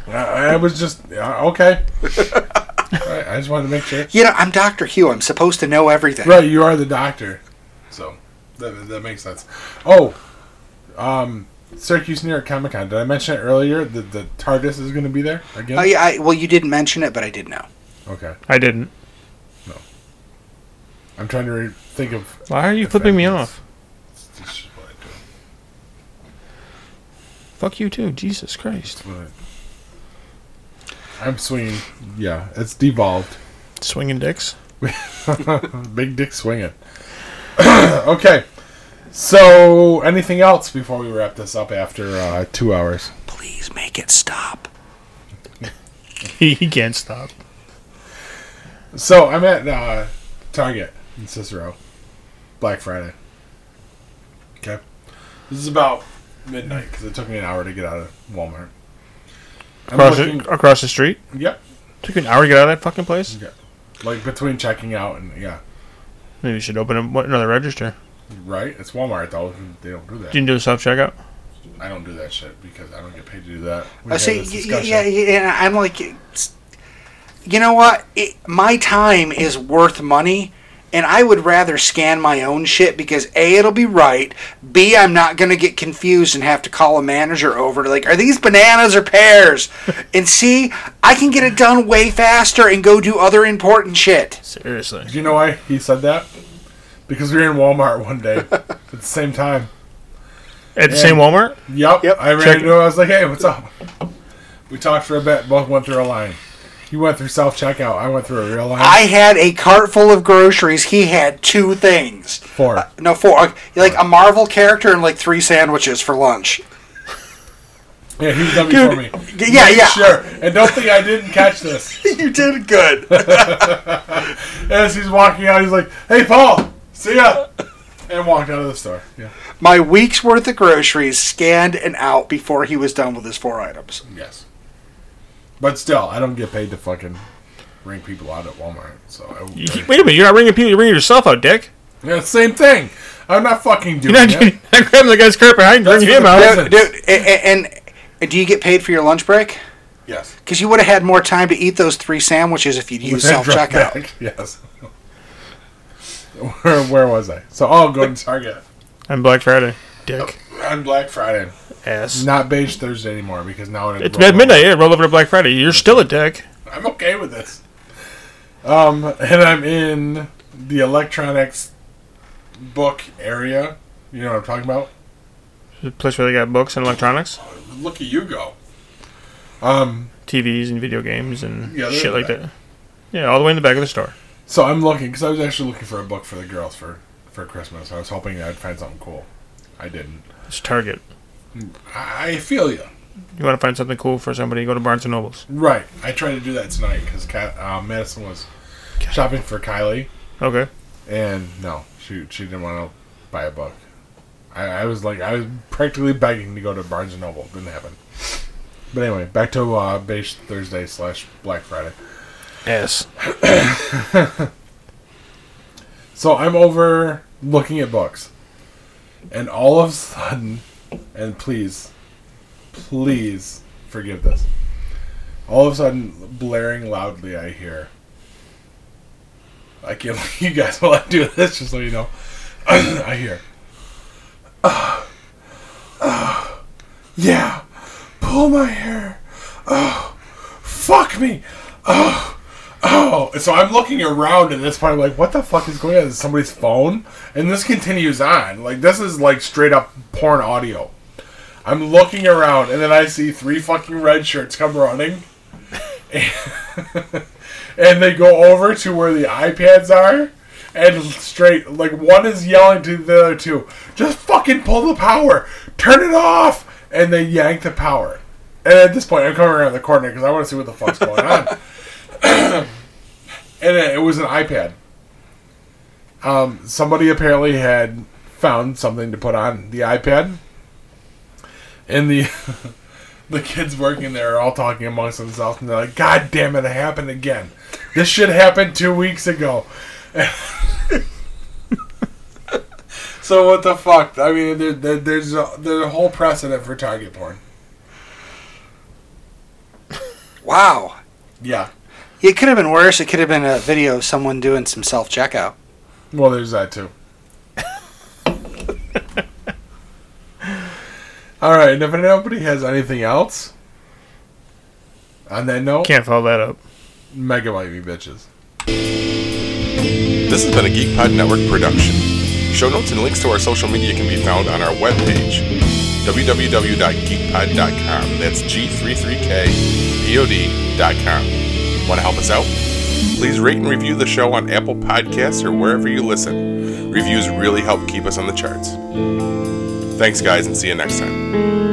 I, I was just uh, okay. I, I just wanted to make sure. you know I'm Doctor Hugh. I'm supposed to know everything. Right, you are the doctor, so that, that makes sense. Oh, um, Syracuse New York Comic Con. Did I mention it earlier that the TARDIS is going to be there again? Oh yeah. I, well, you didn't mention it, but I did know. Okay, I didn't. I'm trying to re- think of. Why are you if flipping me anything off? is- this is what I do. Fuck you too, Jesus Christ. But I'm swinging. Yeah, it's devolved. Swinging dicks. Big dick swinging. okay. So, anything else before we wrap this up after uh, two hours? Please make it stop. he he can't stop. So, I'm at uh, Target in Cicero. Black Friday. Okay. This is about midnight because it took me an hour to get out of Walmart. I'm Across the, looking- across the street. Yep. Took you an hour to get out of that fucking place. Yeah. Like between checking out and, yeah. Maybe you should open a, what, another register. Right? It's Walmart, though. They don't do that. Didn't do a self checkout. I don't do that shit because I don't get paid to do that. We I had see, this y- y- discussion. yeah, yeah. I'm like, it's- you know what? It, my time is worth money, And I would rather scan my own shit because A, it'll be right. B, I'm not going to get confused and have to call a manager over to, like, are these bananas or pears? and C, I can get it done way faster and go do other important shit. Seriously. Do you know why he said that? Because we were in Walmart one day at the same time. At the same Walmart? Yep. Yep, I ran check into him. I was like, "Hey, what's up?" We talked for a bit. Both went through a line. He went through self checkout. I went through a real line. I had a cart full of groceries. He had two things. Four. No, four. uh, Like a Marvel character and like three sandwiches for lunch. yeah, he was done before me. Yeah, Make yeah. Sure. And don't think I didn't catch this. You did good. As he's walking out, he's like, "Hey, Paul, see ya," and walked out of the store. Yeah. My week's worth of groceries scanned and out before he was done with his four items. Yes. But still, I don't get paid to fucking ring people out at Walmart. So I, You- Wait a minute, you're not ringing people, you're ringing yourself out, Dick. yeah, same thing. I'm not fucking doing You're not, it. not grabbing the guy's cart behind you, That's ringing him what out. the Dude, dude, a- a- and, and do you get paid for your lunch break? Yes. Because you would have had more time to eat those three sandwiches if you'd used self checkout. Yes. where, where was I? So I'll go to Target On Black Friday. Dick. on Black Friday. Ass. Not beige Thursday anymore because now it It's rolled at over. midnight, yeah, roll over to Black Friday. You're still a dick. I'm okay with this. Um, and I'm in the electronics book area. You know what I'm talking about? The place where they got books and electronics, Look at you go. Um, TVs and video games and Yeah, they're shit in the like that. Yeah, all the way in the back of the store. So I'm looking because I was actually looking for a book for the girls for for Christmas. I was hoping I'd find something cool. I didn't. It's Target. I I feel you. You want to find something cool for somebody, go to Barnes & Noble's. Right. I tried to do that tonight because uh, Madison was shopping for Kylie, Okay. and no, she she didn't want to buy a book. I, I was like, I was practically begging to go to Barnes and Noble. Didn't happen. But anyway, back to uh, Beige Thursday slash Black Friday. Ass. So I'm over looking at books, and all of a sudden, and please, please forgive this. All of a sudden, blaring loudly, I hear. I can't let you guys while I do this, just so you know. I hear. "Ah, ah, yeah, pull my hair. Oh, fuck me. Oh, Oh, so I'm looking around at this point. I'm like, what the fuck is going on? Is somebody's phone? And this continues on. Like, this is like straight up porn audio. I'm looking around, and then I see three fucking red shirts come running. and they go over to where the iPads are. And straight, like, one is yelling to the other two, just fucking pull the power! Turn it off! And they yank the power. And at this point, I'm coming around the corner because I want to see what the fuck's going on and it it was an iPad. Um, somebody apparently had found something to put on the iPad, and the the kids working there are all talking amongst themselves, and they're like, "God damn it, it happened again! This shit happened two weeks ago." so what the fuck? I mean, there, there, there's a, there's a whole precedent for target porn. Wow. Yeah. It could have been worse. It could have been a video of someone doing some self checkout. Well, there's that too. All right, and if nobody has anything else, on that note, Can't follow that up. mega bite me bitches. This has been a GeekPod Network production. Show notes and links to our social media can be found on our webpage, www.geekpod.com. That's G33KPOD.com. Want to help us out? Please rate and review the show on Apple Podcasts or wherever you listen. Reviews really help keep us on the charts. Thanks, guys, and see you next time.